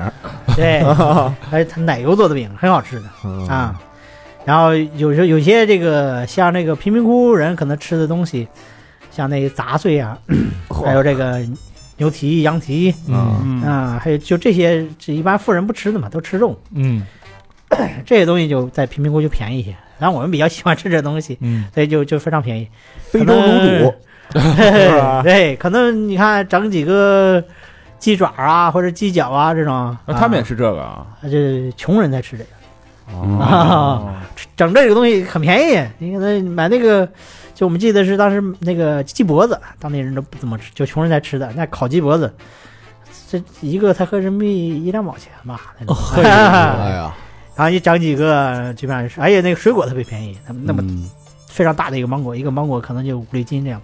Speaker 6: 对，
Speaker 5: 哦
Speaker 6: 而且它奶油做的饼很好吃的
Speaker 4: 嗯
Speaker 6: 啊。然后有时候有些这个像那个贫民窟人可能吃的东西，像那个杂碎啊，还有这个牛蹄、羊蹄
Speaker 5: 嗯
Speaker 1: 嗯，
Speaker 6: 啊，还有就这些，这一般富人不吃的嘛，都吃肉。
Speaker 5: 嗯
Speaker 6: 这些东西就在贫民窟就便宜一些。然后我们比较喜欢吃这东西， [laughs]
Speaker 5: 嗯，
Speaker 6: 所以就就非常便宜。
Speaker 4: 非洲龙
Speaker 6: [laughs]
Speaker 4: 肚，
Speaker 6: 对，可能你看整几个鸡爪啊，或者鸡脚啊这种，啊
Speaker 2: 啊他们也吃这个啊，
Speaker 6: 这穷人才吃这个，啊
Speaker 2: 哦
Speaker 6: 整这个东西很便宜。你可能买那个，就我们记得是当时那个鸡脖子，当地人都不怎么吃，就穷人才吃的。那烤鸡脖子，这一个才合人民币一两毛钱吧，那种。
Speaker 4: 哎呀，
Speaker 6: 然后一整几个，基本上是，而且那个水果特别便宜，那么那
Speaker 2: 嗯
Speaker 6: 么非常大的一个芒果，一个芒果可能就五六斤这样。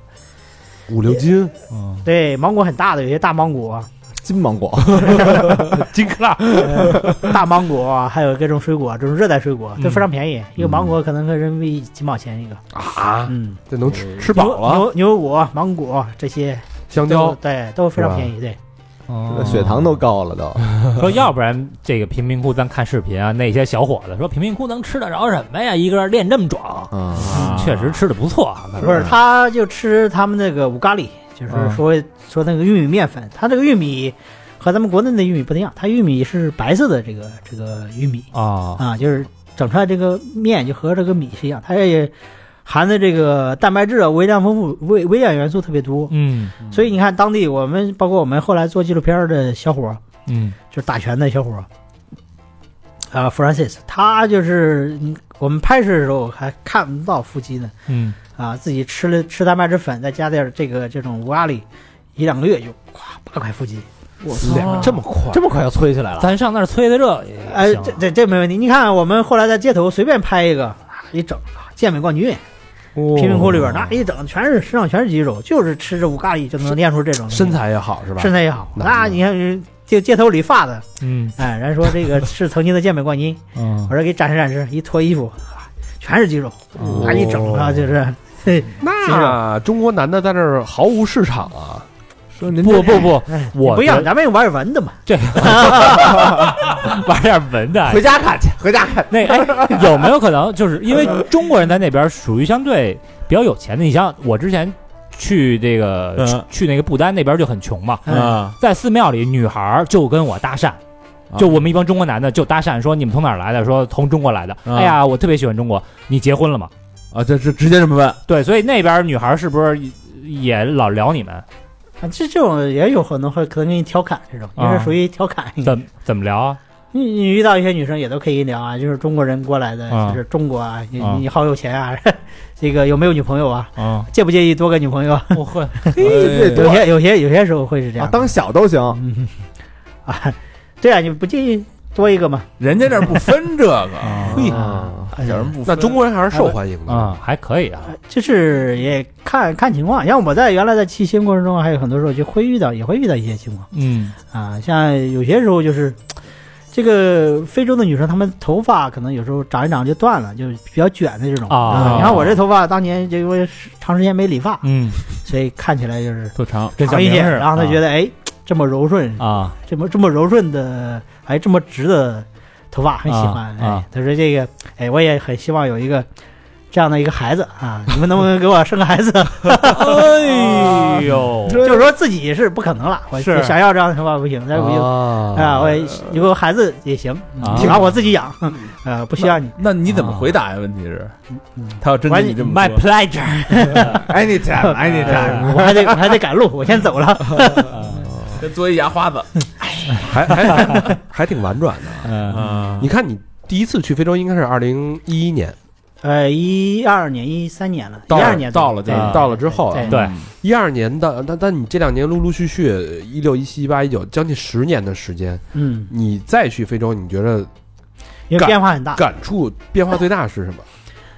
Speaker 3: 五六斤，
Speaker 6: 对，芒果很大的，有些大芒果、 [laughs]
Speaker 4: 金芒果，
Speaker 5: 金克拉，
Speaker 6: 呃大芒果，还有各种水果，这种热带水果都非常便宜，一个芒果可能跟人民币几毛钱一个
Speaker 3: 啊，
Speaker 6: 嗯，
Speaker 3: 这能吃吃
Speaker 6: 吃
Speaker 3: 饱
Speaker 5: 啊
Speaker 3: 了。
Speaker 6: 牛牛油果、芒果这些
Speaker 3: 香
Speaker 6: 都
Speaker 3: 蕉
Speaker 6: 对都非常
Speaker 3: 是吧
Speaker 6: 便宜，对，嗯
Speaker 5: 哦
Speaker 4: [laughs] 血糖都高了都。
Speaker 5: [laughs] 说，要不然这个贫民窟，咱看视频啊，那些小伙子说贫民窟能吃得着什么呀？一个人练这么壮，
Speaker 4: 嗯，
Speaker 5: 确实吃的不错啊。
Speaker 6: 不是，他就吃他们那个五咖喱，就是
Speaker 5: 嗯
Speaker 6: 说、说那个玉米面粉，他这个玉米和咱们国内的玉米不太一样，它玉米是白色的这个这个玉米。
Speaker 5: 啊，
Speaker 6: 啊，就是整出来这个面就和这个米是一样，它也含的这个蛋白质啊、微量丰富、微微量元素特别多。
Speaker 5: 嗯
Speaker 6: 所以你看，当地我们包括我们后来做纪录片儿的小伙儿，
Speaker 5: 嗯
Speaker 6: 就是打拳的小伙儿，啊、f r a n c i s 他就是你我们拍摄的时候还看不到腹肌呢，
Speaker 5: 嗯，
Speaker 6: 啊，自己吃了吃蛋白质粉，再加点儿这个这种五咖喱，一两个月就咵八块腹肌。
Speaker 4: 我
Speaker 5: 这么快，啊
Speaker 4: 这么快就催起来了，
Speaker 5: 咱上那儿催的这也
Speaker 6: 哎，
Speaker 5: 行啊
Speaker 6: 这这这没问题。你看，我们后来在街头随便拍一个，啊一整啊健美冠军，贫民窟里边那一整全是身上全是肌肉，就是吃着五咖喱就能练出这种
Speaker 3: 身，材也好是吧？
Speaker 6: 身材也好。
Speaker 3: 难
Speaker 6: 那
Speaker 3: 得
Speaker 6: 你看人就街头理发的，
Speaker 5: 嗯
Speaker 6: 哎，人家说这个是曾经的健美冠军，
Speaker 5: 嗯
Speaker 6: 我说给展示展示，一脱衣服，啊全是肌肉，
Speaker 3: 哦
Speaker 4: 嗯
Speaker 6: 啊一整啊就是。嘿
Speaker 3: 那中国男的在那儿毫无市场啊！
Speaker 4: 说您
Speaker 5: 不不不，
Speaker 6: 哎
Speaker 5: 我
Speaker 6: 不一
Speaker 5: 觉
Speaker 6: 样，
Speaker 5: 得
Speaker 6: 咱们玩文的嘛， [laughs]
Speaker 5: 玩点文的。啊
Speaker 4: 回家看去，回家看。
Speaker 5: 那哎，
Speaker 6: [laughs]
Speaker 5: 有没有可能就是因为中国人在那边属于相对比较有钱的？你像我之前去这个
Speaker 2: 嗯
Speaker 5: 去那个不丹那边就很穷嘛，
Speaker 6: 嗯
Speaker 2: 啊，
Speaker 5: 在寺庙里，女孩儿就跟我搭讪。就我们一帮中国男的就搭讪说你们从哪儿来的？说从中国来的。
Speaker 2: 啊
Speaker 5: 哎呀，我特别喜欢中国。你结婚了吗？
Speaker 2: 啊，这这直接这么问，
Speaker 5: 对，所以那边女孩儿是不是也老聊你们？
Speaker 6: 啊这这种也有很多会可能给你调侃这种，也
Speaker 5: 啊
Speaker 6: 是属于调侃。
Speaker 5: 怎怎么聊啊？
Speaker 6: 你你遇到一些女生也都可以聊啊，就是中国人过来的，
Speaker 5: 啊
Speaker 6: 就是中国啊，你
Speaker 5: 啊
Speaker 6: 你好有钱啊， [laughs] 这个有没有女朋友啊？
Speaker 5: 嗯，
Speaker 6: 介不介意多个女朋友啊？
Speaker 5: 我会
Speaker 4: 这
Speaker 6: 有
Speaker 4: 多
Speaker 6: 些有些有些时候会是这
Speaker 4: 啊
Speaker 6: 样，嗯
Speaker 4: 当小都行，
Speaker 6: 啊，对啊，你不介意多一个吗？
Speaker 2: 人家这儿不分这个，
Speaker 5: 啊
Speaker 4: 啊
Speaker 6: 哎
Speaker 2: 有人不分
Speaker 3: 那中国人还是受欢迎的。
Speaker 5: 啊，还可以啊。
Speaker 6: 就是也看看情况，像我在原来在骑行过程中，还有很多时候就会遇到，也会遇到一些情况
Speaker 5: 嗯
Speaker 6: 啊，像有些时候就是。这个非洲的女生，她们头发可能有时候长一长就断了，就是比较卷的这种
Speaker 5: 啊
Speaker 6: 你看我这头发当年就因为长时间没理发，
Speaker 5: 嗯，
Speaker 6: 所以看起来就是
Speaker 2: 特长，
Speaker 5: 跟小
Speaker 6: 长一
Speaker 5: 明
Speaker 6: 点，
Speaker 5: 似的。啊
Speaker 6: 然后他觉
Speaker 5: 得
Speaker 6: 得哎，这么柔顺，
Speaker 5: 啊，
Speaker 6: 这么这么柔顺的，哎，这么直的头发很喜欢。
Speaker 5: 啊啊
Speaker 6: 哎，他说这个，哎，我也很希望有一个这样的一个孩子啊，你们能不能给我生个孩
Speaker 5: [laughs]
Speaker 6: 子？
Speaker 5: 哎呦，
Speaker 6: 就是说自己是不可能了，我
Speaker 5: 是
Speaker 6: 想要这样的头发不行，再不行啊，
Speaker 3: 呃
Speaker 6: 我也有个孩子也行，
Speaker 5: 啊
Speaker 6: 然后我自己养， [laughs] 呃，不需要你。
Speaker 2: 那你怎么回答呀？问题是，他要真跟你这么
Speaker 5: my
Speaker 2: 说，
Speaker 5: pleasure，
Speaker 4: ，anytime
Speaker 5: 哎
Speaker 2: [laughs]
Speaker 4: anytime，
Speaker 6: 呃我还得我还得赶路，我先走了。
Speaker 2: 跟做一牙花子
Speaker 3: 还还还还挺婉转的。
Speaker 5: 嗯
Speaker 2: 啊，
Speaker 3: 你看，你第一次去非洲应该是二零一一年，
Speaker 6: 呃，一二年、一三年了，一
Speaker 2: 到了
Speaker 6: 二年左右
Speaker 2: 到了这个
Speaker 6: 对
Speaker 3: 到了之后啊
Speaker 6: 对
Speaker 5: 对
Speaker 3: 一二年的，但但你这两年陆陆续续，一六、一七、一八、一九，将近十年的时间，
Speaker 6: 嗯，
Speaker 3: 你再去非洲，你觉得
Speaker 6: 因为
Speaker 3: 干
Speaker 6: 变化很大。
Speaker 3: 感触变化最大是什么？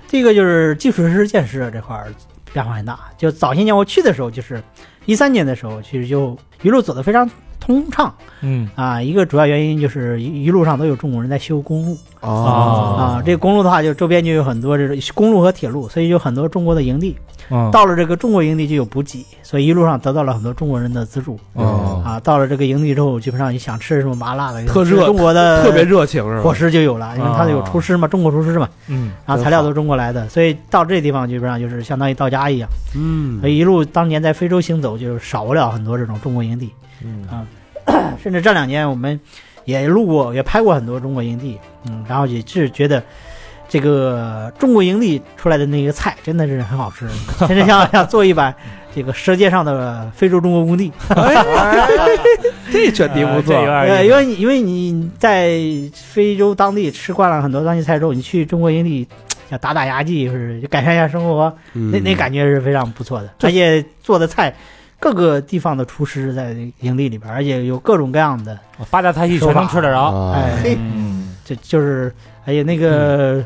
Speaker 6: 这个就是基础设施建设这块儿变化很大。就早些年我去的时候，就是一三年的时候，其实就一路走得非常通畅
Speaker 5: 嗯
Speaker 6: 啊。一个主要原因就是一一路上都有中国人在修公路
Speaker 5: 哦
Speaker 6: 啊，这公路的话，就周边就有很多这种公路和铁路，所以有很多中国的营地。
Speaker 3: 啊
Speaker 5: 嗯
Speaker 6: 到了这个中国营地就有补给，所以一路上得到了很多中国人的资助
Speaker 5: 哦
Speaker 6: 啊。到了这个营地之后，基本上你想吃什么麻辣的，
Speaker 3: 特
Speaker 6: 吃
Speaker 3: 热
Speaker 6: 中国的
Speaker 3: 特别热情是
Speaker 6: 伙
Speaker 3: 吧？
Speaker 6: 食就有了，因为它有厨师嘛，中国厨师嘛。
Speaker 5: 嗯
Speaker 6: 然后材料都是中国来的，所以到这地方基本上就是相当于到家一样。
Speaker 3: 嗯
Speaker 6: 所，以一路当年在非洲行走，就是少不了很多这种中国营地，啊
Speaker 5: 嗯
Speaker 6: [clears throat] 甚至这两年我们也路过，也拍过很多中国营地，嗯，然后也是觉得。这个中国营地出来的那个菜真的是很好吃，甚至想想做一版这个《舌尖上的非洲中国工地》
Speaker 3: 这选题不错
Speaker 5: 哎这有。点意
Speaker 6: 呃，因
Speaker 5: 思
Speaker 6: 为你因为你在非洲当地吃惯了很多当地菜之后，你去中国营地想打打牙祭，或者改善一下生活，
Speaker 3: 嗯
Speaker 6: 那那感觉是非常不错的，而且做的菜，各个地方的厨师在营地里边，而且有各种各样的，
Speaker 5: 八大菜系全能吃得着，
Speaker 3: 啊，
Speaker 6: 哎，
Speaker 5: 嗯
Speaker 6: 这就是，而且那个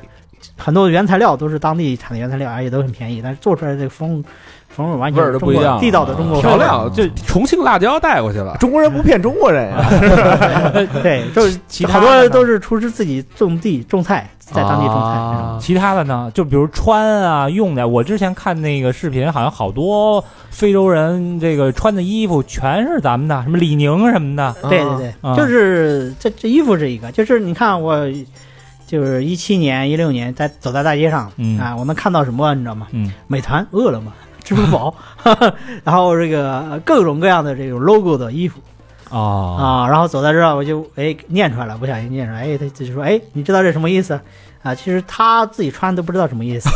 Speaker 6: 很多原材料都是当地产的原材料，而且都很便宜，但是做出来的风风味完全
Speaker 2: 味儿
Speaker 6: 是
Speaker 2: 都
Speaker 6: 中
Speaker 2: 不一样
Speaker 6: 国地道的中国
Speaker 3: 调
Speaker 6: 风味
Speaker 3: 料就重庆辣椒带过去了。
Speaker 4: 中国人不骗中国人
Speaker 6: 啊
Speaker 4: 呀，
Speaker 6: [laughs] 对，就是
Speaker 5: 其他
Speaker 6: 好
Speaker 5: 的
Speaker 6: 多
Speaker 5: 呢
Speaker 6: 都是厨师自己种地种菜，在当地种菜这
Speaker 3: 啊
Speaker 6: 种。
Speaker 5: 其他的呢，就比如穿啊、用的，我之前看那个视频，好像好多非洲人这个穿的衣服全是咱们的，什么李宁什么的，
Speaker 6: 对对对，
Speaker 5: 啊
Speaker 6: 就是这这衣服是一个，就是你看我，就是一七年、一六年在走在大街上、
Speaker 5: 嗯
Speaker 6: 啊，我能看到什么，你知道吗？
Speaker 5: 嗯，
Speaker 6: 美团、饿了么、 [laughs] 支付宝，然后这个各种各样的这种 logo 的衣服
Speaker 5: 哦
Speaker 6: 啊，然后走在这儿我就哎念出来了，不小心念出来，哎，他就说哎，你知道这什么意思？啊，其实他自己穿都不知道什么
Speaker 5: [laughs]
Speaker 6: 意思，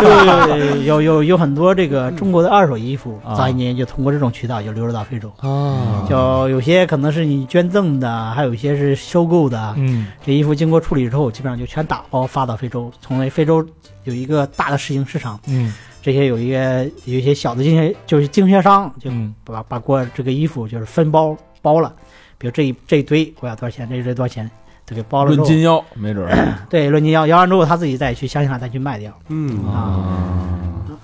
Speaker 6: 就有有有很多这个中国的二手衣服，
Speaker 5: 啊
Speaker 6: 早些年就通过这种渠道就流入到非洲。
Speaker 5: 哦
Speaker 3: 啊
Speaker 6: 就有些可能是你捐赠的，还有一些是收购的。
Speaker 5: 嗯
Speaker 6: 这衣服经过处理之后，基本上就全打包发到非洲，从那非洲有一个大的试营市场，
Speaker 5: 嗯
Speaker 6: 这些有一个有一些小的经销就是经销商，就
Speaker 5: 嗯
Speaker 6: 把把过这个衣服就是分包包了，比如这一这一堆我要多少钱，这一堆多少钱，都给包了之
Speaker 2: 论
Speaker 6: 后，
Speaker 2: 斤腰，没准儿
Speaker 6: 对论斤要要完之后他自己再去乡下再去卖掉
Speaker 3: 嗯
Speaker 6: 啊。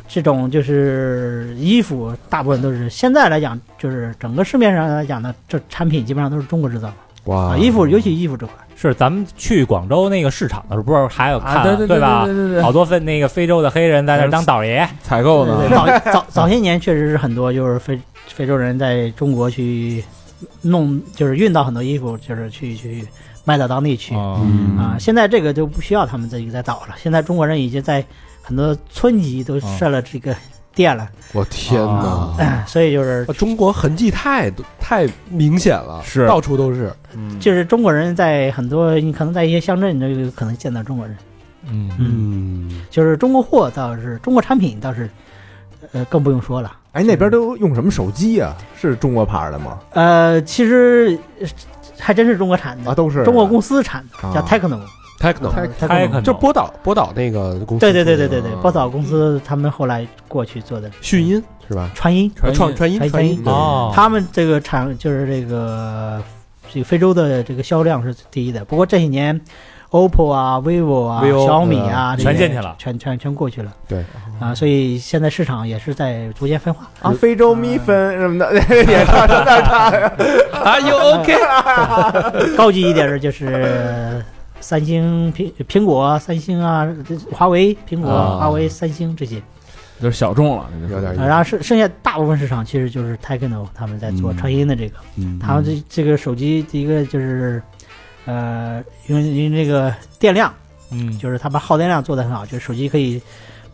Speaker 6: 这种就是衣服，大部分都是现在来讲，就是整个市面上来讲的这产品基本上都是中国制造。
Speaker 3: 哇
Speaker 6: 啊，衣服尤其衣服这块，
Speaker 5: 是咱们去广州那个市场的时候，不是还有看、
Speaker 2: 啊，对对对
Speaker 5: 吧？
Speaker 2: 对对对，
Speaker 5: 好多分那个非洲的黑人在那儿当倒爷，
Speaker 2: 采购呢，
Speaker 6: 早早早些年确实是很多就是非非洲人在中国去弄，就是运到很多衣服，就是去去卖到当地去啊、
Speaker 5: 哦
Speaker 3: 嗯
Speaker 6: 现在这个就不需要他们自己再倒了，现在中国人已经在很多村级都设了这个店了，
Speaker 3: 我天哪！
Speaker 6: 哎 [laughs] 所以就是
Speaker 3: 中国痕迹太多太明显了，
Speaker 2: 是
Speaker 3: 到处都是。
Speaker 4: 嗯
Speaker 6: 就是中国人在很多你可能在一些乡镇，你都有可能见到中国人。
Speaker 5: 嗯
Speaker 3: 嗯，
Speaker 6: 就是中国货倒是中国产品倒是，呃，更不用说了。
Speaker 4: 哎，那边都用什么手机呀？是中国牌的吗？
Speaker 6: 呃，其实呃还真是中国产的，
Speaker 4: 啊，都是
Speaker 6: 中国公哦司产的，叫
Speaker 4: 啊
Speaker 6: Techno，
Speaker 3: Techno
Speaker 5: 太可能
Speaker 3: 就波导波导那个公司，
Speaker 6: 对对对对对对
Speaker 3: 啊，
Speaker 6: 波导公司他们后来过去做的
Speaker 3: 讯音是吧？
Speaker 6: 传音，呃
Speaker 2: 传
Speaker 3: 创
Speaker 2: 音
Speaker 3: 传音
Speaker 6: 传音
Speaker 3: 传音
Speaker 6: 传
Speaker 3: 对
Speaker 5: 哦，
Speaker 6: 他们这个产就是这个这个非洲的这个销量是第一的。不过这些年，OPPO 啊、vivo 啊、
Speaker 3: vivo，
Speaker 6: 小米啊，
Speaker 5: 呃全进去
Speaker 6: 了，
Speaker 5: 了，
Speaker 6: 全全全过去了。
Speaker 3: 对
Speaker 6: 啊，所以现在市场也是在逐渐分化。
Speaker 5: 哦
Speaker 4: 啊，非洲蜜蜂什么的， [laughs] 也差差差差。
Speaker 3: 啊，You OK？
Speaker 6: 高级一点的就是 [laughs] 三星、苹苹果、三星啊、华为、苹果、
Speaker 3: 啊
Speaker 6: 华为、三星这些。
Speaker 2: 就是小众了，
Speaker 3: 有点意
Speaker 6: 啊，
Speaker 3: 思
Speaker 6: 然后剩剩下大部分市场其实就是 Techno 他们在做
Speaker 2: 嗯
Speaker 6: 传音的这个，
Speaker 2: 嗯
Speaker 6: 他们这这个手机第一个就是，呃，因为因为这个电量，
Speaker 5: 嗯
Speaker 6: 就是他把耗电量做得很好，就是手机可以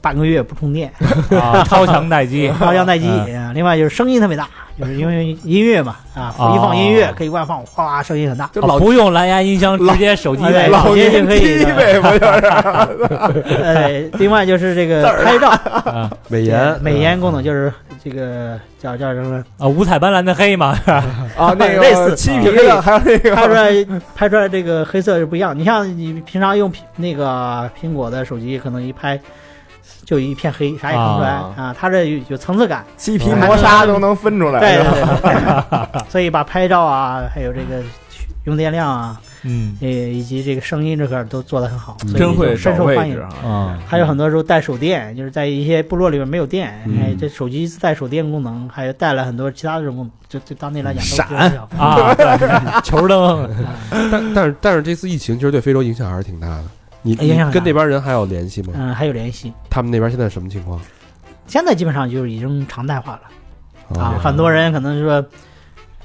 Speaker 6: 半个月不充电，
Speaker 5: 啊，超强待机，
Speaker 6: 然后要耐机。啊另外就是声音特别大，就是因为音乐嘛啊，一放音乐
Speaker 5: 哦
Speaker 6: 可以外放，哗哗声音很大。哎
Speaker 5: [laughs]
Speaker 4: 就
Speaker 5: 啊
Speaker 4: 老
Speaker 5: 不用蓝牙音箱，直接手机在
Speaker 6: 老
Speaker 5: 手机就可以
Speaker 4: 低呗，不就是？
Speaker 6: 呃，另外就是这个拍照哎
Speaker 5: 啊
Speaker 3: 美颜
Speaker 6: 美颜功能，就是这个叫叫什么？
Speaker 5: 啊，五彩斑斓的黑嘛，
Speaker 4: [laughs] 啊，那
Speaker 6: 类似
Speaker 4: 个漆皮的，还有那
Speaker 6: 拍出
Speaker 4: 个
Speaker 6: 来拍出来这个黑色是不一样。你像你平常用苹那个苹果的手机，可能一拍就一片黑，啥也看不出来
Speaker 4: 啊
Speaker 6: 啊。它这有有层次感，
Speaker 4: 漆皮
Speaker 5: 嗯
Speaker 4: 磨砂都能分出来。
Speaker 6: 对
Speaker 4: 是吧
Speaker 6: 对对对。 [laughs] 所以把拍照啊，还有这个用电量啊，
Speaker 5: 嗯
Speaker 6: 呃，以及这个声音这块儿都做得很好，所以
Speaker 2: 真会
Speaker 6: 就深
Speaker 2: 找
Speaker 6: 受欢
Speaker 2: 位
Speaker 6: 迎
Speaker 2: 置。啊。
Speaker 5: 啊，
Speaker 6: 还有很多时候带手电，就是在一些部落里面没有电，
Speaker 2: 嗯
Speaker 6: 哎，这手机自带手电功能，还有带了很多其他的这种功能，就对当地来讲都
Speaker 5: 闪
Speaker 6: 比较少
Speaker 5: 啊，对 [laughs] 球灯
Speaker 3: 但但是但是这次疫情其实对非洲影响还是挺大的。你
Speaker 6: 哎影
Speaker 3: 你
Speaker 6: 响很大
Speaker 3: 跟那边人还有联系吗？
Speaker 6: 嗯，还有联系。
Speaker 3: 他们那边现在什么情况？
Speaker 6: 现在基本上就是已经常态化了啊，
Speaker 3: 哦
Speaker 6: 很多人可能说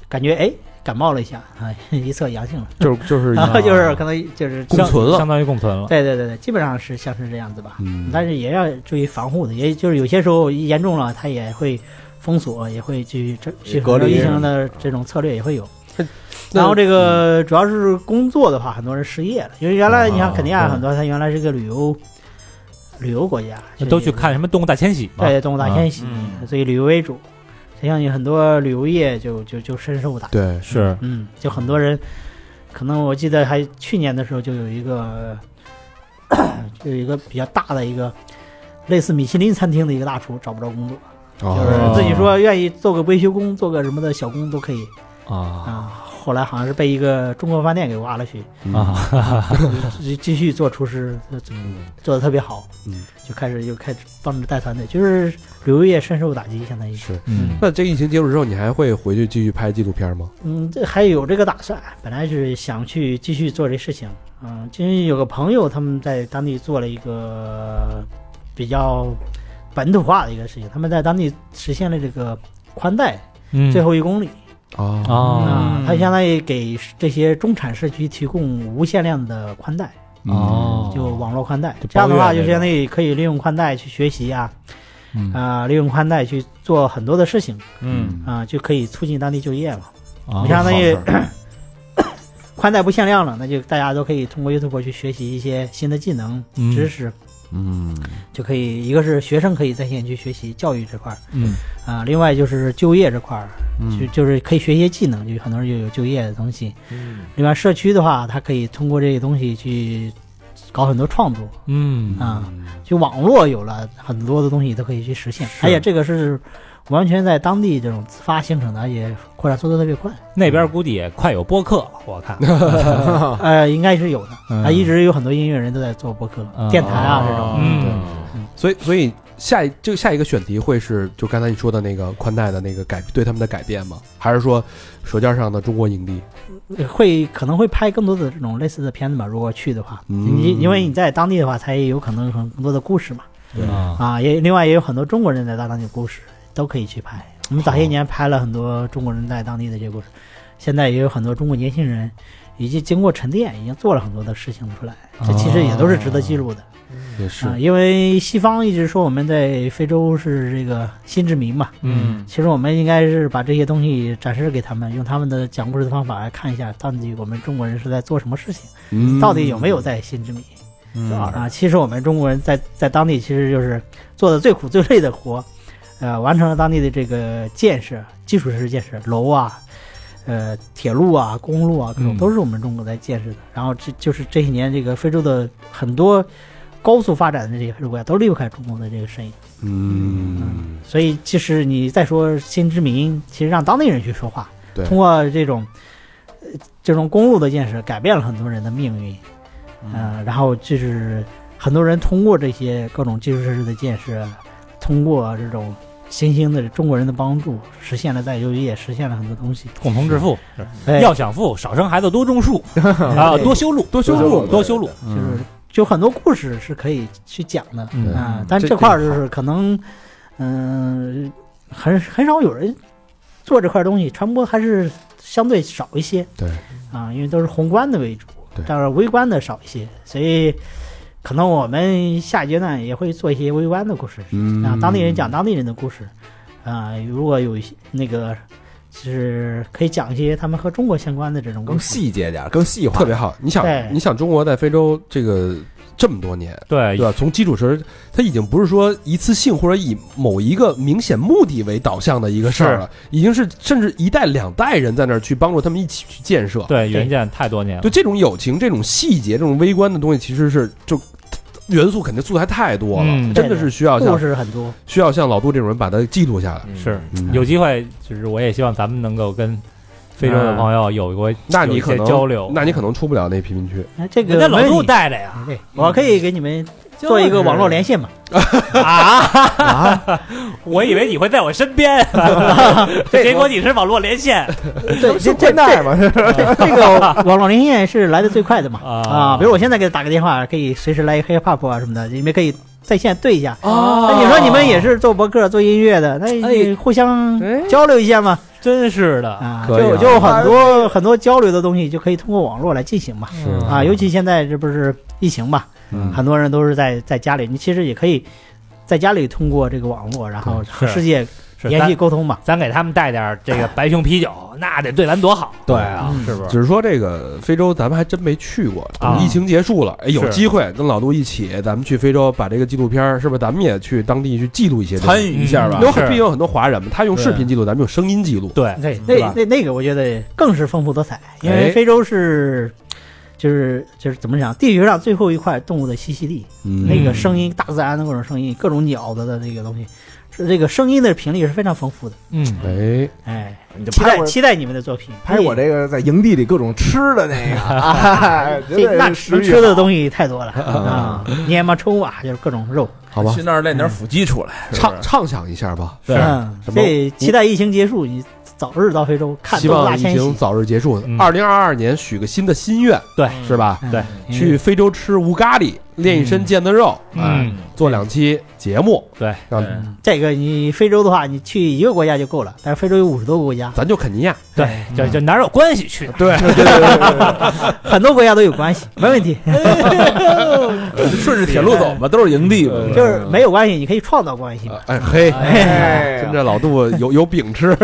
Speaker 6: 感觉哎感冒了一下啊， [laughs] 一测阳性了，
Speaker 3: 就是就是
Speaker 6: [laughs]
Speaker 3: 啊
Speaker 6: 然后就是可能就是
Speaker 3: 共
Speaker 6: 像
Speaker 3: 存了
Speaker 5: 相相当于共存了。
Speaker 6: 对对对对，基本上是像是这样子吧，
Speaker 3: 嗯，
Speaker 6: 但是也要注意防护的，也就是有些时候严重了，它也会封锁，也会去这去
Speaker 4: 隔离
Speaker 6: 疫情的这种策略也会有。
Speaker 3: 那
Speaker 6: 然后这个主要是工作的话，很多人失业了，因为原来你看肯尼亚
Speaker 5: 对
Speaker 6: 很多，它原来是个旅游旅游国家，
Speaker 5: 都
Speaker 6: 是
Speaker 5: 去看什么动物大迁徙嘛？
Speaker 6: 对动物大迁徙，
Speaker 4: 嗯
Speaker 6: 所以旅游为主，实际上有很多旅游业就就就深受打击。
Speaker 3: 对
Speaker 5: 是
Speaker 6: 嗯，就很多人，可能我记得还去年的时候就有一个，呃 [coughs] 就有一个比较大的一个类似米其林餐厅的一个大厨找不着工作，
Speaker 3: 哦
Speaker 6: 就是自己说愿意做个维修工，做个什么的小工都可以
Speaker 5: 啊
Speaker 6: 啊。后来好像是被一个中国饭店给挖了去，
Speaker 5: 啊，
Speaker 6: 继继续做厨师，呃做的特别好，
Speaker 3: 嗯，
Speaker 6: 就开始就开始帮着带团队，就是旅游业深受打击，相当于
Speaker 3: 是。
Speaker 5: 嗯
Speaker 3: 那这疫情结束之后，你还会回去继续拍纪录片吗？
Speaker 6: 嗯，这还有这个打算，本来是想去继续做这事情。嗯，因为有个朋友他们在当地做了一个比较本土化的一个事情，他们在当地实现了这个宽带
Speaker 5: 嗯，
Speaker 6: 最后一公里
Speaker 3: 啊，
Speaker 5: 啊
Speaker 6: 啊，它相当于给这些中产社区提供无限量的宽带，
Speaker 5: 哦，
Speaker 6: 就网络宽带
Speaker 5: 就。
Speaker 6: 这样的
Speaker 5: 包
Speaker 6: 话，
Speaker 5: 月
Speaker 6: 就
Speaker 5: 那
Speaker 6: 相当于可以利用宽带去学习啊，
Speaker 5: 嗯
Speaker 6: 啊、利用宽带去做很多的事情
Speaker 4: 嗯，
Speaker 6: 啊、就可以促进当地就业嘛。
Speaker 5: 啊
Speaker 6: 你相当于
Speaker 2: 好事儿
Speaker 6: 宽带不限量了，那就大家都可以通过 YouTube 去学习一些新的技能、
Speaker 5: 嗯
Speaker 6: 知识，
Speaker 3: 嗯，
Speaker 6: 就可以一个是学生可以在线去学习教育这块儿
Speaker 5: 嗯
Speaker 6: 啊、另外就是就业这块儿，
Speaker 3: 嗯
Speaker 6: 就就是可以学一些技能，就很多人就有就业的东西。
Speaker 4: 嗯
Speaker 6: 另外社区的话，它可以通过这些东西去搞很多创作
Speaker 5: 嗯
Speaker 6: 啊、就网络有了很多的东西都可以去实现，而且这个是完全在当地这种自发形成的，而且扩展速度特别快。
Speaker 5: 那边估计也快有播客了，我看
Speaker 6: 呃，应该是有的，
Speaker 5: 嗯
Speaker 6: 啊，一直有很多音乐人都在做播客、
Speaker 5: 啊
Speaker 6: 电台啊这种。
Speaker 5: 嗯
Speaker 3: 所以所以下一就下一个选题会是就刚才你说的那个宽带的那个改对他们的改变吗？还是说《舌尖上的中国》影帝？
Speaker 6: 会可能会拍更多的这种类似的片子吧，如果去的话，
Speaker 3: 嗯
Speaker 6: 你因为你在当地的话，才有可能很更多的故事嘛，
Speaker 5: 啊
Speaker 6: 啊，也另外也有很多中国人在当地的故事都可以去拍。我们早些年拍了很多中国人在当地的这个故事，现在也有很多中国年轻人已经经过沉淀，已经做了很多的事情出来，这其实也都是值得记录的
Speaker 3: 也是
Speaker 6: 啊，因为西方一直说我们在非洲是这个新殖民嘛，
Speaker 5: 嗯
Speaker 6: 其实我们应该是把这些东西展示给他们，用他们的讲故事的方法来看一下，到底我们中国人是在做什么事情，
Speaker 5: 嗯
Speaker 6: 到底有没有在新殖民、啊？其实我们中国人在在当地其实就是做的最苦最累的活， [laughs] 呃，完成了当地的这个建设、基础设施建设，楼啊。呃，铁路啊，公路啊，各
Speaker 5: 嗯
Speaker 6: 种都是我们中国在建设的。然后这就是这些年这个非洲的很多高速发展的这些非洲国家都离不开中国的这个身影。
Speaker 3: 嗯，
Speaker 6: 所以，其实你再说新殖民，其实让当地人去说话，
Speaker 3: 对
Speaker 6: 通过这种、呃这种公路的建设，改变了很多人的命运，呃，然后就是很多人通过这些各种基础设施的建设，通过这种新兴的中国人的帮助，实现了再就业，实现了很多东西。
Speaker 5: 共同致富，
Speaker 6: 哎
Speaker 5: 要想富，少生孩子，多种树啊，多修路，多
Speaker 3: 修路
Speaker 5: 多修路。
Speaker 3: 嗯
Speaker 6: 就是就很多故事是可以去讲的啊、
Speaker 5: 嗯
Speaker 6: 但
Speaker 3: 这
Speaker 6: 这块儿就是可能，嗯、很很少有人做这块东西，传播还是相对少一些
Speaker 3: 对，
Speaker 6: 啊、因为都是宏观的为主
Speaker 3: 对，
Speaker 6: 但是微观的少一些，所以可能我们下一阶段也会做一些微湾的故事，
Speaker 2: 嗯
Speaker 6: 让当地人讲当地人的故事，啊、如果有一些那个，就是可以讲一些他们和中国相关的这种故
Speaker 4: 更
Speaker 6: 事。
Speaker 4: 细节点儿，更细化，
Speaker 3: 特别好。你想
Speaker 6: 对，
Speaker 3: 你想中国在非洲这个这么多年，
Speaker 5: 对
Speaker 3: 对吧？从基础设施，它已经不是说一次性或者以某一个明显目的为导向的一个事儿了，已经是甚至一代两代人在那儿去帮助他们一起去建设。
Speaker 5: 对原件太多年了
Speaker 3: 对，，这种友情、这种细节、这种微观的东西，其实是就元素肯定素材太多了，
Speaker 5: 嗯
Speaker 3: 真的是需要
Speaker 6: 故
Speaker 3: 像
Speaker 6: 事很多，
Speaker 3: 需要像老杜这种人把它记录下来。
Speaker 4: 嗯
Speaker 5: 是有机会，就是我也希望咱们能够跟非洲的朋友有过
Speaker 3: 那
Speaker 5: 有
Speaker 3: 你
Speaker 5: 一
Speaker 3: 可
Speaker 5: 些
Speaker 3: 能
Speaker 5: 交流。
Speaker 3: 那你可能出不了那贫民区。
Speaker 6: 哎这
Speaker 5: 人
Speaker 6: 个
Speaker 5: 家老
Speaker 6: 没
Speaker 5: 陆
Speaker 6: 问题
Speaker 5: 带着
Speaker 6: [laughs]
Speaker 5: 呀，
Speaker 6: 对，我可以给你们做一个网络连线嘛，
Speaker 5: 啊 [laughs] 我以为你会在我身边，结果你是网络连线
Speaker 6: 对，这这
Speaker 4: 现代嘛，是
Speaker 6: 这这个网络连线是来的最快的嘛
Speaker 5: 啊
Speaker 6: 啊，比如我现在给他打个电话，可以随时来一个 hip hop 啊什么的，你们可以在线对一下。
Speaker 3: 啊
Speaker 5: 哦
Speaker 6: 那你说你们也是做博客、做音乐的，那你互相交流一下嘛
Speaker 5: 真是的，
Speaker 6: 啊，
Speaker 3: 可以
Speaker 6: 就
Speaker 3: 啊
Speaker 6: 就很多很多交流的东西就可以通过网络来进行嘛啊，尤其现在这不是疫情嘛，
Speaker 2: 嗯
Speaker 6: 很多人都是在在家里，你其实也可以在家里通过这个网络，然后
Speaker 5: 对
Speaker 6: 和
Speaker 5: 是
Speaker 6: 世界
Speaker 5: 是
Speaker 6: 联系
Speaker 5: 咱
Speaker 6: 沟通嘛。
Speaker 5: 咱给他们带点儿这个白熊啤酒，那得对咱多好。
Speaker 4: 对啊
Speaker 5: 是不是？
Speaker 3: 只是说这个非洲，咱们还真没去过。
Speaker 5: 啊
Speaker 3: 疫情结束了，哎，有
Speaker 5: 是
Speaker 3: 机会跟老杜一起，咱们去非洲把这个纪录片儿，是不是？咱们也去当地去记录一些东西
Speaker 2: 参与一下吧
Speaker 5: 嗯
Speaker 3: 有
Speaker 5: 是
Speaker 3: 很，毕竟有很多华人嘛，他用视频记录，咱们用声音记录。
Speaker 5: 对，
Speaker 6: 对，
Speaker 2: 是吧
Speaker 6: 那那那个我觉得更是丰富多彩，因
Speaker 3: 哎
Speaker 6: 为非洲是。就是就是怎么讲，地球上最后一块动物的栖息地，
Speaker 2: 嗯
Speaker 6: 那个声音，大自然的各种声音，各种鸟子的这个东西，是这个声音的频率是非常丰富的。
Speaker 5: 嗯，
Speaker 3: 哎，
Speaker 6: 哎，
Speaker 4: 你就
Speaker 6: 期
Speaker 4: 拍
Speaker 6: 待
Speaker 4: 我
Speaker 6: 期待你们的作品，
Speaker 4: 拍我这个在营地里各种吃的那 [laughs] 个，哎
Speaker 6: 这
Speaker 4: 绝对是
Speaker 6: 那能
Speaker 4: 食欲
Speaker 6: 吃的
Speaker 4: 好
Speaker 6: 东西太多了啊！年嘛冲啊，就是各种肉。
Speaker 3: 哎好吧
Speaker 2: 去，那儿练点腹肌出来，是不
Speaker 3: 畅
Speaker 2: 是
Speaker 3: 畅想一下吧。
Speaker 2: 对
Speaker 6: 嗯，
Speaker 3: 什么
Speaker 6: 所以期待疫情结束，你早日到非洲看
Speaker 3: 希
Speaker 6: 多
Speaker 3: 望
Speaker 6: 拉
Speaker 3: 疫
Speaker 6: 迁
Speaker 3: 情
Speaker 6: 徙。
Speaker 3: 早日结束
Speaker 5: 嗯。
Speaker 3: 二零二二年许个新的心愿，
Speaker 5: 对，
Speaker 3: 是吧？
Speaker 6: 嗯
Speaker 5: 对，
Speaker 3: 去非洲吃无咖喱，练一身腱子肉，哎，
Speaker 5: 嗯，
Speaker 3: 做两期节目，
Speaker 5: 对，
Speaker 3: 让
Speaker 2: 对
Speaker 6: 这个你非洲的话，你去一个国家就够了，但是非洲有五十多个国家，
Speaker 3: 咱就肯尼亚，
Speaker 5: 对，就就哪儿有关系去哪儿。
Speaker 3: 对，
Speaker 6: 很多国家都有
Speaker 3: [laughs]
Speaker 6: 关系，没问题，
Speaker 3: 嗯
Speaker 2: 顺着铁路走吧，都哎是营地嘛。
Speaker 6: 就是没有关系，你可以创造关系嘛。
Speaker 3: 哎嘿，
Speaker 4: 哎
Speaker 3: 跟着老杜有有饼吃，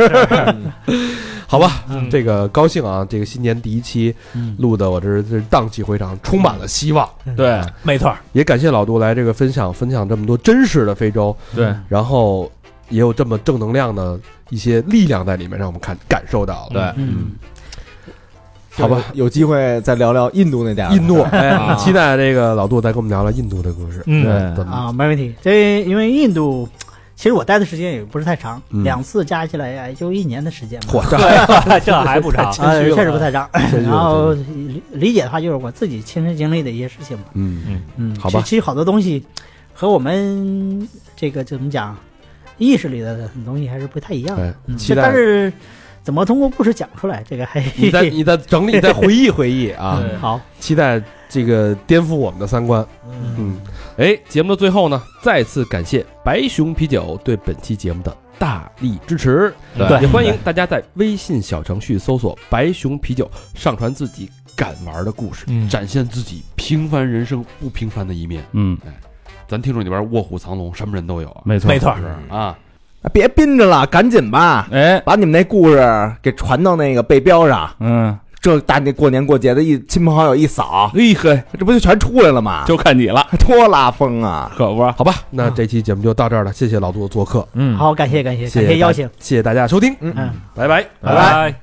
Speaker 3: [laughs] 好吧，这个高兴啊！这个新年第一期
Speaker 6: 嗯
Speaker 3: 录的，我这是这是荡气回肠，充满了希望。
Speaker 2: 对
Speaker 5: 没错儿，
Speaker 3: 也感谢老杜来这个分享分享这么多真实的非洲，
Speaker 2: 对，
Speaker 3: 然后也有这么正能量的一些力量在里面，让我们看感受到了。
Speaker 2: 对，
Speaker 6: 嗯，
Speaker 3: 好吧，
Speaker 4: 有机会再聊聊印度那点儿
Speaker 3: 印度，哎
Speaker 4: 啊，
Speaker 3: 期待这个老杜再跟我们聊聊印度的故事。
Speaker 5: 嗯
Speaker 3: 对怎么
Speaker 6: 啊，没问题。这因为印度，其实我待的时间也不是太长，
Speaker 3: 嗯
Speaker 6: 两次加起来呀，也就一年的时间嘛。
Speaker 3: 嚯，这
Speaker 5: 对， [laughs] 这还不
Speaker 6: [laughs]
Speaker 5: 长。
Speaker 6: 啊，
Speaker 3: 谦虚了
Speaker 6: 确实不太长。
Speaker 3: 谦
Speaker 6: [laughs]
Speaker 3: 虚了
Speaker 6: 然后理理解的话，就是我自己亲身经历的一些事情嘛。
Speaker 3: 嗯
Speaker 6: 嗯，
Speaker 3: 好吧
Speaker 6: 其其实好多东西和我们这个怎么讲，意识里的东西还是不太一样的。
Speaker 3: 哎，
Speaker 6: 嗯，
Speaker 3: 期
Speaker 6: 但
Speaker 3: 待
Speaker 6: 是怎么通过故事讲出来，这个还
Speaker 3: 你再你再整理再回忆回忆啊，
Speaker 2: 对
Speaker 6: [laughs] 好。
Speaker 3: 期待这个颠覆我们的三观。嗯，哎，节目的最后呢，再次感谢白熊啤酒对本期节目的大力支持。
Speaker 5: 对
Speaker 3: 也欢迎大家在微信小程序搜索“白熊啤酒”，上传自己敢玩的故事，
Speaker 5: 嗯
Speaker 3: 展现自己平凡人生不平凡的一面。哎
Speaker 2: 嗯，
Speaker 3: 咱听众里边卧虎藏龙，什么人都有啊。
Speaker 2: 没错
Speaker 5: 没错儿，
Speaker 3: 啊，
Speaker 4: 别憋着了，赶紧吧，
Speaker 2: 哎，
Speaker 4: 把你们那故事给传到那个背标上。
Speaker 2: 嗯，
Speaker 4: 这大家过年过节的一亲朋好友一扫，
Speaker 2: 厉害，
Speaker 4: 这不就全出来了吗？
Speaker 2: 就看你了，
Speaker 4: 多拉风啊！
Speaker 2: 可不，
Speaker 3: 好吧，那这期节目就到这儿了，谢谢老杜做客，
Speaker 2: 嗯，
Speaker 6: 好，感谢感谢
Speaker 3: 谢
Speaker 6: 感
Speaker 3: 谢
Speaker 6: 谢邀
Speaker 3: 大
Speaker 6: 请，
Speaker 3: 谢谢大家收听，
Speaker 6: 嗯。
Speaker 3: 拜拜。
Speaker 5: 拜拜。